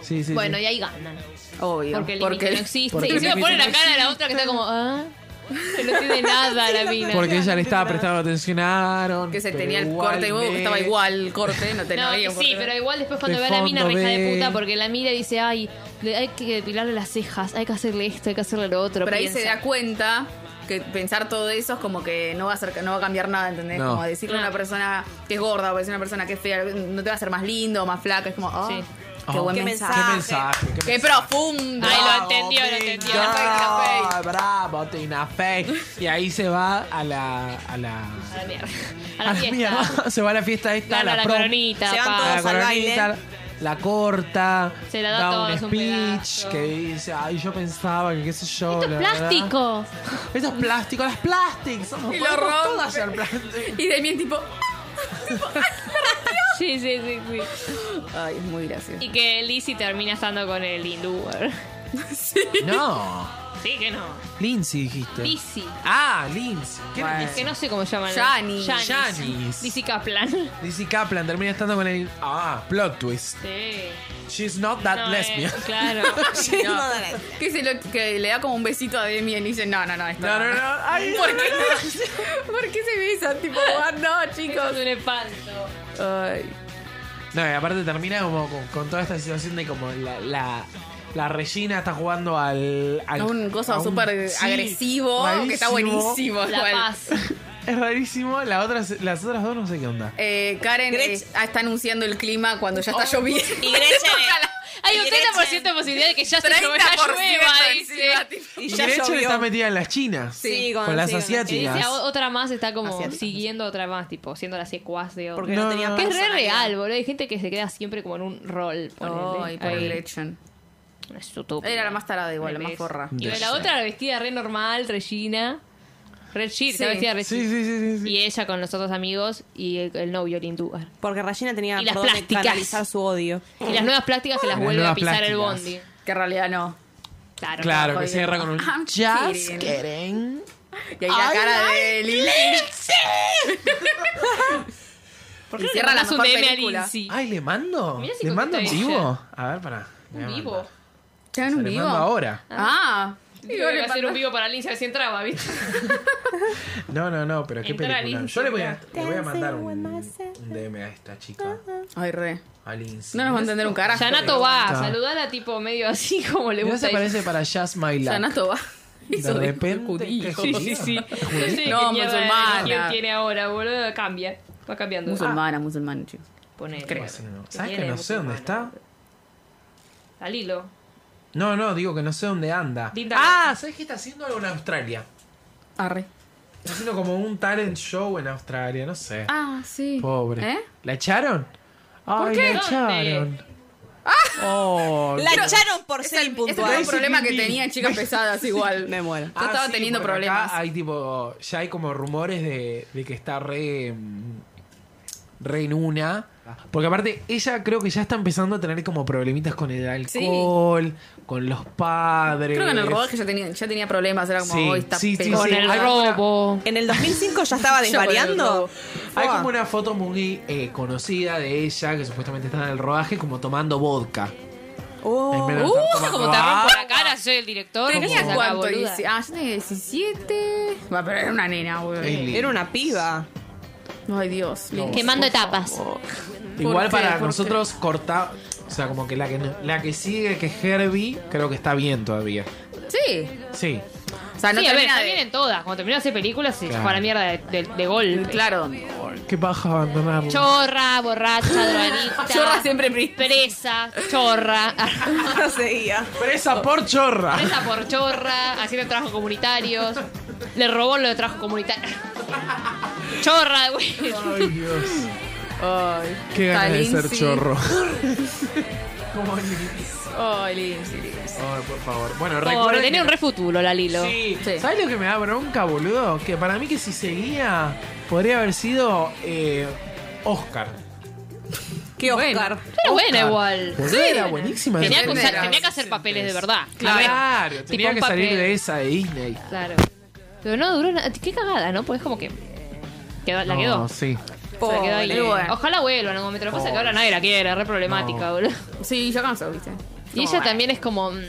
[SPEAKER 3] Sí, sí,
[SPEAKER 5] Bueno,
[SPEAKER 3] sí.
[SPEAKER 5] y ahí ganan.
[SPEAKER 2] obvio.
[SPEAKER 5] Porque el límite no existe.
[SPEAKER 3] porque
[SPEAKER 5] y
[SPEAKER 3] el
[SPEAKER 5] encima
[SPEAKER 3] límite
[SPEAKER 5] pone
[SPEAKER 3] no
[SPEAKER 5] la cara de la otra que está como, ah, no tiene nada la mina.
[SPEAKER 3] Porque ella le estaba prestando atención a Aaron.
[SPEAKER 2] que se
[SPEAKER 3] pero
[SPEAKER 2] tenía el corte nuevo, que estaba
[SPEAKER 3] igualmente-
[SPEAKER 2] igual el corte, no tenía
[SPEAKER 5] No,
[SPEAKER 2] bien
[SPEAKER 5] que
[SPEAKER 2] corte.
[SPEAKER 5] sí, pero igual después cuando
[SPEAKER 3] De
[SPEAKER 5] ve a la mina
[SPEAKER 3] fondo
[SPEAKER 5] reja de
[SPEAKER 3] ve-
[SPEAKER 5] puta, porque la mira y dice, ay, le- hay que depilarle las cejas, hay que hacerle esto, hay que hacerle lo otro.
[SPEAKER 2] Pero ahí se
[SPEAKER 5] piensa.
[SPEAKER 2] da cuenta que pensar todo eso es como que no va a, ser, no va a cambiar nada, ¿entendés?
[SPEAKER 3] No.
[SPEAKER 2] Como decirle a una persona que es gorda o decirle a una persona que es fea, no te va a hacer más lindo o más flaca, es como, oh,
[SPEAKER 5] Sí.
[SPEAKER 2] qué
[SPEAKER 3] Oh,
[SPEAKER 2] buen
[SPEAKER 4] qué
[SPEAKER 2] mensaje.
[SPEAKER 3] Qué mensaje. Qué
[SPEAKER 2] Qué profundo.
[SPEAKER 5] Ay, lo entendió, lo entendió.
[SPEAKER 3] mensaje. Ah, bravo, Tina Fey. Y ahí se va a la. A la,
[SPEAKER 5] A la mierda. A
[SPEAKER 3] a
[SPEAKER 5] la
[SPEAKER 3] la
[SPEAKER 5] fiesta.
[SPEAKER 3] mierda. Se va a la fiesta esta, a
[SPEAKER 5] Gana
[SPEAKER 3] la,
[SPEAKER 5] la
[SPEAKER 3] prom.
[SPEAKER 5] coronita,
[SPEAKER 4] Se van
[SPEAKER 5] pa.
[SPEAKER 3] a la
[SPEAKER 4] todos al
[SPEAKER 3] coronita,
[SPEAKER 4] baile.
[SPEAKER 3] la corta,
[SPEAKER 5] Se la da todos
[SPEAKER 3] un
[SPEAKER 5] un
[SPEAKER 3] speech
[SPEAKER 5] pedazo.
[SPEAKER 3] que dice, ay, yo pensaba que qué sé yo.
[SPEAKER 5] Esto es
[SPEAKER 3] la, la, la".
[SPEAKER 5] plástico.
[SPEAKER 3] Esto es plástico, las plastics. Somos
[SPEAKER 2] Y lo
[SPEAKER 3] podemos
[SPEAKER 2] rompe.
[SPEAKER 3] todas hacer plástico.
[SPEAKER 2] Y de mí tipo,
[SPEAKER 5] Sí, sí, sí, sí.
[SPEAKER 2] ay, es muy gracioso.
[SPEAKER 5] Y que Lizzie termina estando con el hindú.
[SPEAKER 3] No.
[SPEAKER 5] Sí, que no.
[SPEAKER 3] Lindsay dijiste.
[SPEAKER 5] Lizzy.
[SPEAKER 3] Ah, Lindsay. ¿Qué era
[SPEAKER 5] Es que no sé cómo se llaman.
[SPEAKER 2] Janis.
[SPEAKER 3] Janis.
[SPEAKER 5] Lizzy Kaplan.
[SPEAKER 3] Lindsay? Lindsay Kaplan termina estando con el. Ah, plot twist.
[SPEAKER 5] Sí.
[SPEAKER 3] She's not that
[SPEAKER 5] No, eh,
[SPEAKER 3] lesbian.
[SPEAKER 5] claro.
[SPEAKER 2] No. Que, se lo- que le da como un besito a Demi y dice, no, no, no, esto
[SPEAKER 3] No, no, no. Ay,
[SPEAKER 2] ¿Por qué, ¿Por qué se besan? Tipo, ah, no,
[SPEAKER 5] Eso es
[SPEAKER 2] chicos.
[SPEAKER 5] un espanto.
[SPEAKER 2] Ay.
[SPEAKER 3] No, y aparte termina como con, con toda esta situación de como la, la, la Regina está jugando al. al-
[SPEAKER 2] A un gozo
[SPEAKER 3] a un-
[SPEAKER 2] súper
[SPEAKER 3] sí,
[SPEAKER 2] agresivo, que está
[SPEAKER 3] malísimo.
[SPEAKER 2] buenísimo.
[SPEAKER 5] La
[SPEAKER 2] igual.
[SPEAKER 5] paz.
[SPEAKER 3] Es rarísimo. La otra, se- las otras dos no sé qué onda.
[SPEAKER 2] Eh, Karen eh,
[SPEAKER 8] Gretchen.
[SPEAKER 2] ah, está anunciando el clima cuando ya está
[SPEAKER 5] Oh,
[SPEAKER 2] lloviendo.
[SPEAKER 8] Y Gretchen.
[SPEAKER 5] Hay
[SPEAKER 8] y
[SPEAKER 5] un
[SPEAKER 8] Gretchen-
[SPEAKER 5] 30% de posibilidad de que ya se llueva, dice.
[SPEAKER 2] encima, tipo.
[SPEAKER 8] y
[SPEAKER 3] Y
[SPEAKER 8] ya
[SPEAKER 3] Gretchen
[SPEAKER 8] llovió.
[SPEAKER 3] está metida en las chinas.
[SPEAKER 4] Sí,
[SPEAKER 3] con,
[SPEAKER 4] con-
[SPEAKER 3] las
[SPEAKER 4] sí, con-
[SPEAKER 5] Que dice
[SPEAKER 3] asiáticas.
[SPEAKER 5] a- otra más está como
[SPEAKER 4] Asiáticas.
[SPEAKER 5] siguiendo a otra más, tipo, siendo la secuaz de otra.
[SPEAKER 4] Porque no,
[SPEAKER 3] No.
[SPEAKER 4] tenía
[SPEAKER 5] Que es re
[SPEAKER 4] personalidad.
[SPEAKER 5] real, boludo. Hay gente que se queda siempre como en un rol. ponele.
[SPEAKER 2] Ay,
[SPEAKER 5] Ahí.
[SPEAKER 2] pobre Gretchen.
[SPEAKER 5] Es estúpida.
[SPEAKER 2] Era la más tarada igual, la
[SPEAKER 5] Al
[SPEAKER 2] más
[SPEAKER 5] mes.
[SPEAKER 2] forra.
[SPEAKER 5] Y
[SPEAKER 3] Ya
[SPEAKER 5] la
[SPEAKER 3] sé.
[SPEAKER 5] otra la vestida re normal, Regina. Red Sheer,
[SPEAKER 2] Sí.
[SPEAKER 5] la vestida Red
[SPEAKER 3] Sí,
[SPEAKER 5] Sheer.
[SPEAKER 3] sí, sí, sí. sí.
[SPEAKER 5] Y ella con los otros amigos y el, el novio, Lindúgar.
[SPEAKER 4] Porque Regina tenía
[SPEAKER 5] Y las
[SPEAKER 4] por dónde
[SPEAKER 5] plásticas.
[SPEAKER 4] canalizar su odio.
[SPEAKER 5] Y las nuevas plásticas que las
[SPEAKER 3] Las
[SPEAKER 5] vuelve a
[SPEAKER 3] nuevas
[SPEAKER 5] pisar el
[SPEAKER 3] plásticas.
[SPEAKER 5] bondi.
[SPEAKER 2] Que en realidad no.
[SPEAKER 5] Claro.
[SPEAKER 3] Claro, que cierra con un.
[SPEAKER 2] I'm
[SPEAKER 3] Just
[SPEAKER 2] kidding.
[SPEAKER 3] kidding.
[SPEAKER 2] Y ahí la cara de Lily.
[SPEAKER 5] ¿Por
[SPEAKER 2] Y
[SPEAKER 5] qué
[SPEAKER 2] cierra
[SPEAKER 5] cierra
[SPEAKER 2] la
[SPEAKER 5] un
[SPEAKER 2] mejor
[SPEAKER 5] meme a
[SPEAKER 2] película.
[SPEAKER 5] Lindsay?
[SPEAKER 3] Ay, ¿le mando?
[SPEAKER 5] Mirá si
[SPEAKER 3] ¿Le mando en
[SPEAKER 5] contesta
[SPEAKER 3] vivo?
[SPEAKER 5] ella.
[SPEAKER 3] A ver, para.
[SPEAKER 5] Un vivo.
[SPEAKER 2] ¿Te dan un
[SPEAKER 3] Le
[SPEAKER 2] vivo?
[SPEAKER 3] mando ahora.
[SPEAKER 2] Ah.
[SPEAKER 5] Iba a hacer un vivo para Lindsay a ver si entraba, ¿viste?
[SPEAKER 3] No, no, no, pero qué
[SPEAKER 5] Entra
[SPEAKER 3] película.
[SPEAKER 5] Lindsay,
[SPEAKER 3] Yo le voy a,
[SPEAKER 5] entra.
[SPEAKER 3] le voy a mandar un, un DM a esta chica,
[SPEAKER 2] Ay, re.
[SPEAKER 3] a Lindsay.
[SPEAKER 2] No nos va a entender un carajo.
[SPEAKER 5] Yanato va,
[SPEAKER 3] Está.
[SPEAKER 5] saludala tipo medio así como le
[SPEAKER 3] ¿No
[SPEAKER 5] gusta.
[SPEAKER 3] se parece para Just My Luck?
[SPEAKER 2] Yanato va.
[SPEAKER 3] de repente. ¿qué
[SPEAKER 5] Sí,
[SPEAKER 3] judío?
[SPEAKER 5] sí, sí.
[SPEAKER 3] ¿Judío?
[SPEAKER 5] sé
[SPEAKER 2] No,
[SPEAKER 5] qué mierda de
[SPEAKER 2] musulmana.
[SPEAKER 5] religión tiene ahora, boludo. Cambia. Va cambiando.
[SPEAKER 2] Musulmana, musulmana, chicos.
[SPEAKER 5] Pone.
[SPEAKER 2] Creo.
[SPEAKER 3] No sé, no. ¿Sabes
[SPEAKER 5] tiene
[SPEAKER 3] que no
[SPEAKER 5] de
[SPEAKER 3] sé dónde está?
[SPEAKER 5] musulmana? Al hilo.
[SPEAKER 3] No, no, digo que no sé dónde anda.
[SPEAKER 5] Linda.
[SPEAKER 3] Ah, ¿sabes qué está haciendo algo en Australia?
[SPEAKER 2] Arre.
[SPEAKER 3] Está haciendo como un talent show en Australia, no sé.
[SPEAKER 2] Ah, sí.
[SPEAKER 3] Pobre.
[SPEAKER 2] ¿Eh?
[SPEAKER 3] ¿La echaron? Ay,
[SPEAKER 5] qué?
[SPEAKER 3] la
[SPEAKER 5] ¿Dónde?
[SPEAKER 3] echaron. Oh,
[SPEAKER 8] La echaron por
[SPEAKER 2] Ese
[SPEAKER 8] ser
[SPEAKER 2] ese era
[SPEAKER 8] impuntual.
[SPEAKER 2] un problema que tenía chicas pesadas igual.
[SPEAKER 4] Me muero.
[SPEAKER 2] Yo estaba teniendo
[SPEAKER 3] porque Ah, acá
[SPEAKER 2] problemas.
[SPEAKER 3] hay tipo, ya hay como rumores de, de que está re, mm, re en una. Porque aparte, ella creo que ya está empezando a tener como problemitas con el alcohol, con los padres.
[SPEAKER 2] Creo que en el rodaje ya tenía, ya tenía problemas. Era como,
[SPEAKER 3] Sí,
[SPEAKER 2] hoy está
[SPEAKER 3] sí, sí,
[SPEAKER 2] peor.
[SPEAKER 5] Con
[SPEAKER 3] sí.
[SPEAKER 5] el
[SPEAKER 3] hay una-
[SPEAKER 5] robo.
[SPEAKER 4] En el 2005 ya estaba desvariando.
[SPEAKER 3] Hay como una foto muy eh, conocida de ella que supuestamente está en el rodaje como tomando vodka.
[SPEAKER 4] Oh.
[SPEAKER 3] En vez de
[SPEAKER 5] Uh,
[SPEAKER 3] estar tomando
[SPEAKER 5] como te rompo
[SPEAKER 3] agua.
[SPEAKER 5] la cara, soy el director.
[SPEAKER 2] ¿Tenía
[SPEAKER 5] ¿Cómo?
[SPEAKER 2] cuánto?
[SPEAKER 5] Boluda.
[SPEAKER 2] Dieci- Ah, yo tenía 17. Va, pero era una nena,
[SPEAKER 3] Es
[SPEAKER 2] güey.
[SPEAKER 3] linda.
[SPEAKER 4] Era una piba.
[SPEAKER 2] Ay, Dios. Lili.
[SPEAKER 5] Quemando etapas.
[SPEAKER 3] Igual
[SPEAKER 2] qué?
[SPEAKER 3] para
[SPEAKER 2] ¿Por qué?
[SPEAKER 3] nosotros corta, o sea, como que la que no- la que sigue que es Herbie, creo que está bien todavía.
[SPEAKER 2] Sí.
[SPEAKER 3] Sí.
[SPEAKER 2] O sea, no
[SPEAKER 5] sí, a ver,
[SPEAKER 2] termina
[SPEAKER 5] está
[SPEAKER 2] de-
[SPEAKER 5] bien en todas. Cuando terminó de hacer películas, se
[SPEAKER 3] Claro.
[SPEAKER 5] fue a la mierda de, de, de golpe.
[SPEAKER 2] Claro.
[SPEAKER 3] Qué paja abandonarlo.
[SPEAKER 5] Chorra, borracha, drogadicta.
[SPEAKER 2] Chorra siempre pri-
[SPEAKER 5] Presa, chorra.
[SPEAKER 4] No seguía.
[SPEAKER 3] Presa por chorra.
[SPEAKER 5] presa por chorra, haciendo trabajos comunitarios. Le robó lo de trabajos comunitarios. chorra, güey.
[SPEAKER 3] Ay, Dios.
[SPEAKER 2] Ay,
[SPEAKER 3] Qué ganas de ser
[SPEAKER 2] Lindsay.
[SPEAKER 3] chorro.
[SPEAKER 2] Ay, Lindsay, Lindsay.
[SPEAKER 3] Ay, por favor. Bueno,
[SPEAKER 5] Pobre,
[SPEAKER 3] recuerden
[SPEAKER 5] tenía un
[SPEAKER 3] que-
[SPEAKER 5] re futuro la Lilo.
[SPEAKER 3] Sí.
[SPEAKER 2] Sí.
[SPEAKER 3] ¿Sabes lo que me da bronca, boludo? Que para mí que si seguía, podría haber sido eh, Oscar.
[SPEAKER 4] Qué Oscar.
[SPEAKER 5] Pero bueno, igual.
[SPEAKER 3] Boludo, era buenísima.
[SPEAKER 5] Tenía que,
[SPEAKER 3] Era-
[SPEAKER 5] usar- tenía que hacer papeles de verdad. A
[SPEAKER 3] Claro,
[SPEAKER 5] ver, tipo
[SPEAKER 3] tenía
[SPEAKER 5] un
[SPEAKER 3] que salir
[SPEAKER 5] papel.
[SPEAKER 3] de esa de Disney.
[SPEAKER 5] ver, Claro. Pero no duró nada. Qué cagada, ¿no? Pues como que. quedó- la
[SPEAKER 3] No,
[SPEAKER 5] quedó. Se
[SPEAKER 3] sí.
[SPEAKER 5] la quedó ahí.
[SPEAKER 2] Pobre. Bueno.
[SPEAKER 5] Ojalá vuelva en algún momento. Lo que pasa es que ahora nadie la quiere, re problemática,
[SPEAKER 3] No.
[SPEAKER 5] boludo.
[SPEAKER 2] Sí, ya cansó, viste.
[SPEAKER 5] Y ella también es como. mm,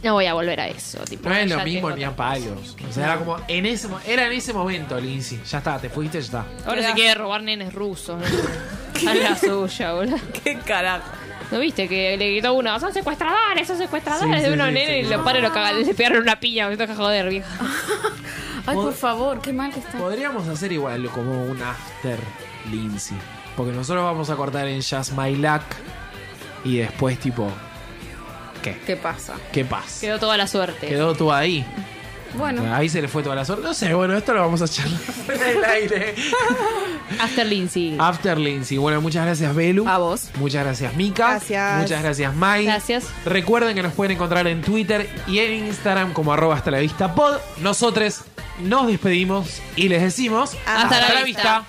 [SPEAKER 5] No voy a volver a eso. Tipo,
[SPEAKER 3] No es lo
[SPEAKER 5] ya
[SPEAKER 3] mismo
[SPEAKER 5] tengo-
[SPEAKER 3] ni a palos. O sea, era como en ese, mo- era en ese momento, Lindsay. Ya está, te fuiste, ya está.
[SPEAKER 5] Ahora se quiere robar nenes rusos. ¿no? A la suya, boludo.
[SPEAKER 4] Qué carajo.
[SPEAKER 5] ¿No viste que le gritó uno? Son secuestradores, son secuestradores
[SPEAKER 3] Sí,
[SPEAKER 5] de
[SPEAKER 3] sí,
[SPEAKER 5] unos
[SPEAKER 3] sí,
[SPEAKER 5] nenes
[SPEAKER 3] sí.
[SPEAKER 5] y los padres lo cagan, le pegaron una piña. Me toca joder, vieja.
[SPEAKER 2] Ay, por favor, qué mal que está.
[SPEAKER 3] Podríamos hacer igual como un after Lindsay. Porque nosotros vamos a cortar en Just My Luck y después tipo, ¿qué?
[SPEAKER 2] ¿Qué pasa?
[SPEAKER 3] ¿Qué pasa? Quedó,
[SPEAKER 5] Quedó toda la suerte.
[SPEAKER 3] tú ahí.
[SPEAKER 2] Bueno,
[SPEAKER 3] Ahí se le fue toda la suerte. No sé, bueno, esto lo vamos a charlar en el aire.
[SPEAKER 5] After Lindsay.
[SPEAKER 3] After Lindsay. Bueno, muchas gracias, Belu.
[SPEAKER 2] a vos.
[SPEAKER 3] Muchas gracias, Mika.
[SPEAKER 4] Gracias.
[SPEAKER 3] Muchas gracias, Mai.
[SPEAKER 5] Gracias.
[SPEAKER 3] Recuerden que nos pueden encontrar en Twitter y en Instagram como arroba hasta la vista pod. Nosotros nos despedimos y les decimos
[SPEAKER 5] Hasta la vista.